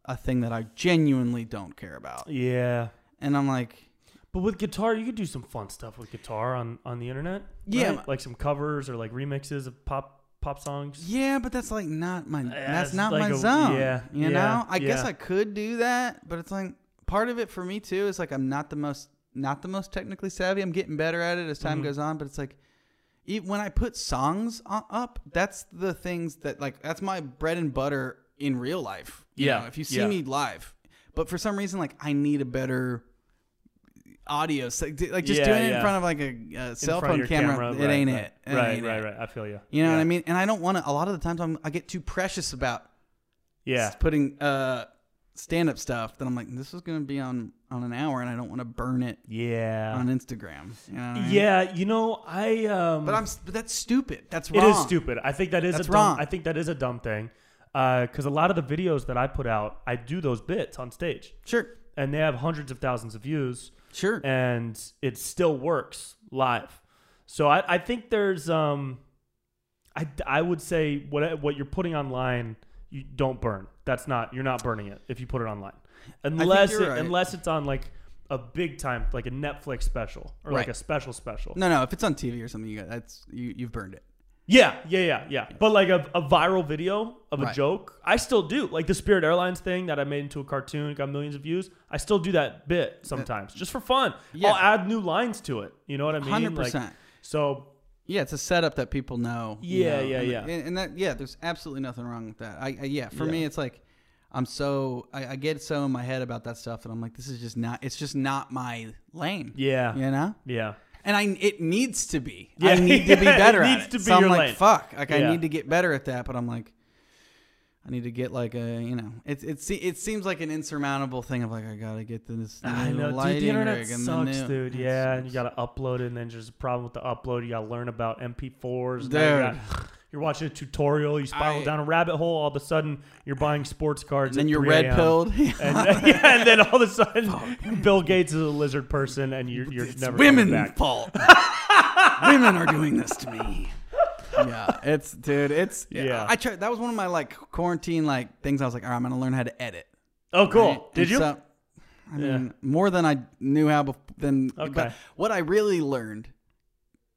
Speaker 2: a thing that I genuinely don't care about,
Speaker 1: Yeah.
Speaker 2: and I'm like.
Speaker 1: But with guitar, you could do some fun stuff with guitar on on the internet.
Speaker 2: Yeah.
Speaker 1: right? like some covers or like remixes of pop pop songs.
Speaker 2: Yeah, but that's like not my that's
Speaker 1: Uh, it's
Speaker 2: not
Speaker 1: like
Speaker 2: my
Speaker 1: a-
Speaker 2: zone.
Speaker 1: yeah,
Speaker 2: Yeah, you
Speaker 1: yeah,
Speaker 2: know. I guess
Speaker 1: yeah.
Speaker 2: I could do that, but it's like part of it for me too is like I'm not the most not the most technically savvy. I'm getting better at it as time
Speaker 1: Mhm.
Speaker 2: goes on, but it's like e when I put songs o- up, that's the things that like that's my bread and butter in real life. you
Speaker 1: Yeah,
Speaker 2: know, if you see
Speaker 1: yeah.
Speaker 2: me live, but for some reason, like I need a better audio, s- like d- like, just
Speaker 1: Yeah,
Speaker 2: doing it
Speaker 1: yeah.
Speaker 2: in front of like a, a
Speaker 1: In
Speaker 2: cell
Speaker 1: front
Speaker 2: phone
Speaker 1: of your
Speaker 2: camera, it
Speaker 1: right,
Speaker 2: ain't
Speaker 1: right.
Speaker 2: it. It
Speaker 1: Right,
Speaker 2: ain't
Speaker 1: right,
Speaker 2: it.
Speaker 1: right. I feel you.
Speaker 2: You know
Speaker 1: yeah.
Speaker 2: what I mean? And I don't want to. A lot of the times, I'm, I get too precious about
Speaker 1: Yeah,
Speaker 2: putting uh, stand up stuff that I'm like, this is gonna be on on an hour, and I don't want to burn it
Speaker 1: Yeah.
Speaker 2: on Instagram. You know what I mean?
Speaker 1: Uh-huh. yeah, you know, I um
Speaker 2: But I'm s- but that's stupid. That's
Speaker 1: It
Speaker 2: wrong.
Speaker 1: is stupid. I think that is
Speaker 2: That's
Speaker 1: a dumb,
Speaker 2: wrong.
Speaker 1: I think that is a dumb thing. Because a lot of the videos that I put out, I do those bits on stage,
Speaker 2: Sure.
Speaker 1: and they have hundreds of thousands of views,
Speaker 2: Sure.
Speaker 1: and it still works live. So I, I think there's, um, I, I would say what what you're putting online, you don't burn. That's not you're not burning it if you put it online, unless it,
Speaker 2: you're right.
Speaker 1: unless it's on like a big time like a Netflix special or like
Speaker 2: Right.
Speaker 1: a special special.
Speaker 2: no, no. If it's on TV or something, you got that's you you've burned it.
Speaker 1: Yeah, yeah, yeah, yeah. But like a, a viral video of a
Speaker 2: Right.
Speaker 1: joke, I still do. Like the Spirit Airlines thing that I made into a cartoon, got millions of views. I still do that bit sometimes just for fun.
Speaker 2: Yeah.
Speaker 1: I'll add new lines to it. You know what I mean?
Speaker 2: Hundred
Speaker 1: Like,
Speaker 2: percent.
Speaker 1: so
Speaker 2: Yeah, it's a setup that people know. you
Speaker 1: Yeah,
Speaker 2: know,
Speaker 1: yeah,
Speaker 2: and,
Speaker 1: yeah.
Speaker 2: And, and that, yeah, there's absolutely nothing wrong with that. I, I yeah, for me, it's like I'm so I, I get so in my head about that stuff that I'm like, this is just not. It's just not my lane.
Speaker 1: Yeah.
Speaker 2: you know.
Speaker 1: yeah,
Speaker 2: And I, it needs to be.
Speaker 1: Yeah, [LAUGHS]
Speaker 2: I need to be
Speaker 1: yeah, it
Speaker 2: better.
Speaker 1: needs
Speaker 2: at it.
Speaker 1: to be
Speaker 2: So I'm
Speaker 1: your
Speaker 2: like,
Speaker 1: lane.
Speaker 2: fuck. Like
Speaker 1: Yeah.
Speaker 2: I need to get better at that. But I'm like, I need to get like a you know. It it, se- it seems like an insurmountable thing of like I gotta get to this new
Speaker 1: I know, uh, dude.
Speaker 2: lighting
Speaker 1: The internet
Speaker 2: rig and the
Speaker 1: sucks,
Speaker 2: new-
Speaker 1: dude.
Speaker 2: It
Speaker 1: Yeah, and
Speaker 2: sucks.
Speaker 1: you gotta upload, it, and then there's a problem with the upload. You gotta learn about MP4s. Now You
Speaker 2: Dude.
Speaker 1: got- [SIGHS] you're watching a tutorial. You spiral
Speaker 2: I-
Speaker 1: down a rabbit hole. All of a sudden, you're buying sports cards.
Speaker 2: And then
Speaker 1: at
Speaker 2: you're
Speaker 1: 3
Speaker 2: red
Speaker 1: a.m.
Speaker 2: pilled. [LAUGHS]
Speaker 1: and, [LAUGHS] yeah, and then all of a sudden, Bill Gates is a lizard person, and you're, you're
Speaker 2: it's
Speaker 1: never coming
Speaker 2: women's
Speaker 1: back.
Speaker 2: fault.
Speaker 1: [LAUGHS]
Speaker 2: women are doing this to me. Yeah, it's dude, it's
Speaker 1: Yeah.
Speaker 2: yeah. I tried. That was one of my like quarantine like things. I was like, all right, I'm gonna learn how to edit.
Speaker 1: Oh, cool.
Speaker 2: Right?
Speaker 1: Did
Speaker 2: And
Speaker 1: you?
Speaker 2: so- I
Speaker 1: Yeah.
Speaker 2: mean, more than I knew how. Bef- than
Speaker 1: Okay.
Speaker 2: but what I really learned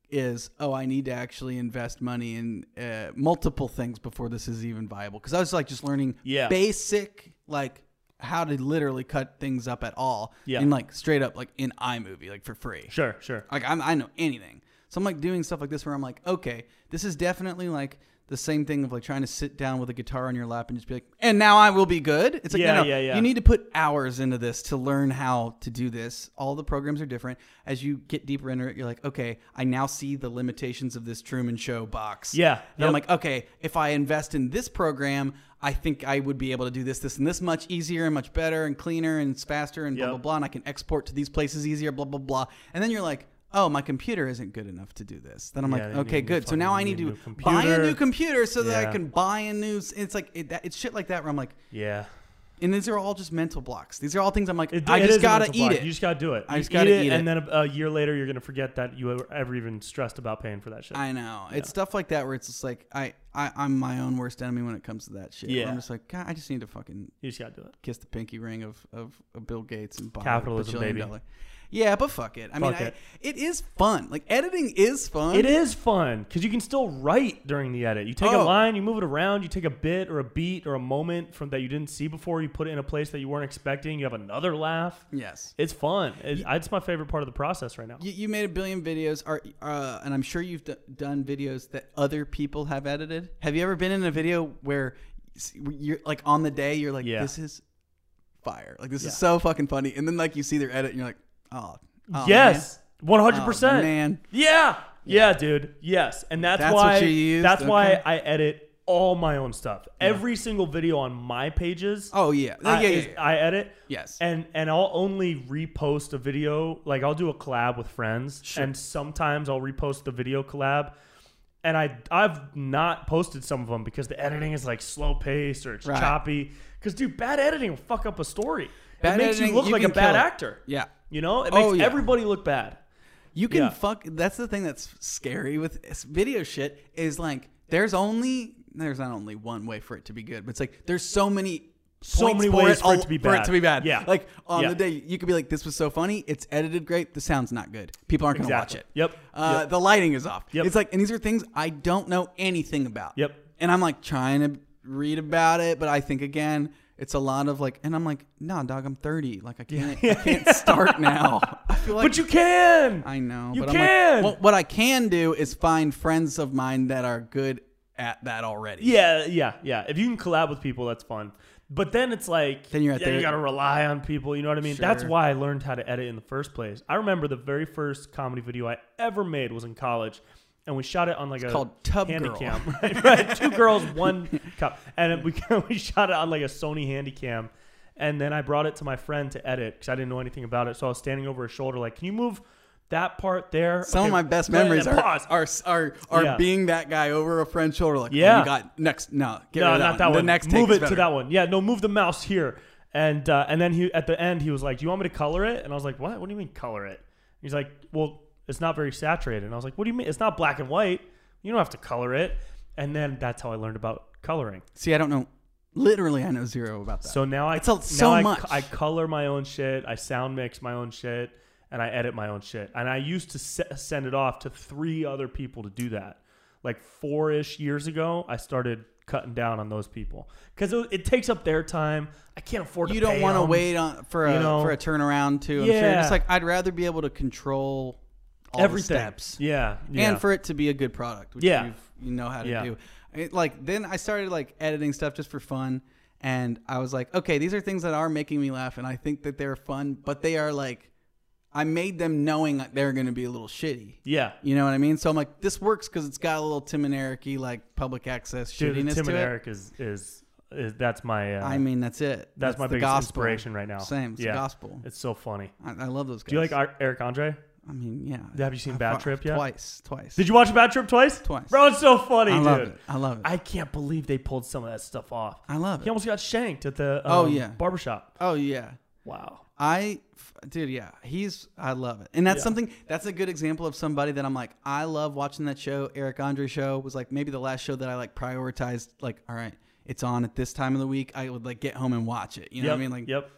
Speaker 2: is, oh, I need to actually invest money in uh, multiple things before this is even viable. Because I was like just learning
Speaker 1: Yeah.
Speaker 2: basic like how to literally cut things up at all.
Speaker 1: Yeah.
Speaker 2: And like straight up like in iMovie like for free.
Speaker 1: sure, sure.
Speaker 2: Like I'm, I know anything. So I'm like doing stuff like this where I'm like, okay, this is definitely like the same thing of like trying to sit down with a guitar on your lap and just be like, and now I will be good. It's like,
Speaker 1: Yeah,
Speaker 2: no, no,
Speaker 1: yeah, yeah.
Speaker 2: you need to put hours into this to learn how to do this. All the programs are different. As you get deeper into it, you're like, okay, I now see the limitations of this Truman Show box.
Speaker 1: Yeah,
Speaker 2: And
Speaker 1: yep.
Speaker 2: I'm like, okay, if I invest in this program, I think I would be able to do this, this, and this much easier and much better and cleaner and faster and blah,
Speaker 1: Yep.
Speaker 2: blah, blah blah, and I can export to these places easier, blah, blah, blah. And then you're like, oh, my computer isn't good enough to do this. Then I'm
Speaker 1: Yeah,
Speaker 2: like,
Speaker 1: you
Speaker 2: okay,
Speaker 1: need-
Speaker 2: good. So
Speaker 1: fucking
Speaker 2: now I
Speaker 1: need
Speaker 2: need
Speaker 1: a
Speaker 2: to
Speaker 1: new
Speaker 2: buy a
Speaker 1: computer.
Speaker 2: new computer so that
Speaker 1: Yeah.
Speaker 2: I can buy a new. s- It's like, it, that, it's shit like that where I'm like,
Speaker 1: Yeah.
Speaker 2: and these are all just mental blocks. These are all things I'm like,
Speaker 1: It-
Speaker 2: I
Speaker 1: it is
Speaker 2: just
Speaker 1: a
Speaker 2: gotta
Speaker 1: mental
Speaker 2: eat
Speaker 1: block.
Speaker 2: it.
Speaker 1: You just gotta do it.
Speaker 2: I
Speaker 1: You
Speaker 2: just gotta eat
Speaker 1: And
Speaker 2: it.
Speaker 1: then a, a year later, you're gonna forget that you were ever even stressed about paying for that shit.
Speaker 2: I know. It's stuff like that where it's just like, I, I, I'm my own worst enemy when it comes to that shit. Where
Speaker 1: Yeah.
Speaker 2: I'm just like, God, I just need to fucking
Speaker 1: you just gotta do it.
Speaker 2: kiss the pinky ring of, of, of Bill Gates and buy
Speaker 1: Capitalism,
Speaker 2: a bajillion
Speaker 1: baby.
Speaker 2: dollar- Yeah, but fuck it. I mean,
Speaker 1: Fuck
Speaker 2: I,
Speaker 1: it.
Speaker 2: it is fun. Like editing is fun.
Speaker 1: It is fun because you can still write during the edit. You take a
Speaker 2: Oh.
Speaker 1: line, you move it around, you take a bit or a beat or a moment from that you didn't see before, you put it in a place that you weren't expecting. You have another laugh.
Speaker 2: Yes.
Speaker 1: It's fun. It, it's my favorite part of the process right now.
Speaker 2: You, you made a billion videos, are, uh, and I'm sure you've d- done videos that other people have edited. Have you ever been in a video where s- you're like on the day you're like,
Speaker 1: Yeah.
Speaker 2: this is fire, like this
Speaker 1: Yeah.
Speaker 2: is so fucking funny, and then like you see their edit and you're like, oh, oh,
Speaker 1: yes, one hundred
Speaker 2: man. Oh,
Speaker 1: percent.
Speaker 2: man,
Speaker 1: Yeah. Yeah, dude. Yes. And that's,
Speaker 2: That's what
Speaker 1: why
Speaker 2: you used?
Speaker 1: that's why
Speaker 2: Okay.
Speaker 1: I edit all my own stuff. Every single video on my pages.
Speaker 2: oh yeah,
Speaker 1: I,
Speaker 2: yeah, yeah,
Speaker 1: is-
Speaker 2: yeah.
Speaker 1: I edit.
Speaker 2: Yes.
Speaker 1: And and I'll only repost a video, like I'll do a collab with friends and sometimes I'll repost the video collab. And I I've not posted some of them because the editing is like slow paced or it's
Speaker 2: Right.
Speaker 1: choppy. Cuz dude, bad editing will fuck up a story. it
Speaker 2: Bad
Speaker 1: makes
Speaker 2: editing,
Speaker 1: you look
Speaker 2: you
Speaker 1: like a
Speaker 2: can
Speaker 1: bad
Speaker 2: kill it.
Speaker 1: actor.
Speaker 2: yeah.
Speaker 1: You know? It makes
Speaker 2: Oh, yeah.
Speaker 1: everybody look bad.
Speaker 2: You can
Speaker 1: Yeah.
Speaker 2: fuck. That's the thing that's scary with s- video shit is like there's only there's not only one way for it to be good, but it's like there's so many
Speaker 1: So
Speaker 2: points
Speaker 1: many
Speaker 2: for
Speaker 1: ways
Speaker 2: it,
Speaker 1: for it
Speaker 2: all-
Speaker 1: to be
Speaker 2: For
Speaker 1: bad.
Speaker 2: it to be bad.
Speaker 1: Yeah.
Speaker 2: Like on
Speaker 1: Yeah.
Speaker 2: the day you could be like, this was so funny. It's edited great. The sound's not good. People aren't gonna
Speaker 1: Exactly.
Speaker 2: watch it.
Speaker 1: Yep.
Speaker 2: Uh, The lighting is off.
Speaker 1: Yep.
Speaker 2: It's like and these are things I don't know anything about.
Speaker 1: Yep.
Speaker 2: And I'm like trying to read about it, but I think again. It's a lot of like, and I'm like, nah, dog, I'm 30. Like, I can't,
Speaker 1: [LAUGHS]
Speaker 2: I can't start now. I feel like
Speaker 1: but you can.
Speaker 2: I know.
Speaker 1: You
Speaker 2: but
Speaker 1: can!
Speaker 2: I'm like, what, what I can do is find friends of mine that are good at that already.
Speaker 1: Yeah, yeah, yeah. If you can collab with people, that's fun. But then it's like
Speaker 2: Then you're at
Speaker 1: yeah, you
Speaker 2: their-
Speaker 1: gotta rely on people. You know what I mean? That's
Speaker 2: Sure.
Speaker 1: why I learned how to edit in the first place. I remember the very first comedy video I ever made was in college, and we shot it on like a
Speaker 2: called Tub
Speaker 1: handy
Speaker 2: Girl.
Speaker 1: cam. [LAUGHS]
Speaker 2: [LAUGHS]
Speaker 1: right, right. Two girls, one cup, and we we shot it on like a Sony handy cam. And then I brought it to my friend to edit because I didn't know anything about it. So I was standing over his shoulder, like, "Can you move that part there?"
Speaker 2: Some
Speaker 1: Okay,
Speaker 2: of my best
Speaker 1: go ahead
Speaker 2: memories
Speaker 1: and
Speaker 2: are,
Speaker 1: pause.
Speaker 2: are are are
Speaker 1: Yeah.
Speaker 2: being that guy over a friend's shoulder, like, yeah,
Speaker 1: Yeah.
Speaker 2: you got next, no, get
Speaker 1: no,
Speaker 2: rid of
Speaker 1: not that one.
Speaker 2: The next, take
Speaker 1: move
Speaker 2: is
Speaker 1: it to
Speaker 2: better.
Speaker 1: that one. Yeah, no, move the mouse here. And uh, and then he at the end he was like, "Do you want me to color it?" And I was like, "What? What do you mean color it?" He's like, "Well, it's not very saturated." And I was like, "What do you mean? It's not black and white. You don't have to color it." And then that's how I learned about coloring.
Speaker 2: See, I don't know. Literally, I know zero about that.
Speaker 1: So now I
Speaker 2: It's a-
Speaker 1: now
Speaker 2: so
Speaker 1: I,
Speaker 2: much.
Speaker 1: I color my own shit. I sound mix my own shit, and I edit my own shit. And I used to se- send it off to three other people to do that. Like four ish years ago, I started cutting down on those people because it, it takes up their time. I can't afford.
Speaker 2: you
Speaker 1: to
Speaker 2: don't
Speaker 1: pay
Speaker 2: want to
Speaker 1: them.
Speaker 2: wait on for a
Speaker 1: you know?
Speaker 2: for a turnaround too. I'm sure.
Speaker 1: Yeah.
Speaker 2: Just like I'd rather be able to control all the
Speaker 1: everything.
Speaker 2: steps
Speaker 1: Yeah, yeah.
Speaker 2: and for it to be a good product, which
Speaker 1: Yeah.
Speaker 2: you've, you know how to
Speaker 1: Yeah.
Speaker 2: do. It, like then I started like editing stuff just for fun, and I was like, okay, these are things that are making me laugh, and I think that they're fun, but they are like, I made them knowing that they're going to be a little shitty.
Speaker 1: yeah.
Speaker 2: You know what I mean? So I'm like, this works because it's got a little Tim and Eric-y, like public access
Speaker 1: Dude,
Speaker 2: shittiness
Speaker 1: Tim
Speaker 2: to
Speaker 1: and
Speaker 2: it.
Speaker 1: Eric is, is is that's my uh,
Speaker 2: I mean, that's it.
Speaker 1: that's, my
Speaker 2: the
Speaker 1: biggest
Speaker 2: gospel.
Speaker 1: inspiration right now.
Speaker 2: Same, it's the
Speaker 1: yeah,
Speaker 2: gospel.
Speaker 1: It's so funny.
Speaker 2: I, I love those guys.
Speaker 1: Do you like Ar- Eric Andre?
Speaker 2: I mean, yeah.
Speaker 1: Have you seen
Speaker 2: I
Speaker 1: Bad
Speaker 2: fought
Speaker 1: Trip yet?
Speaker 2: Twice, twice.
Speaker 1: Did you watch Bad Trip twice?
Speaker 2: Twice.
Speaker 1: Bro, it's so funny,
Speaker 2: I
Speaker 1: dude.
Speaker 2: love it. I love it.
Speaker 1: I can't believe they pulled some of that stuff off.
Speaker 2: I love
Speaker 1: He
Speaker 2: it.
Speaker 1: almost got shanked at the um,
Speaker 2: Oh, yeah.
Speaker 1: barbershop.
Speaker 2: Oh yeah.
Speaker 1: Wow.
Speaker 2: I, f- dude, yeah, he's, I love it. And that's
Speaker 1: Yeah.
Speaker 2: something, that's a good example of somebody that I'm like, I love watching that show. Eric Andre show was like maybe the last show that I like prioritized, like, all right, it's on at this time of the week. I would like get home and watch it. You know
Speaker 1: yep.
Speaker 2: what I mean? Like,
Speaker 1: yep.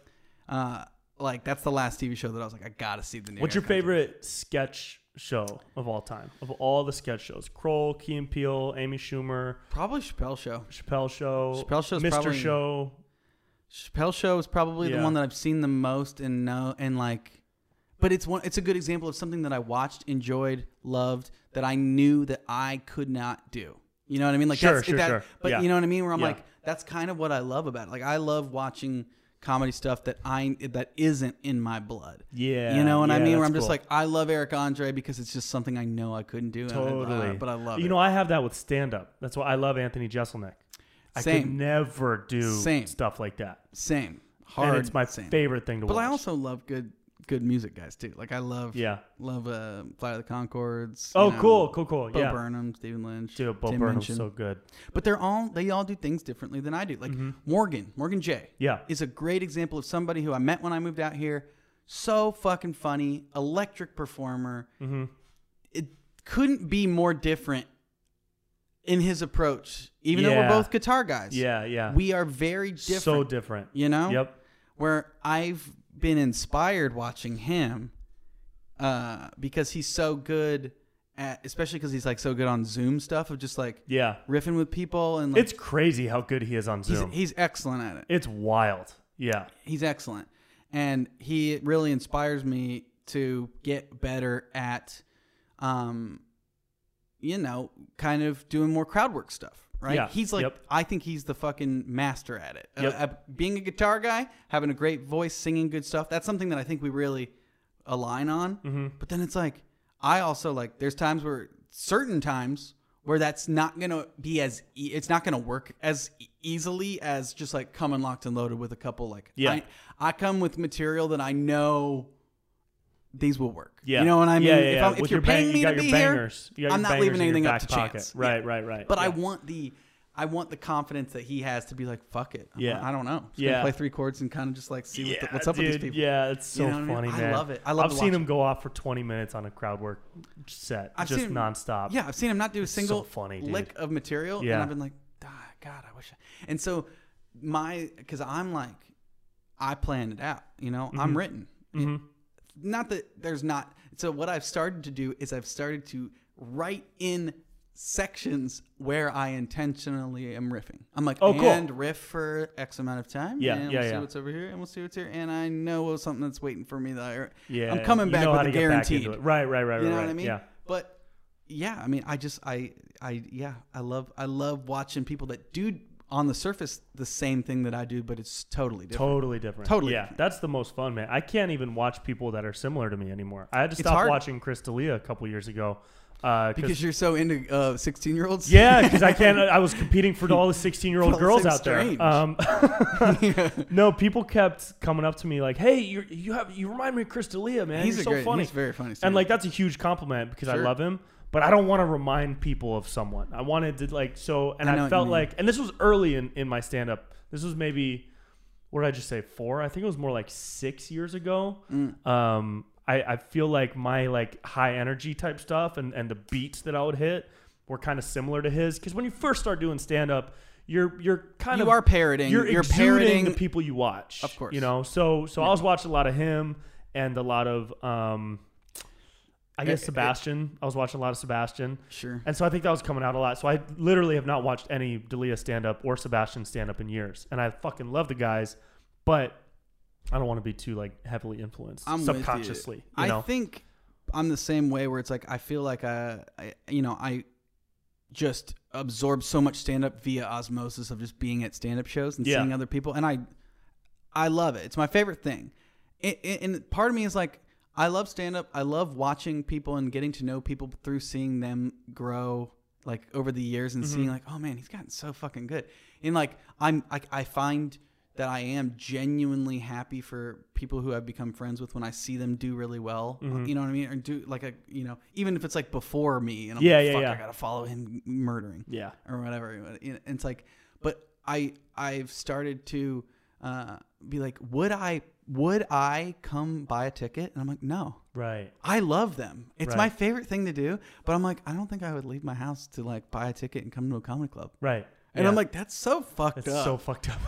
Speaker 2: uh, like that's the last TV show that I was like, I gotta see the new.
Speaker 1: What's your
Speaker 2: Eric Andre.
Speaker 1: favorite sketch show of all time? Of all the sketch shows, Kroll, Key and Peele, Amy Schumer,
Speaker 2: Probably Chappelle show.
Speaker 1: Chappelle Show,
Speaker 2: Chappelle Show's
Speaker 1: Mr.
Speaker 2: probably-
Speaker 1: Show.
Speaker 2: Chappelle Show is probably
Speaker 1: Yeah.
Speaker 2: the one that I've seen the most and know and like, but it's one. It's a good example of something that I watched, enjoyed, loved that I knew that I could not do. You know what I mean? Like
Speaker 1: Sure,
Speaker 2: that's,
Speaker 1: sure,
Speaker 2: that,
Speaker 1: sure.
Speaker 2: But
Speaker 1: Yeah.
Speaker 2: you know what I mean? Where I'm
Speaker 1: Yeah.
Speaker 2: like, that's kind of what I love about it. Like I love watching comedy stuff that I that isn't in my blood.
Speaker 1: Yeah.
Speaker 2: you know what I
Speaker 1: yeah,
Speaker 2: mean? Where
Speaker 1: that's
Speaker 2: I'm just
Speaker 1: cool.
Speaker 2: like, I love Eric Andre because it's just something I know I couldn't do. and I-
Speaker 1: totally.
Speaker 2: uh, but I love
Speaker 1: You
Speaker 2: it.
Speaker 1: know, I have that with stand up. That's why I love Anthony Jeselnik. I could
Speaker 2: Same.
Speaker 1: never do
Speaker 2: Same.
Speaker 1: stuff like that.
Speaker 2: same hard.
Speaker 1: and it's my
Speaker 2: same.
Speaker 1: favorite thing to
Speaker 2: But
Speaker 1: watch.
Speaker 2: I also love good good music guys too. Like I love
Speaker 1: yeah.
Speaker 2: Love uh, Flight of the Concords. you
Speaker 1: Oh,
Speaker 2: know,
Speaker 1: cool, cool, cool.
Speaker 2: Bo
Speaker 1: yeah.
Speaker 2: Burnham, Stephen Lynch,
Speaker 1: Dude, Bo
Speaker 2: Tim
Speaker 1: Burnham's
Speaker 2: Minchin.
Speaker 1: so Mm-hmm. good.
Speaker 2: But they're all they all do things differently than I do. Like Morgan, Morgan J,
Speaker 1: Yeah.
Speaker 2: is a great example of somebody who I met when I moved out here. So fucking funny, electric performer.
Speaker 1: Mm-hmm.
Speaker 2: It couldn't be more different in his approach. Even though
Speaker 1: Yeah.
Speaker 2: we're both guitar guys,
Speaker 1: Yeah, yeah.
Speaker 2: we are very different.
Speaker 1: So different.
Speaker 2: you know,
Speaker 1: Yep.
Speaker 2: where I've been inspired watching him uh, because he's so good at, especially because he's like so good on Zoom stuff of just like
Speaker 1: Yeah.
Speaker 2: riffing with people and like
Speaker 1: It's crazy how good he is on
Speaker 2: he's,
Speaker 1: Zoom.
Speaker 2: he's excellent at it.
Speaker 1: it's wild. Yeah.
Speaker 2: He's excellent, and he really inspires me to get better at, um, you know, kind of doing more crowd work stuff. Right?
Speaker 1: Yeah,
Speaker 2: He's like,
Speaker 1: yep.
Speaker 2: I think he's the fucking master at it.
Speaker 1: Yep.
Speaker 2: Uh, uh, being a guitar guy, having a great voice, singing good stuff. That's something that I think we really align on.
Speaker 1: Mm-hmm.
Speaker 2: But then it's like, I also like, there's times where, certain times where that's not going to be as, e- it's not going to work as e- easily as just like coming locked and loaded with a couple. Like,
Speaker 1: Yeah.
Speaker 2: I, I come with material that I know these will work.
Speaker 1: Yeah.
Speaker 2: You know what I mean?
Speaker 1: Yeah, yeah,
Speaker 2: if,
Speaker 1: yeah.
Speaker 2: I'm- if
Speaker 1: With
Speaker 2: you're
Speaker 1: your bang-
Speaker 2: paying
Speaker 1: you
Speaker 2: me
Speaker 1: got
Speaker 2: to
Speaker 1: your
Speaker 2: be
Speaker 1: bangers. You
Speaker 2: here,
Speaker 1: got
Speaker 2: I'm
Speaker 1: your
Speaker 2: not
Speaker 1: bangers
Speaker 2: leaving
Speaker 1: in your
Speaker 2: anything up
Speaker 1: back
Speaker 2: to
Speaker 1: pocket.
Speaker 2: chance. Yeah.
Speaker 1: Right, right, right.
Speaker 2: But I
Speaker 1: Yeah.
Speaker 2: want the, I want the confidence that he has to be like, fuck it. I'm-
Speaker 1: Yeah.
Speaker 2: I don't know. Just gonna
Speaker 1: Yeah.
Speaker 2: Play three chords and kind of just like see what
Speaker 1: yeah,
Speaker 2: the, what's up with
Speaker 1: dude.
Speaker 2: these people.
Speaker 1: Yeah, it's so
Speaker 2: You know what I mean?
Speaker 1: funny,
Speaker 2: I
Speaker 1: man.
Speaker 2: love it. I love
Speaker 1: I've
Speaker 2: to
Speaker 1: seen
Speaker 2: watch
Speaker 1: him go off for 20 minutes on a crowd work set,
Speaker 2: I've
Speaker 1: just
Speaker 2: seen him-
Speaker 1: nonstop.
Speaker 2: Yeah, I've seen him not do a single
Speaker 1: funny, dude.
Speaker 2: lick of material,
Speaker 1: Yeah.
Speaker 2: and I've been like, ah, God, I wish. I... And so my, because I'm like, I planned it out. You know, I'm
Speaker 1: Mm-hmm.
Speaker 2: written. Not that there's not. So what I've started to do is I've started to write in sections where I intentionally am riffing. I'm like,
Speaker 1: Oh, cool.
Speaker 2: and riff for X amount of time.
Speaker 1: Yeah,
Speaker 2: and
Speaker 1: yeah,
Speaker 2: we'll See
Speaker 1: yeah.
Speaker 2: what's over here, and we'll see what's here, and I know something that's waiting for me. That I,
Speaker 1: Yeah.
Speaker 2: I'm coming
Speaker 1: you
Speaker 2: back
Speaker 1: know how
Speaker 2: with
Speaker 1: to
Speaker 2: a
Speaker 1: get back into
Speaker 2: guaranteed.
Speaker 1: it. Right, right, right,
Speaker 2: You know
Speaker 1: right.
Speaker 2: what I mean?
Speaker 1: Yeah.
Speaker 2: But yeah, I mean, I just I I yeah, I love I love watching people that do on the surface the same thing that I do, but it's totally different.
Speaker 1: Totally different.
Speaker 2: Totally
Speaker 1: Yeah,
Speaker 2: different.
Speaker 1: that's the most fun, man. I can't even watch people that are similar to me anymore. I had to
Speaker 2: It's
Speaker 1: stop
Speaker 2: hard.
Speaker 1: watching Chris D'Elia a couple years ago Uh, cause,
Speaker 2: because you're so into uh, sixteen year olds.
Speaker 1: [LAUGHS] yeah,
Speaker 2: [LAUGHS]
Speaker 1: because I can't. I was competing for all the sixteen-year-old
Speaker 2: Well,
Speaker 1: girls
Speaker 2: seems
Speaker 1: out there.
Speaker 2: strange. [LAUGHS]
Speaker 1: Um, [LAUGHS] no, people kept coming up to me like, "Hey, you you have you remind me of Chris D'Elia, man.
Speaker 2: he's
Speaker 1: you're
Speaker 2: a
Speaker 1: so
Speaker 2: great.
Speaker 1: funny."
Speaker 2: He's very funny.
Speaker 1: and
Speaker 2: too.
Speaker 1: like that's a huge compliment because I
Speaker 2: Sure.
Speaker 1: love him. But I don't want to remind people of someone. I wanted to like so, and
Speaker 2: I
Speaker 1: I,
Speaker 2: know what you
Speaker 1: felt
Speaker 2: mean.
Speaker 1: like, and this was early in in my stand up. This was maybe what did I just say four? I think it was more like six years ago.
Speaker 2: Mm.
Speaker 1: Um, I I feel like my like high energy type stuff and and the beats that I would hit were kind of similar to his because when you first start doing stand up. You're, you're kind
Speaker 2: you
Speaker 1: of
Speaker 2: are parroting. You're,
Speaker 1: exuding
Speaker 2: parroting.
Speaker 1: the people you watch.
Speaker 2: Of course.
Speaker 1: you know. So so I was watching a lot of him and a lot of um, I guess
Speaker 2: Eh, eh, eh.
Speaker 1: Sebastian. I was watching a lot of Sebastian,
Speaker 2: sure.
Speaker 1: and so I think that was coming out a lot. So I literally have not watched any Delia stand up or Sebastian stand up in years, and I fucking love the guys, but I don't want to be too like heavily influenced
Speaker 2: I'm with you.
Speaker 1: subconsciously. You. know,
Speaker 2: I think I'm the same way where it's like I feel like I, I you know, I just absorb so much stand up via osmosis of just being at stand up shows and
Speaker 1: Yeah.
Speaker 2: seeing other people and I I love it. It's my favorite thing. It, it, and part of me is like I love stand up. I love watching people and getting to know people through seeing them grow like over the years and
Speaker 1: Mm-hmm.
Speaker 2: seeing like, "Oh man, he's gotten so fucking good." And like I'm I, I find that I am genuinely happy for people who I've become friends with when I see them do really well. Uh,
Speaker 1: Mm-hmm.
Speaker 2: You know what I mean? Or do like a you know, even if it's like before me and I'm
Speaker 1: Yeah,
Speaker 2: like,
Speaker 1: yeah,
Speaker 2: fuck,
Speaker 1: yeah.
Speaker 2: I gotta follow him murdering
Speaker 1: yeah,
Speaker 2: or whatever. You know, It's like, but I I've started to uh, be like, would I would I come buy a ticket? And I'm like, no.
Speaker 1: right.
Speaker 2: I love them. It's
Speaker 1: Right.
Speaker 2: my favorite thing to do. But I'm like, I don't think I would leave my house to like buy a ticket and come to a comedy club.
Speaker 1: Right.
Speaker 2: And
Speaker 1: Yeah.
Speaker 2: I'm like, that's so fucked
Speaker 1: that's
Speaker 2: up. [LAUGHS]
Speaker 1: so fucked up.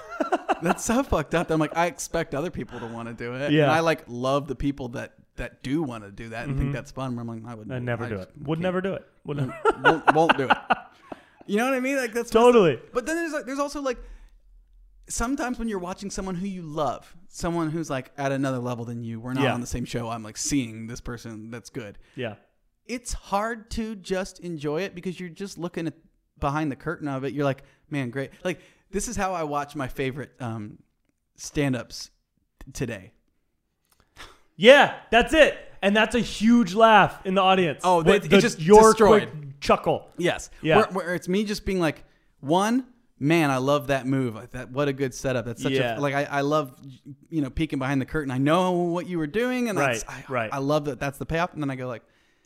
Speaker 1: [LAUGHS]
Speaker 2: that's so fucked up. I'm like, I expect other people to want to do it.
Speaker 1: Yeah.
Speaker 2: And I like love the people that that do want to do that and think that's fun. Where I'm like, I would
Speaker 1: I never do it. Would never do it. Would never.
Speaker 2: [LAUGHS] won't, won't do it. You know what I mean? Like that's what's-
Speaker 1: totally.
Speaker 2: but then there's like, there's also like sometimes when you're watching someone who you love, someone who's like at another level than you, we're not
Speaker 1: Yeah.
Speaker 2: on the same show. I'm like seeing this person that's good.
Speaker 1: Yeah.
Speaker 2: It's hard to just enjoy it because you're just looking at behind the curtain of it. You're like, man, great. Like this is how I watch my favorite um, stand-ups t- today.
Speaker 1: Yeah, that's it. And that's a huge laugh in the audience.
Speaker 2: Oh, they-
Speaker 1: With
Speaker 2: it
Speaker 1: the-
Speaker 2: just
Speaker 1: your
Speaker 2: destroyed.
Speaker 1: quick chuckle.
Speaker 2: Yes.
Speaker 1: Yeah.
Speaker 2: Where, where it's me just being like, one, man, I love that move. Like that, what a good setup. That's such
Speaker 1: Yeah.
Speaker 2: a like I, I love, you know, peeking behind the curtain. I know what you were doing, and that's,
Speaker 1: Right,
Speaker 2: I,
Speaker 1: right.
Speaker 2: I love that. That's the payoff. And then I go like,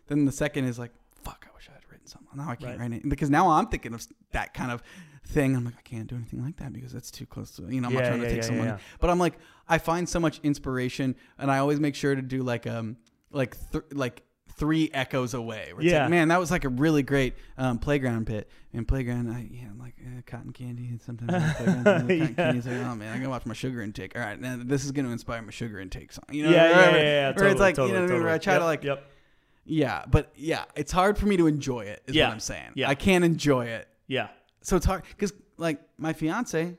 Speaker 2: then the second is like, fuck, I wish I had written something. Now I can't
Speaker 1: Right.
Speaker 2: write it because now I'm thinking of that kind of thing. I'm like, I can't do anything like that because that's too close to you know. I'm
Speaker 1: Yeah,
Speaker 2: not trying
Speaker 1: yeah,
Speaker 2: to take
Speaker 1: yeah,
Speaker 2: someone,
Speaker 1: yeah.
Speaker 2: but I'm like, I find so much inspiration, and I always make sure to do like um like th- like three echoes away. Where it's
Speaker 1: Yeah.
Speaker 2: like, man, that was like a really great um, playground pit. And playground, I, yeah, I'm like eh, cotton candy. And sometimes I'm
Speaker 1: [LAUGHS]
Speaker 2: like, playground, and then
Speaker 1: Yeah.
Speaker 2: cotton candy. It's like, oh man, I'm gonna watch my sugar intake. All right, now this is gonna inspire my sugar intake song. You know,
Speaker 1: yeah, yeah,
Speaker 2: right,
Speaker 1: yeah,
Speaker 2: right.
Speaker 1: yeah, yeah.
Speaker 2: Where
Speaker 1: Totally,
Speaker 2: it's like
Speaker 1: totally,
Speaker 2: you know, what I mean?
Speaker 1: totally.
Speaker 2: where I try
Speaker 1: yep,
Speaker 2: to like
Speaker 1: Yep.
Speaker 2: yeah, but yeah, it's hard for me to enjoy it. Is
Speaker 1: Yeah.
Speaker 2: what I'm saying.
Speaker 1: Yeah.
Speaker 2: I can't enjoy it.
Speaker 1: Yeah.
Speaker 2: So it's hard because like my fiance,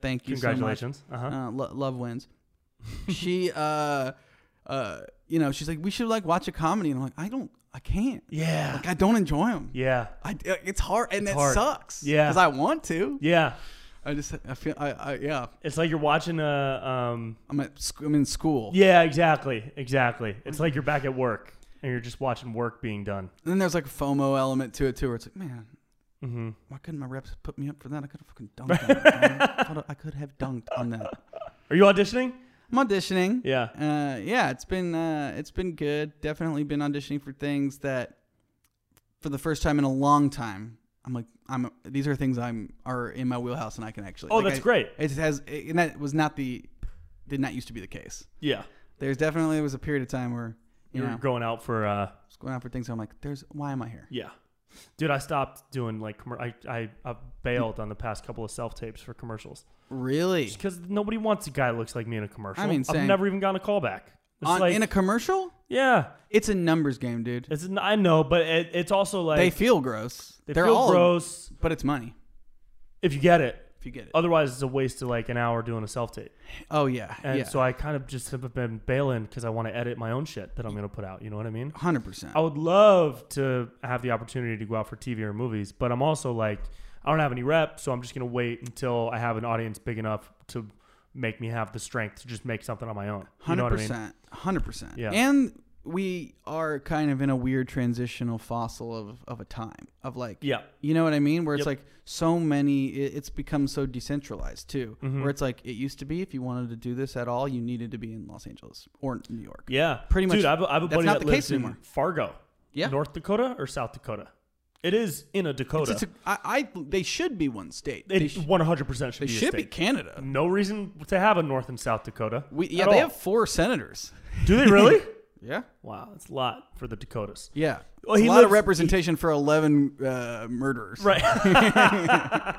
Speaker 2: thank you,
Speaker 1: Congratulations. Uh
Speaker 2: So
Speaker 1: huh.
Speaker 2: much, uh, lo- love wins.
Speaker 1: [LAUGHS]
Speaker 2: she uh uh you know she's like we should like watch a comedy and I'm like I don't I can't
Speaker 1: Yeah.
Speaker 2: like I don't enjoy them.
Speaker 1: Yeah.
Speaker 2: I, uh, it's hard and it
Speaker 1: hard.
Speaker 2: sucks.
Speaker 1: Yeah.
Speaker 2: because I want to.
Speaker 1: Yeah.
Speaker 2: I just I feel I, I yeah
Speaker 1: It's like you're watching a. Um,
Speaker 2: I'm at sc- I'm in school.
Speaker 1: yeah, exactly. Exactly. It's like you're back at work and you're just watching work being done.
Speaker 2: And then there's like a FOMO element to it too, where it's like man.
Speaker 1: Mm-hmm.
Speaker 2: Why couldn't my reps put me up for that? I could have fucking dunked on
Speaker 1: [LAUGHS]
Speaker 2: that. I could have- I could have dunked on that.
Speaker 1: Are you auditioning?
Speaker 2: I'm auditioning.
Speaker 1: Yeah.
Speaker 2: Uh, yeah, it's been uh, it's been good. Definitely been auditioning for things that, for the first time in a long time, I'm like I'm these are things I'm are in my wheelhouse and I can actually.
Speaker 1: Oh,
Speaker 2: like,
Speaker 1: that's
Speaker 2: I-
Speaker 1: great.
Speaker 2: It has and that was not the did not used to be the case.
Speaker 1: Yeah.
Speaker 2: There's definitely there was a period of time where you
Speaker 1: You're
Speaker 2: know
Speaker 1: going out for. uh
Speaker 2: I was going out for things. I'm like, there's why am I here?
Speaker 1: Yeah. Dude, I stopped doing like commer- I I I bailed on the past couple of self tapes for commercials.
Speaker 2: Really?
Speaker 1: because nobody wants a guy that looks like me in a commercial.
Speaker 2: I mean,
Speaker 1: I've
Speaker 2: same.
Speaker 1: never even gotten a callback. It's
Speaker 2: On,
Speaker 1: like,
Speaker 2: in a commercial?
Speaker 1: yeah,
Speaker 2: It's a numbers game, dude.
Speaker 1: it's an, I know, but it, it's also like
Speaker 2: they
Speaker 1: they,
Speaker 2: feel gross. They are
Speaker 1: feel
Speaker 2: all
Speaker 1: gross
Speaker 2: but it's money
Speaker 1: if you get it.
Speaker 2: if you get it.
Speaker 1: Otherwise, it's a waste of like an hour doing a self tape.
Speaker 2: Oh yeah,
Speaker 1: And
Speaker 2: yeah,
Speaker 1: so I kind of just have been bailing because I want to edit my own shit that I'm going to put out. You know what I mean?
Speaker 2: hundred percent.
Speaker 1: I would love to have the opportunity to go out for TV or movies, but I'm also like, I don't have any rep, so I'm just going to wait until I have an audience big enough to make me have the strength to just make something on my own. You know
Speaker 2: Hundred
Speaker 1: what I mean?
Speaker 2: percent, hundred percent.
Speaker 1: Yeah.
Speaker 2: And we are kind of in a weird transitional fossil of, of a time of like
Speaker 1: Yeah.
Speaker 2: you know what i mean where it's
Speaker 1: Yep.
Speaker 2: like so many it, it's become so decentralized too
Speaker 1: Mhm.
Speaker 2: where it's like it used to be if you wanted to do this at all you needed to be in los angeles or new york
Speaker 1: Yeah.
Speaker 2: Pretty much-
Speaker 1: Dude, I have, a- I have a
Speaker 2: that's
Speaker 1: buddy
Speaker 2: not
Speaker 1: that
Speaker 2: the
Speaker 1: lives
Speaker 2: case
Speaker 1: in
Speaker 2: anymore.
Speaker 1: Fargo.
Speaker 2: Yeah.
Speaker 1: North Dakota or South Dakota? It is in a Dakota.
Speaker 2: It's a- I I- they should be one state they,
Speaker 1: it
Speaker 2: sh-
Speaker 1: 100% should
Speaker 2: they
Speaker 1: be a
Speaker 2: should be
Speaker 1: state.
Speaker 2: canada
Speaker 1: No reason to have a North and South Dakota.
Speaker 2: we,
Speaker 1: at
Speaker 2: yeah they
Speaker 1: all.
Speaker 2: have four senators
Speaker 1: Do they
Speaker 2: [LAUGHS]
Speaker 1: really? [LAUGHS]
Speaker 2: yeah
Speaker 1: wow, that's a lot for the Dakotas.
Speaker 2: yeah
Speaker 1: Well,
Speaker 2: It's
Speaker 1: he
Speaker 2: a lot
Speaker 1: lives-
Speaker 2: of representation for 11 uh, murderers
Speaker 1: [LAUGHS] Right.
Speaker 2: [LAUGHS]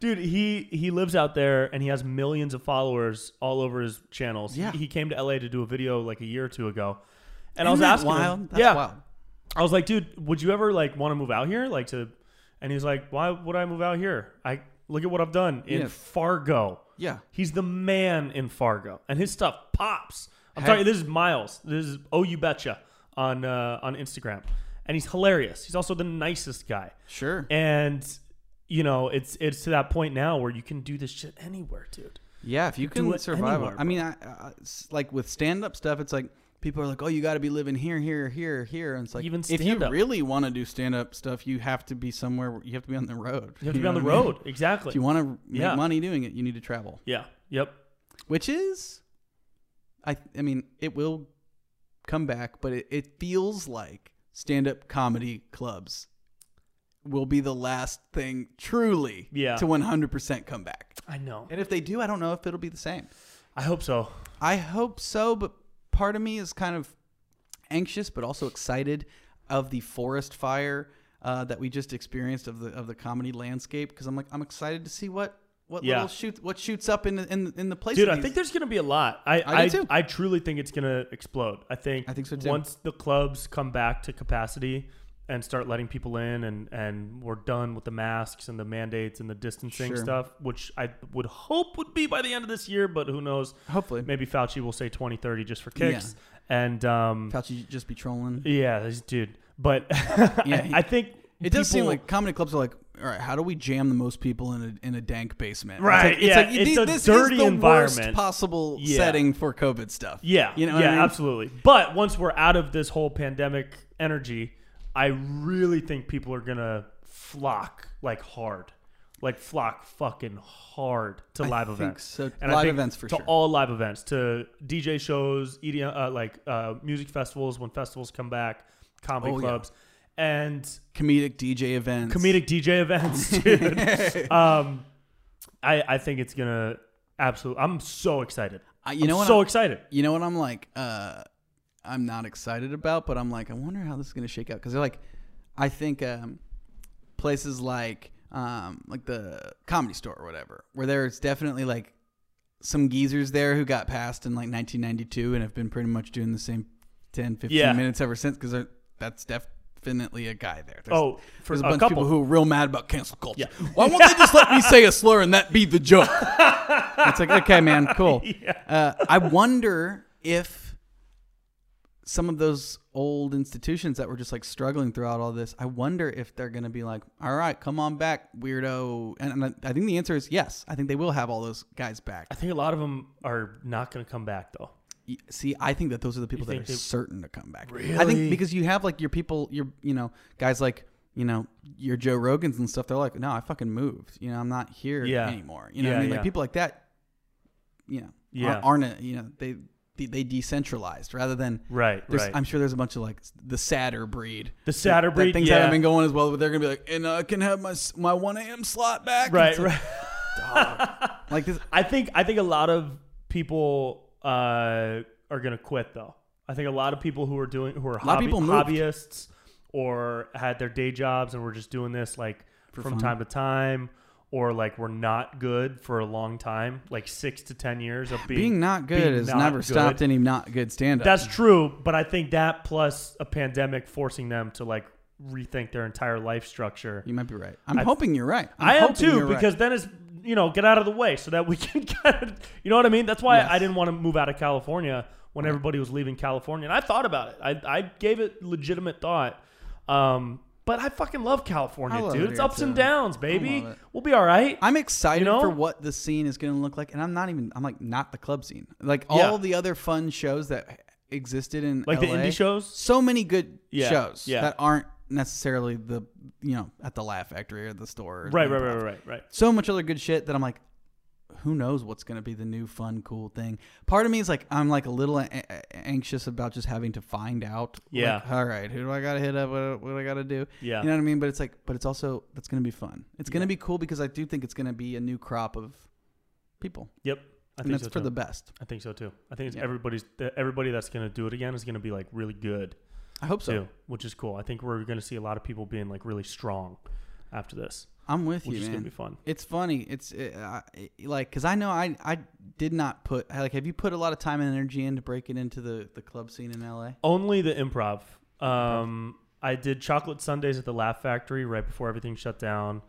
Speaker 1: Dude, he he lives out there and he has millions of followers all over his channels.
Speaker 2: Yeah.
Speaker 1: He came to LA to do a video like a year or two ago. And I was
Speaker 2: Isn't that
Speaker 1: asking him-
Speaker 2: wild that's
Speaker 1: yeah,
Speaker 2: wild
Speaker 1: I was like, dude, would you ever like want to move out here? Like to and he was like, Why would I move out here? I look at what I've done in
Speaker 2: Yeah.
Speaker 1: Fargo.
Speaker 2: yeah
Speaker 1: He's the man in Fargo, and his stuff pops. I'm
Speaker 2: Have-
Speaker 1: sorry, this is Miles. This is Oh You Betcha on uh, on Instagram, and he's hilarious. He's also the nicest guy,
Speaker 2: sure
Speaker 1: and you know it's it's to that point now where you can do this shit anywhere, dude.
Speaker 2: Yeah, if you can
Speaker 1: it
Speaker 2: survive.
Speaker 1: anywhere,
Speaker 2: I mean, I, I, it's like with stand up stuff, it's like people are like, "Oh, you got to be living here, here, here, here." And it's like,
Speaker 1: Even
Speaker 2: if you
Speaker 1: stand-up.
Speaker 2: really want to do stand up stuff, you have to be somewhere. Where, you have to be on the road.
Speaker 1: You have to be
Speaker 2: know
Speaker 1: on the
Speaker 2: what I mean?
Speaker 1: road, exactly.
Speaker 2: Mm-hmm. If you want to make
Speaker 1: Yeah.
Speaker 2: money doing it, you need to travel,
Speaker 1: yeah, yep.
Speaker 2: which is, I, I mean, it will come back, but it, it feels like stand up comedy clubs will be the last thing truly
Speaker 1: Yeah.
Speaker 2: to 100% come back.
Speaker 1: I know.
Speaker 2: And if they do, I don't know if it'll be the same.
Speaker 1: I hope so.
Speaker 2: I hope so, but part of me is kind of anxious, but also excited of the forest fire uh, that we just experienced of the of the comedy landscape because I'm like I'm excited to see what what
Speaker 1: Yeah.
Speaker 2: little shoots what shoots up in the, in in the place.
Speaker 1: Dude,
Speaker 2: of
Speaker 1: I
Speaker 2: these-
Speaker 1: think there's gonna be a lot. I
Speaker 2: I
Speaker 1: I,
Speaker 2: do too.
Speaker 1: I truly think it's gonna explode. I think
Speaker 2: I think so too.
Speaker 1: Once the clubs come back to capacity and start letting people in, and and we're done with the masks and the mandates and the distancing
Speaker 2: Sure.
Speaker 1: stuff, which I would hope would be by the end of this year, but who knows?
Speaker 2: hopefully
Speaker 1: Maybe Fauci will say 2030 just for kicks. And um,
Speaker 2: Fauci should just be trolling.
Speaker 1: yeah, this dude. But [LAUGHS]
Speaker 2: Yeah,
Speaker 1: I,
Speaker 2: he-
Speaker 1: I think
Speaker 2: It does seem
Speaker 1: people-
Speaker 2: like comedy clubs are like, all right, how do we jam the most people in a in a dank basement?
Speaker 1: Right,
Speaker 2: It's like, it's
Speaker 1: yeah,
Speaker 2: like
Speaker 1: it's
Speaker 2: thi-
Speaker 1: a
Speaker 2: this
Speaker 1: dirty
Speaker 2: is the
Speaker 1: environment.
Speaker 2: worst possible
Speaker 1: Yeah.
Speaker 2: setting for COVID stuff.
Speaker 1: Yeah.
Speaker 2: you know, what
Speaker 1: yeah,
Speaker 2: I mean?
Speaker 1: absolutely. But once we're out of this whole pandemic energy, I really think people are gonna flock like hard. Like flock fucking hard to live
Speaker 2: think
Speaker 1: events.
Speaker 2: so.
Speaker 1: I
Speaker 2: Live
Speaker 1: think
Speaker 2: events for
Speaker 1: to
Speaker 2: sure.
Speaker 1: all live events, to DJ shows, EDM, uh, like uh, music festivals when festivals come back, comedy
Speaker 2: Oh, yeah.
Speaker 1: clubs, and
Speaker 2: Comedic DJ events.
Speaker 1: comedic DJ
Speaker 2: [LAUGHS]
Speaker 1: events, dude. um, I I think it's gonna absolutely. I'm so excited.
Speaker 2: I- you
Speaker 1: I'm
Speaker 2: know what?
Speaker 1: so
Speaker 2: I'm-
Speaker 1: excited.
Speaker 2: you know what I'm like uh I'm not excited about, but I'm like I wonder how this is going to shake out cuz they're like I think um places like um like the comedy store or whatever where there's definitely like some geezers there who got passed in like 1992 and have been pretty much doing the same 10 15
Speaker 1: Yeah.
Speaker 2: minutes ever since cuz that's definitely a guy there. There's,
Speaker 1: Oh, for
Speaker 2: there's a,
Speaker 1: a
Speaker 2: bunch
Speaker 1: couple.
Speaker 2: of people who are real mad about cancel culture. Why won't they just let me say a slur and that be the joke?
Speaker 1: [LAUGHS]
Speaker 2: it's like, okay, man, cool. Uh, I wonder if some of those old institutions that were just like struggling throughout all this, I wonder if they're going to be like, all right, come on back, weirdo. And, and I think the answer is yes. I think they will have all those guys back.
Speaker 1: I think a lot of them are not going to come back though.
Speaker 2: Y- See, I think that those are the people that
Speaker 1: think
Speaker 2: are
Speaker 1: they-
Speaker 2: certain to come back. I
Speaker 1: Really?
Speaker 2: think because you have like your people, your you know guys like you know your Joe Rogans and stuff. They're like, no, I fucking moved. You know, I'm not here
Speaker 1: Yeah.
Speaker 2: anymore. You know, what
Speaker 1: Yeah,
Speaker 2: I mean,
Speaker 1: yeah.
Speaker 2: like people like that. You know,
Speaker 1: Yeah.
Speaker 2: ar- aren't a- you know they they, they decentralized rather than
Speaker 1: Right,
Speaker 2: there's-
Speaker 1: right.
Speaker 2: I'm sure there's a bunch of like the sadder breed.
Speaker 1: the sadder
Speaker 2: that
Speaker 1: breed,
Speaker 2: things
Speaker 1: yeah. [LAUGHS]
Speaker 2: haven't been going as well, but they're gonna be like, and I can have my s- my 1 a.m. slot back. And [LAUGHS]
Speaker 1: right,
Speaker 2: it's like,
Speaker 1: right.
Speaker 2: Like this,
Speaker 1: I think I think a lot of people uh, are going to quit though. I think a lot of people who are doing who are
Speaker 2: lot of
Speaker 1: hobby,
Speaker 2: people moved.
Speaker 1: hobbyists or had their day jobs and were just doing this like from time to time or like were not good for a long time, like 6 to 10 years of being
Speaker 2: being not good
Speaker 1: being
Speaker 2: has
Speaker 1: not
Speaker 2: never
Speaker 1: good.
Speaker 2: stopped any not good stand up.
Speaker 1: That's true, but I think that plus a pandemic forcing them to like rethink their entire life structure.
Speaker 2: You might be right. I'm hoping you're right. I'm
Speaker 1: I am
Speaker 2: hoping
Speaker 1: too
Speaker 2: you're right.
Speaker 1: because then it's you know get out of the way so that we [LAUGHS] can kind of you know what I mean. That's why
Speaker 2: Yes.
Speaker 1: I didn't want to move out of California when everybody was leaving California, and I thought about it. I I gave it legitimate thought, um, but I fucking love California,
Speaker 2: I love
Speaker 1: dude.
Speaker 2: it
Speaker 1: it's
Speaker 2: here,
Speaker 1: ups and
Speaker 2: too.
Speaker 1: downs, baby.
Speaker 2: love it.
Speaker 1: We'll be all right.
Speaker 2: I'm excited
Speaker 1: You know?
Speaker 2: for what the scene is going to look like, and I'm not even. I'm like not the club scene. Like
Speaker 1: Yeah.
Speaker 2: all the other fun shows that existed in
Speaker 1: Like the
Speaker 2: LA.
Speaker 1: indie shows?
Speaker 2: So many good
Speaker 1: Yeah,
Speaker 2: shows
Speaker 1: yeah.
Speaker 2: that aren't necessarily the you know at the Laugh Factory or the store. or
Speaker 1: Right, right,
Speaker 2: improv.
Speaker 1: right, right, right, right.
Speaker 2: So much other good shit that I'm like, who knows what's gonna be the new fun cool thing? Part of me is like, I'm like a little a- a- anxious about just having to find out.
Speaker 1: Yeah.
Speaker 2: Like, All right, who do I gotta hit up? What, what do I gotta do?
Speaker 1: Yeah.
Speaker 2: You know what I mean? But it's like, but it's also that's gonna be fun. It's gonna be cool because I do think it's gonna be a new crop of people,
Speaker 1: Yep. I
Speaker 2: and
Speaker 1: think
Speaker 2: that's
Speaker 1: so
Speaker 2: for
Speaker 1: too.
Speaker 2: the best.
Speaker 1: I think so too. I think it's
Speaker 2: Yeah.
Speaker 1: everybody's th- everybody that's gonna do it again is gonna be like really good
Speaker 2: I hope so.
Speaker 1: too, which is cool. I think we're gonna see a lot of people being like really strong after this,
Speaker 2: I'm with
Speaker 1: which
Speaker 2: you,
Speaker 1: is
Speaker 2: man.
Speaker 1: gonna be fun.
Speaker 2: It's funny. It's uh, I- like because I know I I did not put like have you put a lot of time and energy into breaking into the the club scene in LA?
Speaker 1: Only the improv. Um, I did chocolate Sundays at the Laugh Factory right before everything shut down.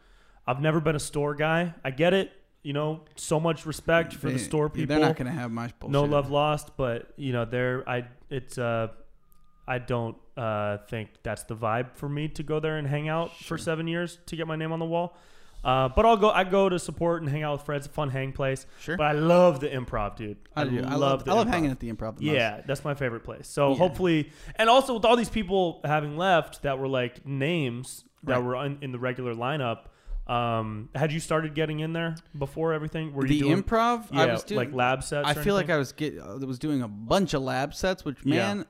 Speaker 1: I've never been a store guy. I get it. You know, so much respect for
Speaker 2: They-
Speaker 1: the store people.
Speaker 2: They're not gonna have my bullshit.
Speaker 1: no love lost, but you know, there I it's uh I don't uh think that's the vibe for me to go there and hang out for
Speaker 2: Sure.
Speaker 1: seven years to get my name on the wall. Uh, but I'll go. I go to support and hang out with Fred. It's a fun hang place.
Speaker 2: Sure.
Speaker 1: But I love the improv, dude.
Speaker 2: I, do. I love I love hanging at the improv. The most.
Speaker 1: Yeah, that's my favorite place. So
Speaker 2: Yeah.
Speaker 1: hopefully, and also with all these people having left that were like names that
Speaker 2: Right.
Speaker 1: were in, in the regular lineup. Um, had you started getting in there before everything? Were you
Speaker 2: the
Speaker 1: doing
Speaker 2: improv.
Speaker 1: yeah,
Speaker 2: I was doing,
Speaker 1: like lab sets?
Speaker 2: I feel like I was get uh, was doing a bunch of lab sets. Which
Speaker 1: Yeah.
Speaker 2: man,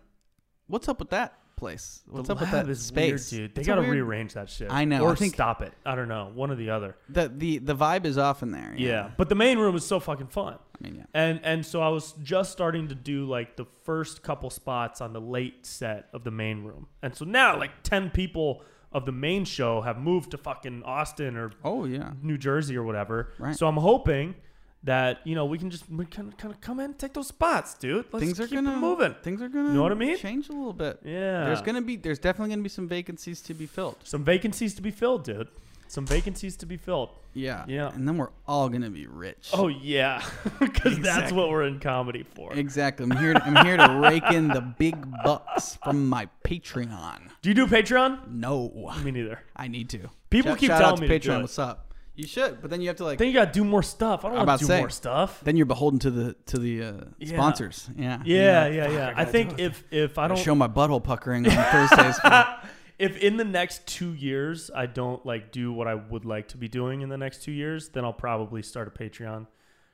Speaker 2: what's up with that place? What's
Speaker 1: the
Speaker 2: up with
Speaker 1: lab
Speaker 2: that
Speaker 1: is
Speaker 2: space,
Speaker 1: weird, dude. They
Speaker 2: It's a
Speaker 1: gotta
Speaker 2: weird-
Speaker 1: rearrange that shit.
Speaker 2: I know,
Speaker 1: Or
Speaker 2: I think-
Speaker 1: stop it. I don't know. One or the other.
Speaker 2: The, the the vibe is off in there.
Speaker 1: Yeah. But the main room was so fucking fun.
Speaker 2: I mean, yeah.
Speaker 1: And and so I was just starting to do like the first couple spots on the late set of the main room. And so now like ten people of the main show have moved to fucking Austin or
Speaker 2: Oh yeah.
Speaker 1: New Jersey or whatever.
Speaker 2: Right.
Speaker 1: So I'm hoping that, you know, we can just we can kind of come in and take those spots, dude. Let's
Speaker 2: things are
Speaker 1: keep
Speaker 2: gonna
Speaker 1: it moving.
Speaker 2: Things are gonna
Speaker 1: Know what I mean?
Speaker 2: change a little bit.
Speaker 1: Yeah.
Speaker 2: There's gonna be there's definitely gonna be some vacancies to be filled.
Speaker 1: some vacancies to be filled, dude. Some vacancies to be filled.
Speaker 2: Yeah.
Speaker 1: Yeah.
Speaker 2: And then we're all gonna be rich.
Speaker 1: Oh yeah, [LAUGHS] because that's what we're in comedy for.
Speaker 2: Exactly. I'm here to, I'm here to rake in the big bucks from my Patreon.
Speaker 1: Do you do Patreon? [LAUGHS]
Speaker 2: No.
Speaker 1: Me neither.
Speaker 2: I need to.
Speaker 1: People
Speaker 2: shout,
Speaker 1: keep
Speaker 2: shout
Speaker 1: telling
Speaker 2: out to
Speaker 1: me to
Speaker 2: Patreon,
Speaker 1: do it.
Speaker 2: what's up? You should, but then you have to like
Speaker 1: Then you gotta do more stuff. I
Speaker 2: I'm
Speaker 1: don't want
Speaker 2: about
Speaker 1: to
Speaker 2: to
Speaker 1: do
Speaker 2: say.
Speaker 1: more stuff.
Speaker 2: then you're beholden to the to the uh,
Speaker 1: Yeah.
Speaker 2: sponsors. Yeah.
Speaker 1: Yeah,
Speaker 2: You know,
Speaker 1: yeah, yeah. I, think if if I
Speaker 2: I
Speaker 1: don't
Speaker 2: show my butthole puckering on
Speaker 1: [LAUGHS]
Speaker 2: Thursdays. For,
Speaker 1: if in the next two years I don't like do what I would like to be doing in the next two years, then I'll probably start a Patreon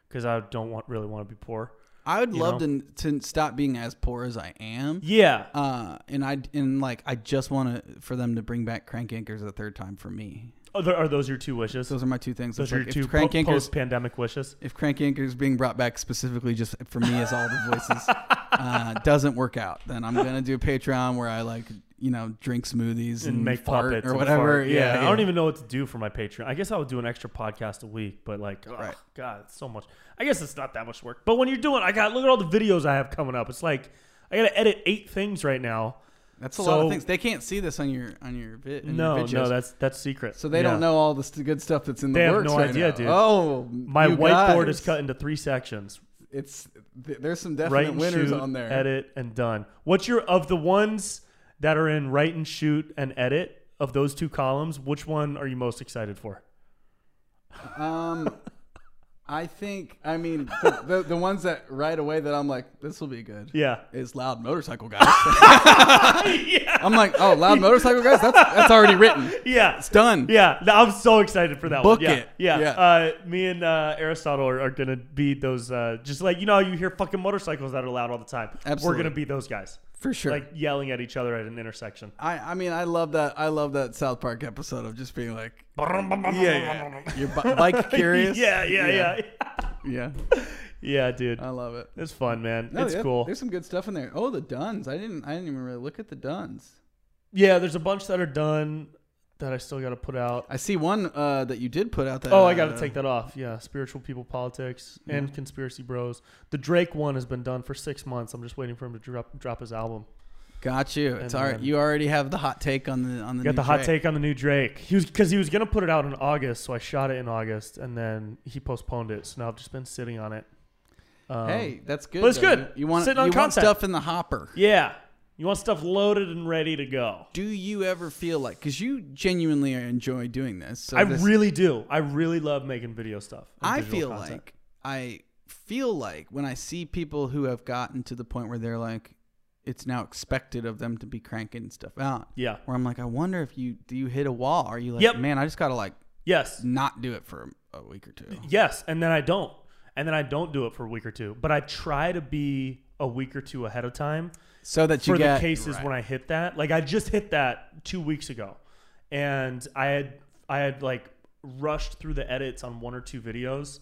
Speaker 1: because I don't want really want to be poor.
Speaker 2: I would
Speaker 1: You
Speaker 2: love to to stop being as poor as I am.
Speaker 1: Yeah,
Speaker 2: Uh, and I and like I just want to for them to bring back crank anchors a third time for me.
Speaker 1: are, there, are those your two wishes?
Speaker 2: Those are my two things.
Speaker 1: Those
Speaker 2: It's
Speaker 1: are
Speaker 2: like
Speaker 1: your two
Speaker 2: if crank anchors.
Speaker 1: post pandemic wishes.
Speaker 2: If crank anchors being brought back specifically just for me as all the voices
Speaker 1: [LAUGHS]
Speaker 2: uh, doesn't work out, then I'm gonna do a Patreon where I like you know drink smoothies and,
Speaker 1: and make
Speaker 2: fart
Speaker 1: puppets
Speaker 2: or
Speaker 1: and
Speaker 2: whatever.
Speaker 1: fart.
Speaker 2: Yeah,
Speaker 1: I don't even know what to do for my Patreon. I guess I would do an extra podcast a week, but like, ugh,
Speaker 2: Right.
Speaker 1: God, it's so much. I guess it's not that much work. But when you're doing, I got look at all the videos I have coming up. It's like I got to edit eight things right now.
Speaker 2: That's a lot
Speaker 1: So-
Speaker 2: of things. They can't see this on your on your vid. in
Speaker 1: No,
Speaker 2: your
Speaker 1: no,
Speaker 2: videos.
Speaker 1: that's that's secret.
Speaker 2: so they
Speaker 1: Yeah.
Speaker 2: don't know all the st- good stuff that's in the
Speaker 1: They have
Speaker 2: works
Speaker 1: no
Speaker 2: right
Speaker 1: idea,
Speaker 2: now.
Speaker 1: dude.
Speaker 2: Oh,
Speaker 1: My
Speaker 2: you
Speaker 1: whiteboard
Speaker 2: guys.
Speaker 1: is cut into three sections:
Speaker 2: It's th- there's some definite
Speaker 1: right and
Speaker 2: winners
Speaker 1: shoot,
Speaker 2: on there.
Speaker 1: edit, and done. What's your of the ones that are in right and shoot and edit of those two columns? Which one are you most excited for?
Speaker 2: Um,
Speaker 1: [LAUGHS]
Speaker 2: I think I mean the, the, the ones that right away that I'm like this will be good.
Speaker 1: Yeah, [LAUGHS]
Speaker 2: Is loud motorcycle guys. [LAUGHS] I'm like, oh, loud motorcycle guys. That's that's already written.
Speaker 1: [LAUGHS] yeah.
Speaker 2: It's done.
Speaker 1: Yeah, no, I'm so excited for that
Speaker 2: Book
Speaker 1: one. Yeah,
Speaker 2: it.
Speaker 1: yeah.
Speaker 2: Yeah.
Speaker 1: Uh, me and uh, Aristotle are, are gonna be those. Uh, just like you know, how you hear fucking motorcycles that are loud all the time.
Speaker 2: Absolutely.
Speaker 1: We're gonna be those guys,
Speaker 2: for sure.
Speaker 1: like yelling at each other at an intersection.
Speaker 2: I I mean I love that I love that South Park episode of just being like, yeah,
Speaker 1: [LAUGHS]
Speaker 2: yeah. you're bi- bike curious.
Speaker 1: yeah, yeah, yeah, yeah,
Speaker 2: yeah,
Speaker 1: dude.
Speaker 2: I love it.
Speaker 1: It's fun, man.
Speaker 2: No,
Speaker 1: it's
Speaker 2: yeah,
Speaker 1: cool.
Speaker 2: There's some good stuff in there. Oh, the Duns. I didn't I didn't even really look at the Duns.
Speaker 1: yeah, there's a bunch that are done that I still gotta put out.
Speaker 2: I see one uh, that you did put out that.
Speaker 1: Oh, I gotta
Speaker 2: uh,
Speaker 1: take that off. Yeah, spiritual people, politics, and conspiracy bros. The Drake one has been done for six months. I'm just waiting for him to drop drop his album.
Speaker 2: Got you.
Speaker 1: And
Speaker 2: It's all right.
Speaker 1: then-
Speaker 2: You already have the hot take on the on the.
Speaker 1: got
Speaker 2: new
Speaker 1: the hot
Speaker 2: Drake.
Speaker 1: take on the new Drake. He was because he was gonna put it out in August, so I shot it in August, and then he postponed it. So now I've just been sitting on it. Um,
Speaker 2: Hey, that's good.
Speaker 1: but it's
Speaker 2: though.
Speaker 1: good.
Speaker 2: You, you want
Speaker 1: Sitting on
Speaker 2: you want
Speaker 1: content.
Speaker 2: stuff in the hopper.
Speaker 1: yeah, you want stuff loaded and ready to go.
Speaker 2: Do you ever feel like because you genuinely enjoy doing this? So
Speaker 1: I
Speaker 2: this-
Speaker 1: really do. I really love making video stuff. and
Speaker 2: I
Speaker 1: visual
Speaker 2: feel
Speaker 1: content.
Speaker 2: like I feel like when I see people who have gotten to the point where they're like, it's now expected of them to be cranking stuff out.
Speaker 1: Yeah.
Speaker 2: Where I'm like, I wonder if you do you hit a wall? Are you like,
Speaker 1: Yep.
Speaker 2: man, I just gotta like
Speaker 1: Yes.
Speaker 2: not do it for a week or
Speaker 1: [LAUGHS]
Speaker 2: two.
Speaker 1: Yes, and then I don't. And then I don't do it for a week or two. But I try to be a week or two ahead of time
Speaker 2: So that you
Speaker 1: for
Speaker 2: get
Speaker 1: the cases when I hit that. Like I just hit that two weeks ago, and I had I had like rushed through the edits on one or two videos,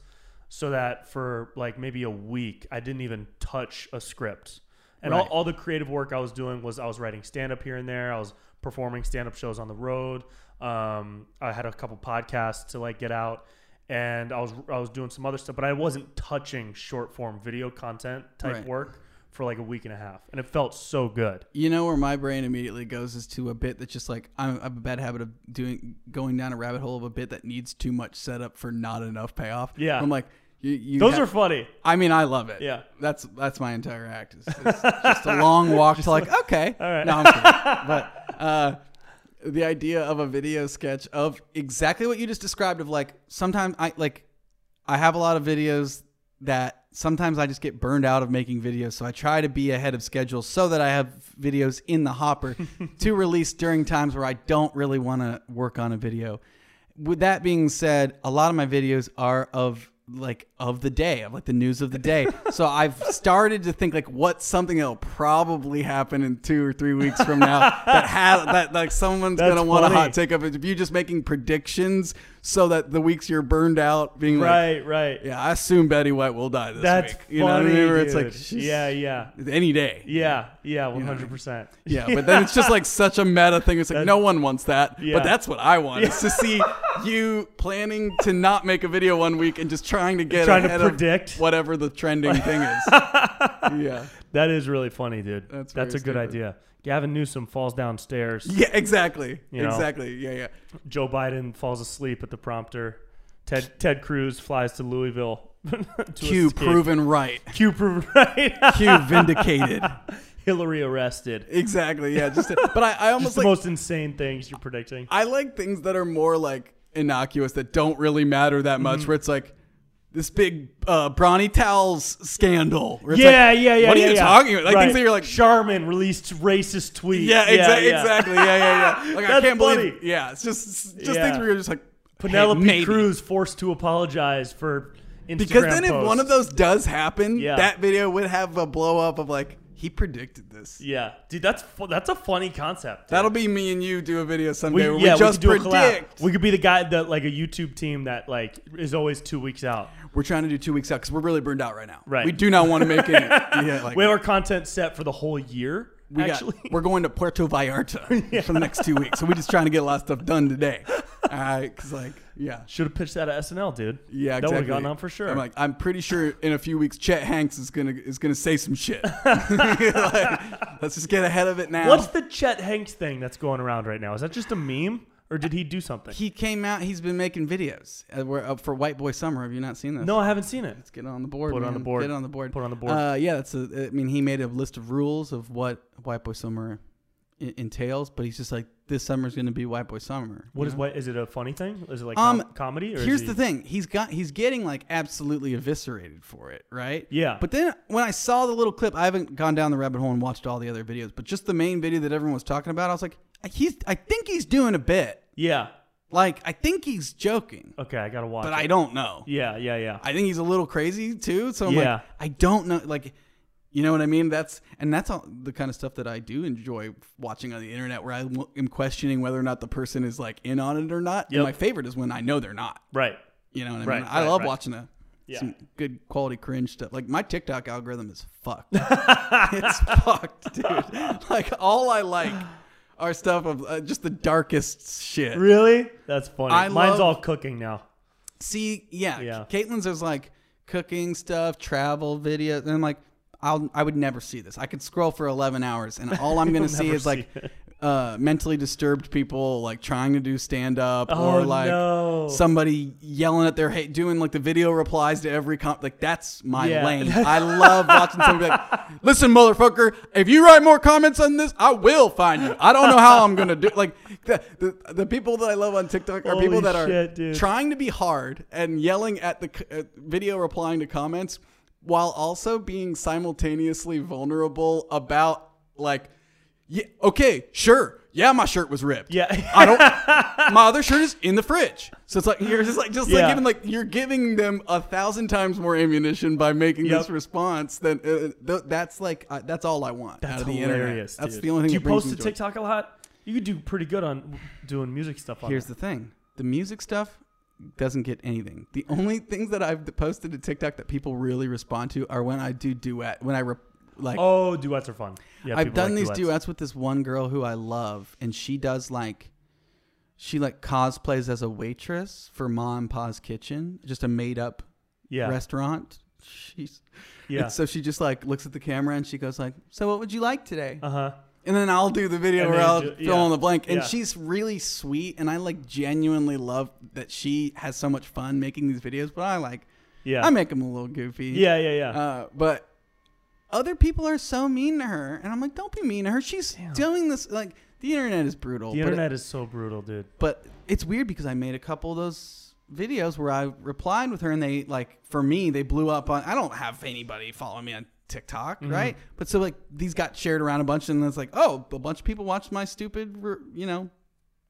Speaker 1: so that for like maybe a week I didn't even touch a script, and all,
Speaker 2: Right.
Speaker 1: all the creative work I was doing was I was writing stand up here and there. I was performing stand up shows on the road. Um, I had a couple podcasts to like get out. And I was I was doing some other stuff, but I wasn't touching short form video content type
Speaker 2: Right.
Speaker 1: work for like a week and a half, and it felt so good.
Speaker 2: You know where my brain immediately goes is to a bit that's just like I'm, I have a bad habit of doing going down a rabbit hole of a bit that needs too much setup for not enough payoff.
Speaker 1: Yeah.
Speaker 2: I'm like, you, you
Speaker 1: Those
Speaker 2: ha-
Speaker 1: are funny.
Speaker 2: I mean, I love it.
Speaker 1: Yeah.
Speaker 2: that's that's my entire
Speaker 1: [LAUGHS]
Speaker 2: act. Is, is just a long walk to like, okay, all right. No, I'm
Speaker 1: [LAUGHS]
Speaker 2: kidding. but uh, the idea of a video sketch of exactly what you just described of like sometimes I like I have a lot of videos that sometimes I just get burned out of making videos, so I try to be ahead of schedule so that I have videos in the
Speaker 1: [LAUGHS]
Speaker 2: hopper to release during times where I don't really want to work on a video. With that being said, a lot of my videos are of like of the day, of like the news of the day.
Speaker 1: [LAUGHS]
Speaker 2: so I've started to think like what's something that'll probably happen in two or three weeks from now
Speaker 1: [LAUGHS]
Speaker 2: that has that like someone's
Speaker 1: That's
Speaker 2: gonna want a
Speaker 1: funny.
Speaker 2: hot take of it. If you just making predictions so that the weeks you're burned out being like
Speaker 1: Right, right.
Speaker 2: yeah, I assume Betty White will die this
Speaker 1: That's
Speaker 2: week.
Speaker 1: funny.
Speaker 2: You know what I mean? Where
Speaker 1: dude.
Speaker 2: it's like she's-
Speaker 1: yeah, yeah,
Speaker 2: any day.
Speaker 1: [LAUGHS] yeah, yeah, one hundred percent.
Speaker 2: Yeah,
Speaker 1: [LAUGHS]
Speaker 2: but then it's just like such a meta thing. It's like no one wants that,
Speaker 1: Yeah.
Speaker 2: but that's what I want is
Speaker 1: [LAUGHS]
Speaker 2: to see you planning to not make a video one week and just trying to get
Speaker 1: Trying to
Speaker 2: ahead of
Speaker 1: predict.
Speaker 2: whatever the trending
Speaker 1: [LAUGHS]
Speaker 2: thing is. yeah,
Speaker 1: That is really funny, dude. That's,
Speaker 2: That's
Speaker 1: a
Speaker 2: very
Speaker 1: good
Speaker 2: stupid.
Speaker 1: idea. Gavin Newsom falls downstairs.
Speaker 2: yeah, exactly,
Speaker 1: You know.
Speaker 2: exactly. Yeah, yeah.
Speaker 1: Joe Biden falls asleep at the prompter. Ted Ted Cruz flies to Louisville. [LAUGHS] to
Speaker 2: Q
Speaker 1: escape.
Speaker 2: proven right.
Speaker 1: Q proven [LAUGHS] right.
Speaker 2: Q
Speaker 1: [LAUGHS]
Speaker 2: vindicated.
Speaker 1: Hillary arrested.
Speaker 2: exactly. Yeah. Just. but I, I almost
Speaker 1: It's the
Speaker 2: like
Speaker 1: most insane things you're predicting.
Speaker 2: I like things that are more like innocuous that don't really matter that much.
Speaker 1: Mm-hmm.
Speaker 2: Where it's like this big uh, Brawny towels scandal. where it's
Speaker 1: yeah,
Speaker 2: like,
Speaker 1: yeah, yeah.
Speaker 2: What
Speaker 1: yeah,
Speaker 2: are you
Speaker 1: yeah.
Speaker 2: talking about? Like
Speaker 1: Right.
Speaker 2: things that you're like,
Speaker 1: Sharman released racist tweet.
Speaker 2: yeah, exa- exactly, yeah, yeah,
Speaker 1: [LAUGHS]
Speaker 2: yeah. Like I
Speaker 1: That's
Speaker 2: can't
Speaker 1: funny.
Speaker 2: believe, yeah. It's just it's just
Speaker 1: Yeah.
Speaker 2: things where you're just like hey,
Speaker 1: Penelope
Speaker 2: maybe.
Speaker 1: Cruz forced to apologize for Instagram
Speaker 2: Because then if
Speaker 1: posts.
Speaker 2: one of those does happen,
Speaker 1: Yeah.
Speaker 2: that video would have a blow up of like he predicted this.
Speaker 1: yeah, dude, that's fu- that's a funny concept.
Speaker 2: That'll be me and you do a video
Speaker 1: we,
Speaker 2: someday where
Speaker 1: yeah,
Speaker 2: we just
Speaker 1: we could do a collab.
Speaker 2: predict.
Speaker 1: We could be the guy that like a YouTube team that like is always two weeks out.
Speaker 2: We're trying to do two weeks out because we're really burned out right now.
Speaker 1: Right.
Speaker 2: We do not want to
Speaker 1: [LAUGHS]
Speaker 2: make it. yeah, like,
Speaker 1: We have our content set for the whole year.
Speaker 2: We
Speaker 1: actually, [LAUGHS]
Speaker 2: got, we're going to Puerto Vallarta for the next two weeks, so we're just trying to get a lot of stuff done today.
Speaker 1: [LAUGHS]
Speaker 2: Because like, yeah,
Speaker 1: should have pitched that at SNL, dude.
Speaker 2: yeah,
Speaker 1: that
Speaker 2: exactly.
Speaker 1: would have gotten on for sure.
Speaker 2: I'm like, I'm pretty sure in a few weeks, Chet Hanks is gonna is gonna say
Speaker 1: [LAUGHS]
Speaker 2: some shit. [LAUGHS] Like, let's just get ahead of it now.
Speaker 1: What's the Chet Hanks thing that's going around right now? Is that just a meme, or did he do something?
Speaker 2: he came out. He's been making videos uh, where, uh, for White Boy Summer. Have you not seen this?
Speaker 1: no, I haven't seen it.
Speaker 2: Let's get on the board.
Speaker 1: Put it on
Speaker 2: man.
Speaker 1: the board.
Speaker 2: Get it on the board.
Speaker 1: Put it on the board.
Speaker 2: Uh, yeah, that's. A, I mean, he made a list of rules of what White Boy Summer en- entails, but he's just like, this summer's gonna be White Boy Summer.
Speaker 1: What is what? Is it a funny thing? Is it like
Speaker 2: Um,
Speaker 1: com- comedy? Or is
Speaker 2: Here's
Speaker 1: he-
Speaker 2: the thing. He's got he's getting like absolutely eviscerated for it, right?
Speaker 1: Yeah.
Speaker 2: But then when I saw the little clip, I haven't gone down the rabbit hole and watched all the other videos, but just the main video that everyone was talking about, I was like, he's I think he's doing a bit.
Speaker 1: Yeah.
Speaker 2: Like I think he's joking,
Speaker 1: Okay, I gotta watch.
Speaker 2: but
Speaker 1: it.
Speaker 2: I don't know.
Speaker 1: Yeah, yeah, yeah.
Speaker 2: I think he's a little crazy too, so I'm
Speaker 1: Yeah.
Speaker 2: like I don't know like you know what I mean? That's and that's all the kind of stuff that I do enjoy watching on the internet, where I w- am questioning whether or not the person is like in on it or not.
Speaker 1: Yep.
Speaker 2: And my favorite is when I know they're not.
Speaker 1: right.
Speaker 2: You know what I
Speaker 1: Right,
Speaker 2: mean? I
Speaker 1: right,
Speaker 2: love
Speaker 1: right.
Speaker 2: watching a,
Speaker 1: Yeah.
Speaker 2: some good quality cringe stuff. Like my TikTok algorithm is
Speaker 1: [LAUGHS]
Speaker 2: fucked. it's fucked, dude. Like all I like are stuff of uh, just the darkest shit.
Speaker 1: Really? That's funny.
Speaker 2: I
Speaker 1: Mine's
Speaker 2: love-
Speaker 1: all cooking now.
Speaker 2: See, yeah,
Speaker 1: Yeah.
Speaker 2: Caitlin's is like cooking stuff, travel videos, and I'm like I'll I would never see this. I could scroll for 11 hours, and
Speaker 1: [LAUGHS]
Speaker 2: all I'm gonna see
Speaker 1: never
Speaker 2: is like
Speaker 1: see it.
Speaker 2: uh, mentally disturbed people like trying to do stand up,
Speaker 1: Oh,
Speaker 2: or like
Speaker 1: no.
Speaker 2: somebody yelling at their hate, doing like the video replies to every comp. Like that's my
Speaker 1: Yeah. [LAUGHS]
Speaker 2: lane. I love watching somebody be like, listen, motherfucker, if you write more comments on this, I will find you. I don't know how I'm gonna do. Like the the, the people that I love on TikTok are
Speaker 1: Holy
Speaker 2: people that
Speaker 1: shit,
Speaker 2: are
Speaker 1: dude.
Speaker 2: trying to be hard and yelling at the c- at video replying to comments while also being simultaneously vulnerable about like, yeah, okay, sure, yeah, my shirt was ripped.
Speaker 1: Yeah.
Speaker 2: I don't. my other shirt is in the fridge, so it's like you're just like just
Speaker 1: Yeah.
Speaker 2: like giving like you're giving them a thousand times more ammunition by making
Speaker 1: Yep.
Speaker 2: this response than uh, th- that's like I that's all I want
Speaker 1: [LAUGHS]
Speaker 2: out
Speaker 1: That's
Speaker 2: of the internet.
Speaker 1: hilarious.
Speaker 2: That's
Speaker 1: dude.
Speaker 2: the only thing.
Speaker 1: Do you
Speaker 2: that brings
Speaker 1: post to
Speaker 2: me joy.
Speaker 1: TikTok a lot? You could do pretty good on doing music stuff on
Speaker 2: Here's
Speaker 1: there.
Speaker 2: the thing: the music stuff doesn't get anything. The only [LAUGHS] things that I've posted to TikTok that people really respond to are when I do duet, when I re- like
Speaker 1: Oh, duets are fun. Yeah,
Speaker 2: I've
Speaker 1: people
Speaker 2: done
Speaker 1: like
Speaker 2: these duets with this one girl who I love, and she does like she like cosplays as a waitress for Ma and Pa's Kitchen, just a made up
Speaker 1: Yeah,
Speaker 2: restaurant. She's
Speaker 1: yeah.
Speaker 2: and so she just like looks at the camera and she goes like, "So what would you like today?"
Speaker 1: Uh huh.
Speaker 2: and then I'll do the video
Speaker 1: And
Speaker 2: where
Speaker 1: then
Speaker 2: I'll
Speaker 1: ju-
Speaker 2: fill
Speaker 1: yeah.
Speaker 2: in the blank. And
Speaker 1: Yeah.
Speaker 2: she's really sweet, and I like genuinely love that she has so much fun making these videos. But I like
Speaker 1: Yeah.
Speaker 2: I make them a little goofy.
Speaker 1: yeah, yeah, yeah.
Speaker 2: Uh, but other people are so mean to her, and I'm like, don't be mean to her. She's doing this like the internet is brutal.
Speaker 1: the
Speaker 2: but it-
Speaker 1: internet is so brutal, dude.
Speaker 2: but it's weird because I made a couple of those videos where I replied with her, and they like for me they blew up on. I don't have anybody following me on TikTok,
Speaker 1: Mm-hmm.
Speaker 2: right? But so like these got shared around a bunch, and it's like, oh, a bunch of people watched my stupid, re- you know,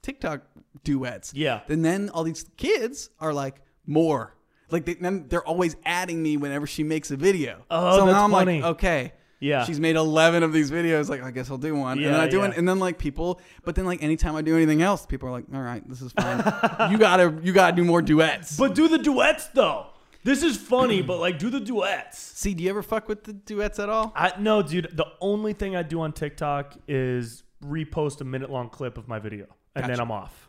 Speaker 2: TikTok duets.
Speaker 1: Yeah.
Speaker 2: And then all these kids are like more. Like they, then they're always adding me whenever she makes a video.
Speaker 1: Oh,
Speaker 2: so
Speaker 1: that's
Speaker 2: now I'm
Speaker 1: funny.
Speaker 2: like, okay,
Speaker 1: Yeah.
Speaker 2: she's made 11 of these videos. Like, I guess I'll do one. and
Speaker 1: Yeah,
Speaker 2: then I do
Speaker 1: yeah.
Speaker 2: one. And then like people, but then like anytime I do anything else, people are like, all right, this is fine.
Speaker 1: [LAUGHS]
Speaker 2: you gotta, you gotta do more duets.
Speaker 1: But do the duets though. This is funny, but like do the duets.
Speaker 2: See, do you ever fuck with the duets at all?
Speaker 1: I no, dude. The only thing I do on TikTok is repost a minute long clip of my video, and then
Speaker 2: Gotcha.
Speaker 1: I'm off.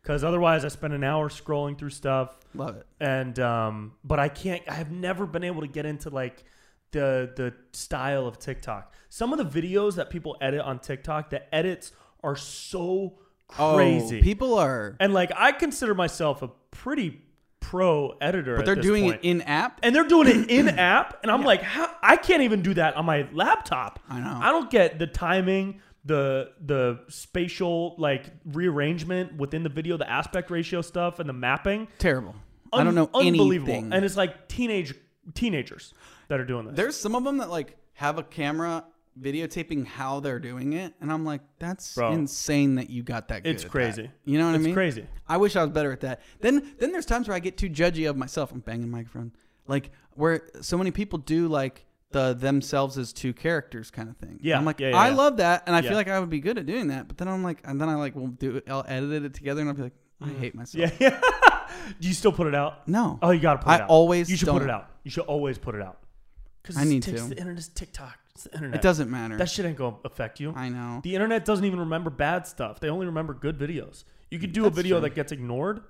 Speaker 1: Because otherwise, I spend an hour scrolling through stuff,
Speaker 2: Love it.
Speaker 1: and um, but I can't. I have never been able to get into like the the style of TikTok. Some of the videos that people edit on TikTok, the edits are so crazy.
Speaker 2: Oh, people are,
Speaker 1: and like I consider myself a pretty pro editor,
Speaker 2: but they're doing it in app.
Speaker 1: and they're doing
Speaker 2: [CLEARS THROAT]
Speaker 1: it in app and i'm like how i can't even do that on my laptop
Speaker 2: I know.
Speaker 1: i don't get the timing the the spatial like rearrangement within the video the aspect ratio stuff and the mapping
Speaker 2: Terrible. I don't know
Speaker 1: Un- unbelievable
Speaker 2: anything.
Speaker 1: and it's like teenage teenagers that are doing this
Speaker 2: There's some of them that like have a camera videotaping how they're doing it, and I'm like, that's
Speaker 1: Bro.
Speaker 2: insane that you got that. Good
Speaker 1: It's
Speaker 2: at that.
Speaker 1: crazy.
Speaker 2: You know what I
Speaker 1: It's
Speaker 2: mean?
Speaker 1: crazy.
Speaker 2: I wish I was better at that. Then then there's times where I get too judgy of myself. I'm banging the microphone. Like where so many people do like the themselves as two characters kind of thing.
Speaker 1: Yeah,
Speaker 2: I'm like,
Speaker 1: yeah, yeah,
Speaker 2: I
Speaker 1: yeah.
Speaker 2: love that, and I
Speaker 1: Yeah.
Speaker 2: feel like I would be good at doing that. But then I'm like, and then I like will do it. I'll edit it together, and I'll be like, I hate myself.
Speaker 1: Mm-hmm. yeah [LAUGHS] yeah do you still put it out
Speaker 2: No.
Speaker 1: oh you gotta put it
Speaker 2: I
Speaker 1: out
Speaker 2: always
Speaker 1: you should put
Speaker 2: don't.
Speaker 1: it out you should always put it out because
Speaker 2: I need to.
Speaker 1: the internet is tiktok it's the internet
Speaker 2: It doesn't matter.
Speaker 1: that shit ain't gonna affect you
Speaker 2: I know.
Speaker 1: The internet doesn't even remember bad stuff. They only remember good videos. You could do a
Speaker 2: That's
Speaker 1: video
Speaker 2: true.
Speaker 1: that gets ignored,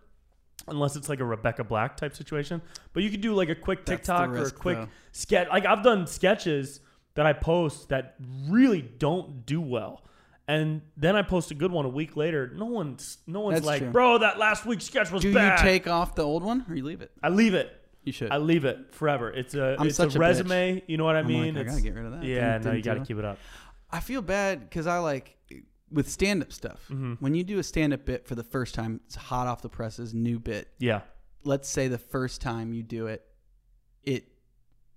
Speaker 1: unless it's like a Rebecca Black type situation. But you could do like a quick
Speaker 2: That's the
Speaker 1: TikTok or a
Speaker 2: risk,
Speaker 1: quick
Speaker 2: though.
Speaker 1: sketch. Like I've done sketches that I post that really don't do well. And then I post a good one a week later. No one's no one's
Speaker 2: That's
Speaker 1: like,
Speaker 2: true.
Speaker 1: bro, that last week's sketch was
Speaker 2: do
Speaker 1: bad.
Speaker 2: you take off the old one or you leave it?
Speaker 1: I leave it.
Speaker 2: You should.
Speaker 1: I leave it forever. It's a
Speaker 2: I'm
Speaker 1: it's
Speaker 2: such
Speaker 1: a
Speaker 2: a bitch.
Speaker 1: resume. You know what I
Speaker 2: I'm like,
Speaker 1: mean?
Speaker 2: I
Speaker 1: It's-
Speaker 2: gotta get rid of that.
Speaker 1: Yeah,
Speaker 2: Didn't-
Speaker 1: no, you
Speaker 2: didn't do
Speaker 1: gotta
Speaker 2: it.
Speaker 1: keep it up.
Speaker 2: I feel bad because I like with stand up stuff.
Speaker 1: Mm-hmm.
Speaker 2: When you do a stand up bit for the first time, it's hot off the presses, new bit.
Speaker 1: Yeah,
Speaker 2: Let's say the first time you do it, it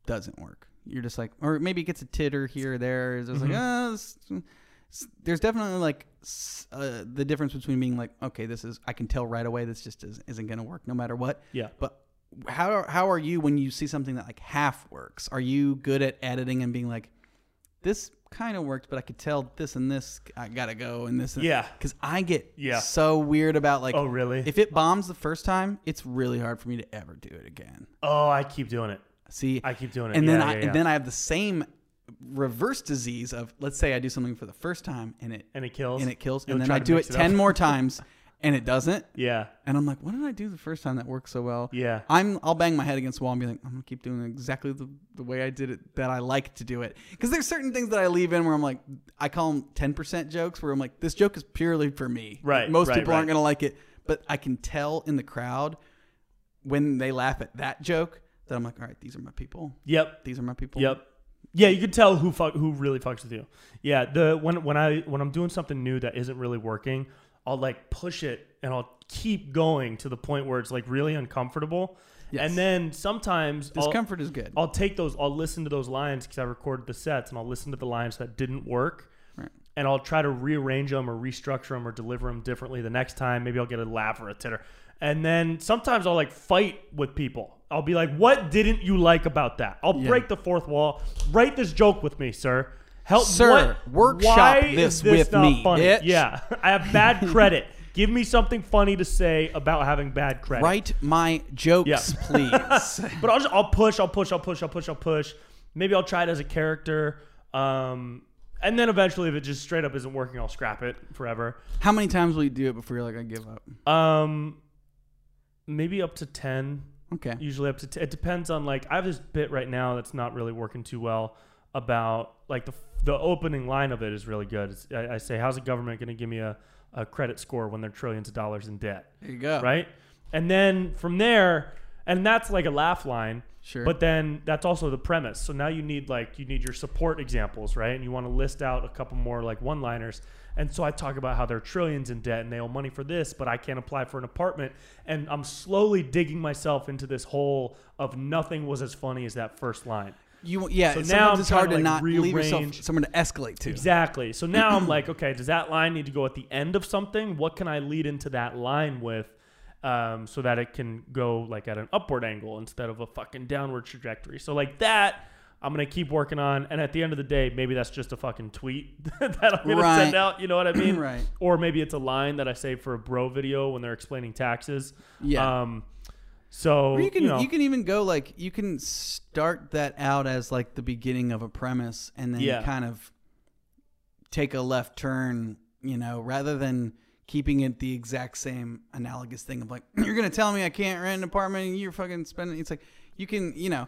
Speaker 2: doesn't work. You're just like, or maybe it gets a titter here or there. It's just
Speaker 1: Mm-hmm.
Speaker 2: like, ah, this- s- there's definitely like s- uh, the difference between being like, okay, this is, I can tell right away this just is, isn't going to work no matter what.
Speaker 1: yeah.
Speaker 2: But how are, how are you when you see something that like half works? Are you good at editing and being like, this kind of worked, but I could tell this and this I gotta go and this. And
Speaker 1: Yeah.
Speaker 2: because I get
Speaker 1: Yeah.
Speaker 2: so weird about like,
Speaker 1: Oh, really?
Speaker 2: If it bombs the first time, it's really hard for me to ever do it again.
Speaker 1: Oh, I keep doing it.
Speaker 2: See,
Speaker 1: I keep doing it.
Speaker 2: and then
Speaker 1: Yeah,
Speaker 2: I
Speaker 1: yeah, yeah.
Speaker 2: and then I have the same reverse disease of let's say I do something for the first time and it
Speaker 1: and it kills
Speaker 2: and it kills,
Speaker 1: You'll
Speaker 2: and then
Speaker 1: try
Speaker 2: I
Speaker 1: to
Speaker 2: do it
Speaker 1: mix up. [LAUGHS]
Speaker 2: ten more times and it doesn't,
Speaker 1: Yeah,
Speaker 2: and I'm like, what did I do the first time that worked so well?
Speaker 1: yeah,
Speaker 2: I'm I'll bang my head against the wall and be like, I'm gonna keep doing it exactly the, the way I did it that I like to do it. Because there's certain things that I leave in where I'm like, I call them 10% jokes where I'm like, this joke is purely for me.
Speaker 1: Right,
Speaker 2: Most
Speaker 1: right,
Speaker 2: people aren't
Speaker 1: right.
Speaker 2: gonna like it, but I can tell in the crowd when they laugh at that joke that I'm like, all right, these are my people.
Speaker 1: yep,
Speaker 2: These are my people.
Speaker 1: yep, yeah. You can tell who fuck who really fucks with you. Yeah, the when when I when I'm doing something new that isn't really working, I'll like push it and I'll keep going to the point where it's like really uncomfortable.
Speaker 2: Yes.
Speaker 1: And then sometimes I'll-
Speaker 2: Discomfort is good.
Speaker 1: I'll take those. I'll listen to those lines because I recorded the sets, and I'll listen to the lines that didn't work, and I'll try to rearrange them or restructure them or deliver them differently the next time. Maybe I'll get a laugh or a titter. And then sometimes I'll like fight with people. I'll be like, "What didn't you like about that?" I'll
Speaker 2: Yeah.
Speaker 1: break the fourth wall. Write this joke with me, sir. Help,
Speaker 2: Sir,
Speaker 1: what-
Speaker 2: workshop
Speaker 1: why
Speaker 2: this
Speaker 1: is
Speaker 2: with
Speaker 1: not
Speaker 2: me,
Speaker 1: funny?
Speaker 2: bitch.
Speaker 1: Yeah, [LAUGHS] I have bad
Speaker 2: [LAUGHS]
Speaker 1: credit. Give me something funny to say about having bad credit.
Speaker 2: Write my jokes,
Speaker 1: Yeah.
Speaker 2: please.
Speaker 1: [LAUGHS] But I'll just I'll push, I'll push, I'll push, I'll push, I'll push. Maybe I'll try it as a character. Um, and then eventually, if it just straight up isn't working, I'll scrap it forever.
Speaker 2: How many times will you do it before you're like, I give up?
Speaker 1: Um, maybe up to ten.
Speaker 2: Okay.
Speaker 1: Usually up to t- it depends on like I have this bit right now that's not really working too well about like the the opening line of it is really good. It's, I, I say, how's the government going to give me a, a credit score when they're trillions of dollars in debt?
Speaker 2: There you go.
Speaker 1: right? And then from there, and that's like a laugh line.
Speaker 2: Sure.
Speaker 1: But then that's also the premise. So now you need like you need your support examples, right? And you want to list out a couple more like one-liners. And so I talk about how they're trillions in debt and they owe money for this, but I can't apply for an apartment. And I'm slowly digging myself into this hole of nothing was as funny as that first line.
Speaker 2: You yeah.
Speaker 1: So
Speaker 2: sometimes
Speaker 1: now I'm
Speaker 2: it's hard to,
Speaker 1: trying to,
Speaker 2: not
Speaker 1: like,
Speaker 2: leave yourself
Speaker 1: rearrange-
Speaker 2: someone to escalate to.
Speaker 1: Exactly. So now I'm
Speaker 2: [CLEARS THROAT]
Speaker 1: like, okay, does that line need to go at the end of something? What can I lead into that line with um, so that it can go like at an upward angle instead of a fucking downward trajectory? So, like that, I'm going to keep working on. And at the end of the day, maybe that's just a fucking tweet [LAUGHS] that I'm going to
Speaker 2: Right.
Speaker 1: send out. You know what I mean?
Speaker 2: [CLEARS THROAT] Right.
Speaker 1: Or maybe it's a line that I say for a bro video when they're explaining taxes.
Speaker 2: Yeah.
Speaker 1: Um, so,
Speaker 2: Or you can you,
Speaker 1: you know,
Speaker 2: can even go like you can start that out as like the beginning of a premise and then
Speaker 1: Yeah.
Speaker 2: kind of take a left turn, you know, rather than keeping it the exact same analogous thing of like [CLEARS THROAT] you're going to tell me I can't rent an apartment and you're fucking spending it's like you can, you know,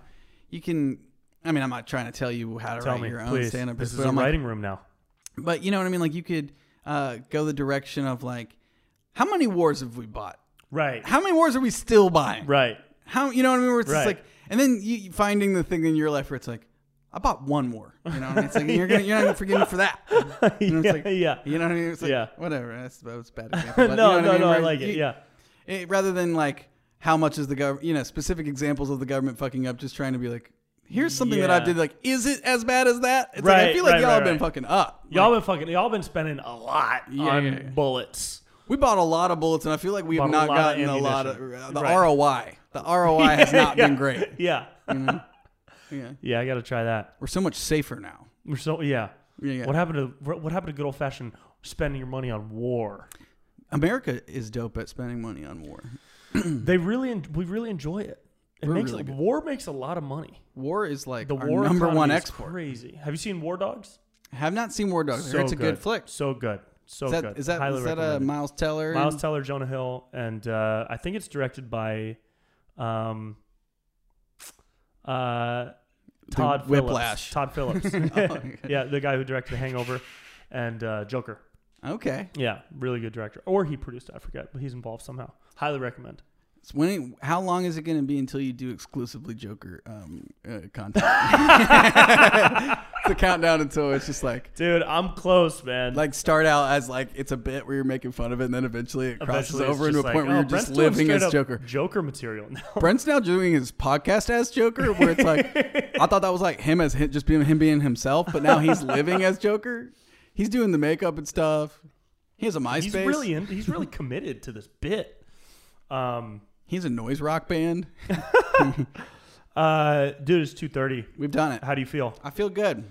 Speaker 2: you can I mean, I'm not trying to tell you how to
Speaker 1: tell
Speaker 2: write
Speaker 1: me,
Speaker 2: your own
Speaker 1: please.
Speaker 2: stand up.
Speaker 1: This is a
Speaker 2: I'm like,
Speaker 1: writing room now.
Speaker 2: but you know what I mean? Like you could uh, go the direction of like how many wars have we bought? [LAUGHS]
Speaker 1: Right.
Speaker 2: How many wars are we still buying?
Speaker 1: Right.
Speaker 2: How you know what I mean? Where it's just
Speaker 1: Right.
Speaker 2: like, and then you you finding the thing in your life where it's like, I bought one war. You know, what I mean? it's like you're gonna, you're not gonna forgive me
Speaker 1: [LAUGHS]
Speaker 2: for that. You know, it's like-
Speaker 1: yeah.
Speaker 2: You know what I mean? It's like,
Speaker 1: Yeah.
Speaker 2: Whatever. That's that was
Speaker 1: [LAUGHS]
Speaker 2: a bad example. but you know
Speaker 1: no,
Speaker 2: what
Speaker 1: no,
Speaker 2: I mean?
Speaker 1: no. I
Speaker 2: Where
Speaker 1: like it.
Speaker 2: you-
Speaker 1: Yeah.
Speaker 2: it- rather than like how much is the government? You know, specific examples of the government fucking up. Just trying to be like, here's something that I
Speaker 1: Yeah.
Speaker 2: did. Like, is it as bad as that? It's like I
Speaker 1: Right,
Speaker 2: feel like
Speaker 1: right,
Speaker 2: y'all
Speaker 1: right,
Speaker 2: have been
Speaker 1: right.
Speaker 2: fucking up.
Speaker 1: Y'all been fucking. Y'all been spending a lot on
Speaker 2: yeah, yeah.
Speaker 1: bullets.
Speaker 2: We bought a lot of bullets, and I feel like we have
Speaker 1: Bought a
Speaker 2: not
Speaker 1: lot of
Speaker 2: gotten a lot of
Speaker 1: ammunition.
Speaker 2: the
Speaker 1: Right.
Speaker 2: ROI. The ROI
Speaker 1: [LAUGHS]
Speaker 2: has not been great.
Speaker 1: Yeah.
Speaker 2: Yeah.
Speaker 1: Yeah. I got to try that.
Speaker 2: We're so much safer now.
Speaker 1: We're so yeah.
Speaker 2: Yeah, yeah.
Speaker 1: What happened to what happened to good old fashioned spending your money on war?
Speaker 2: America is dope at spending money on war.
Speaker 1: They really en- we really enjoy it. It
Speaker 2: Hmm. We're
Speaker 1: makes
Speaker 2: really good.
Speaker 1: war makes a lot of money.
Speaker 2: War is like
Speaker 1: The
Speaker 2: our
Speaker 1: war
Speaker 2: number
Speaker 1: economy
Speaker 2: one
Speaker 1: is
Speaker 2: export.
Speaker 1: Crazy. Have you seen War Dogs?
Speaker 2: Have not seen War Dogs. I heard it's a good, flick. Is
Speaker 1: So good. So
Speaker 2: that
Speaker 1: good.
Speaker 2: is that,
Speaker 1: Highly
Speaker 2: is that a
Speaker 1: recommended.
Speaker 2: Miles Teller?
Speaker 1: Miles Teller, Jonah Hill, and uh, I think it's directed by um, uh, Todd Phillips.
Speaker 2: Whiplash. [LAUGHS] Oh,
Speaker 1: Todd Phillips. [LAUGHS]
Speaker 2: okay.
Speaker 1: yeah, the guy who directed The Hangover and uh, Joker.
Speaker 2: okay.
Speaker 1: Yeah, really good director. Or he produced, it, I forget, but he's involved somehow. Highly recommend.
Speaker 2: So when how long is it going to be until you do exclusively Joker um, uh,
Speaker 1: [LAUGHS]
Speaker 2: content? the countdown until it's just like
Speaker 1: Dude, I'm close, man.
Speaker 2: like start out as like it's a bit where you're making fun of it, and then eventually it crosses
Speaker 1: Eventually it's
Speaker 2: over into a
Speaker 1: just like,
Speaker 2: point where
Speaker 1: oh,
Speaker 2: you're just
Speaker 1: Brent's doing
Speaker 2: living as
Speaker 1: straight up
Speaker 2: Joker.
Speaker 1: Joker material
Speaker 2: [LAUGHS]
Speaker 1: now.
Speaker 2: Brent's now doing his podcast as Joker, where it's like I thought that was like him as hi- just being him being himself, but now he's living as Joker. He's doing the makeup and stuff. He has a MySpace.
Speaker 1: he's
Speaker 2: He's,
Speaker 1: really in, he's
Speaker 2: [LAUGHS]
Speaker 1: really committed to this bit. Um,
Speaker 2: a noise rock band.
Speaker 1: uh, dude, it's 2:30.
Speaker 2: We've done it.
Speaker 1: How do you feel?
Speaker 2: I feel good.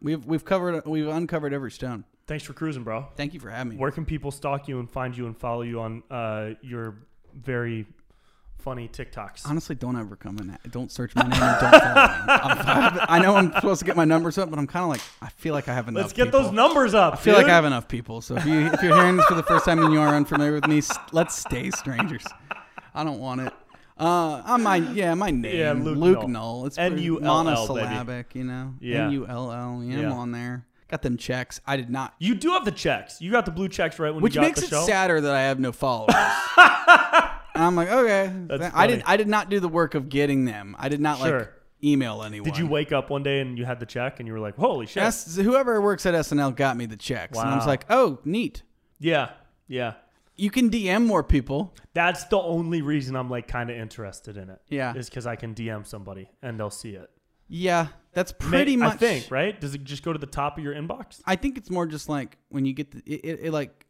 Speaker 2: We've we've covered we've uncovered every stone.
Speaker 1: Thanks for cruising, bro.
Speaker 2: Thank you for having me.
Speaker 1: Where can people stalk you and find you and follow you on uh, your very funny TikToks?
Speaker 2: Honestly, don't ever come in. at- Don't search my name. And don't follow me. I'm, I know I'm supposed to get my numbers up, but I'm kind of like I feel like I have enough.
Speaker 1: Let's get
Speaker 2: people.
Speaker 1: those numbers up.
Speaker 2: I feel like
Speaker 1: dude.
Speaker 2: I have enough people. So if you if you're hearing this for the first time and you are unfamiliar with me, s- let's stay strangers. I don't want it. Uh, I'm my yeah my name
Speaker 1: Yeah, Luke
Speaker 2: Luke,
Speaker 1: Null.
Speaker 2: Null. It's pretty
Speaker 1: N-U-L-L, baby.
Speaker 2: monosyllabic, you know.
Speaker 1: Yeah.
Speaker 2: N U L L. Yeah,
Speaker 1: Yeah.
Speaker 2: I'm on there. Got them checks. I did not,
Speaker 1: You do have the checks. You got the blue checks right when
Speaker 2: which
Speaker 1: you got
Speaker 2: makes
Speaker 1: the
Speaker 2: it
Speaker 1: show.
Speaker 2: sadder that I have
Speaker 1: [LAUGHS]
Speaker 2: no followers. and I'm like, okay,
Speaker 1: That's
Speaker 2: I
Speaker 1: funny.
Speaker 2: did I did not do the work of getting them. I did not like
Speaker 1: Sure.
Speaker 2: email anyone.
Speaker 1: Did you wake up one day and you had the check and you were like, "Holy shit!"
Speaker 2: S- whoever works at SNL got me the checks, and I was
Speaker 1: Wow.
Speaker 2: like, oh, neat.
Speaker 1: Yeah, yeah.
Speaker 2: You can DM more people.
Speaker 1: That's the only reason I'm like kind of interested in it.
Speaker 2: Yeah.
Speaker 1: is because I can DM somebody and they'll see it.
Speaker 2: Yeah, that's pretty
Speaker 1: Ma-
Speaker 2: much.
Speaker 1: I think, right? Does it just go to the top of your inbox?
Speaker 2: I think it's more just like when you get the, it, it, it like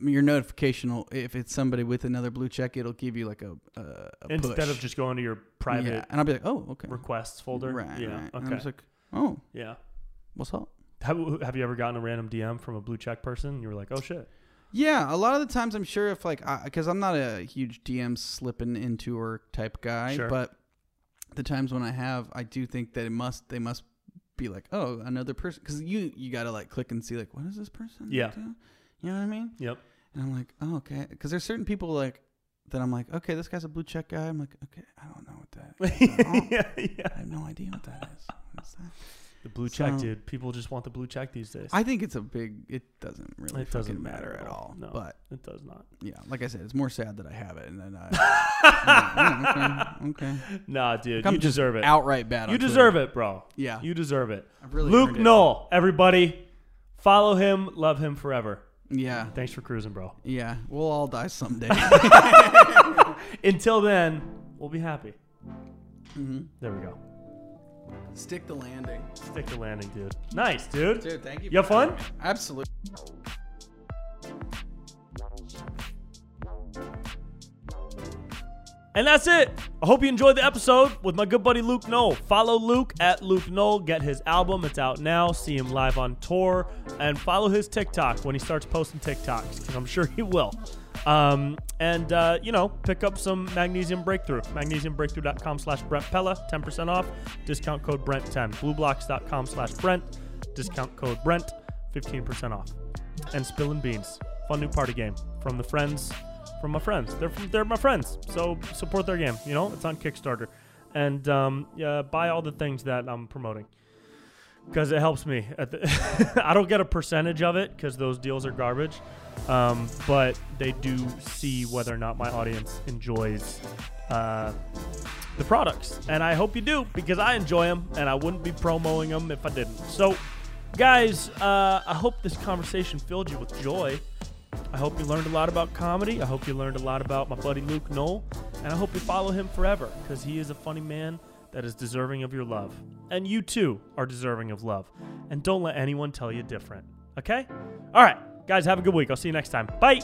Speaker 2: your notification. Will, if it's somebody with another blue check, it'll give you like a, a, a
Speaker 1: Instead
Speaker 2: push.
Speaker 1: of just going to your private
Speaker 2: Yeah, and I'll be like, oh, okay,
Speaker 1: requests folder.
Speaker 2: right,
Speaker 1: yeah.
Speaker 2: right. And I'm
Speaker 1: Okay.
Speaker 2: just like, oh,
Speaker 1: yeah.
Speaker 2: what's up?
Speaker 1: Have, have you ever gotten a random DM from a blue check person? and You were like, oh
Speaker 2: [LAUGHS]
Speaker 1: shit.
Speaker 2: Yeah, a lot of the times I'm sure if like because I'm not a huge DM slipping into or type guy,
Speaker 1: Sure.
Speaker 2: but the times when I have, I do think that it must they must be like oh another person because you you gotta like click and see like what is this person?
Speaker 1: Yeah.
Speaker 2: do? you know what I mean?
Speaker 1: Yep.
Speaker 2: And I'm like oh okay because there's certain people like that I'm like okay this guy's a blue check guy I'm like okay I don't know what
Speaker 1: [LAUGHS]
Speaker 2: that Uh-huh.
Speaker 1: yeah, yeah.
Speaker 2: I have no idea what that is. What's that?
Speaker 1: The blue check,
Speaker 2: So-
Speaker 1: dude. People just want the blue check these days.
Speaker 2: I think it's a big. It doesn't really
Speaker 1: It
Speaker 2: fucking
Speaker 1: doesn't
Speaker 2: matter at all.
Speaker 1: No.
Speaker 2: But
Speaker 1: it does not.
Speaker 2: yeah, like I said, it's more sad that I have it, and then
Speaker 1: [LAUGHS]
Speaker 2: I Mm, okay, okay.
Speaker 1: Nah, dude.
Speaker 2: I'm
Speaker 1: you
Speaker 2: just
Speaker 1: deserve it.
Speaker 2: outright bad.
Speaker 1: You deserve it, bro.
Speaker 2: Yeah,
Speaker 1: You deserve it.
Speaker 2: I've really
Speaker 1: Luke
Speaker 2: earned it.
Speaker 1: Knoll, everybody. Follow him. Love him forever.
Speaker 2: Yeah,
Speaker 1: Thanks for cruising, bro.
Speaker 2: yeah. We'll all
Speaker 1: [LAUGHS]
Speaker 2: die someday.
Speaker 1: Until then, we'll be happy.
Speaker 2: Mhm.
Speaker 1: There we go.
Speaker 2: Stick the landing,
Speaker 1: Stick the landing, dude. Nice, dude.
Speaker 2: dude. Thank you.
Speaker 1: You have
Speaker 2: for having
Speaker 1: fun?
Speaker 2: me. Absolutely.
Speaker 1: And that's it. I hope you enjoyed the episode with my good buddy Luke Knoll. Follow Luke at Luke Knoll. Get his album. It's out now. See him live on tour. And follow his TikTok when he starts posting TikToks, 'cause I'm [LAUGHS] sure he will. Um, and, uh, you know, pick up some Magnesium Breakthrough. MagnesiumBreakthrough.com slash Brent Pella. 10% off. Discount code Brent10. BlueBlocks.com slash Brent. Discount code Brent. 15% off. And Spillin' Beans. Fun new party game from the friends from my friends. They're from, they're my friends, so support their game. You know, it's on Kickstarter, and um, yeah, buy all the things that I'm promoting because it helps me. At the [LAUGHS] I don't get a percentage of it because those deals are garbage, um, but they do see whether or not my audience enjoys. Uh, the products. And I hope you do because I enjoy them and I wouldn't be promoting them if I didn't. So, guys, uh, I hope this conversation filled you with joy. I hope you learned a lot about comedy. I hope you learned a lot about my buddy Luke Knoll. And I hope you follow him forever because he is a funny man that is deserving of your love. And you too are deserving of love. And don't let anyone tell you different. Okay? All right. Guys, have a good week. I'll see you next time. Bye.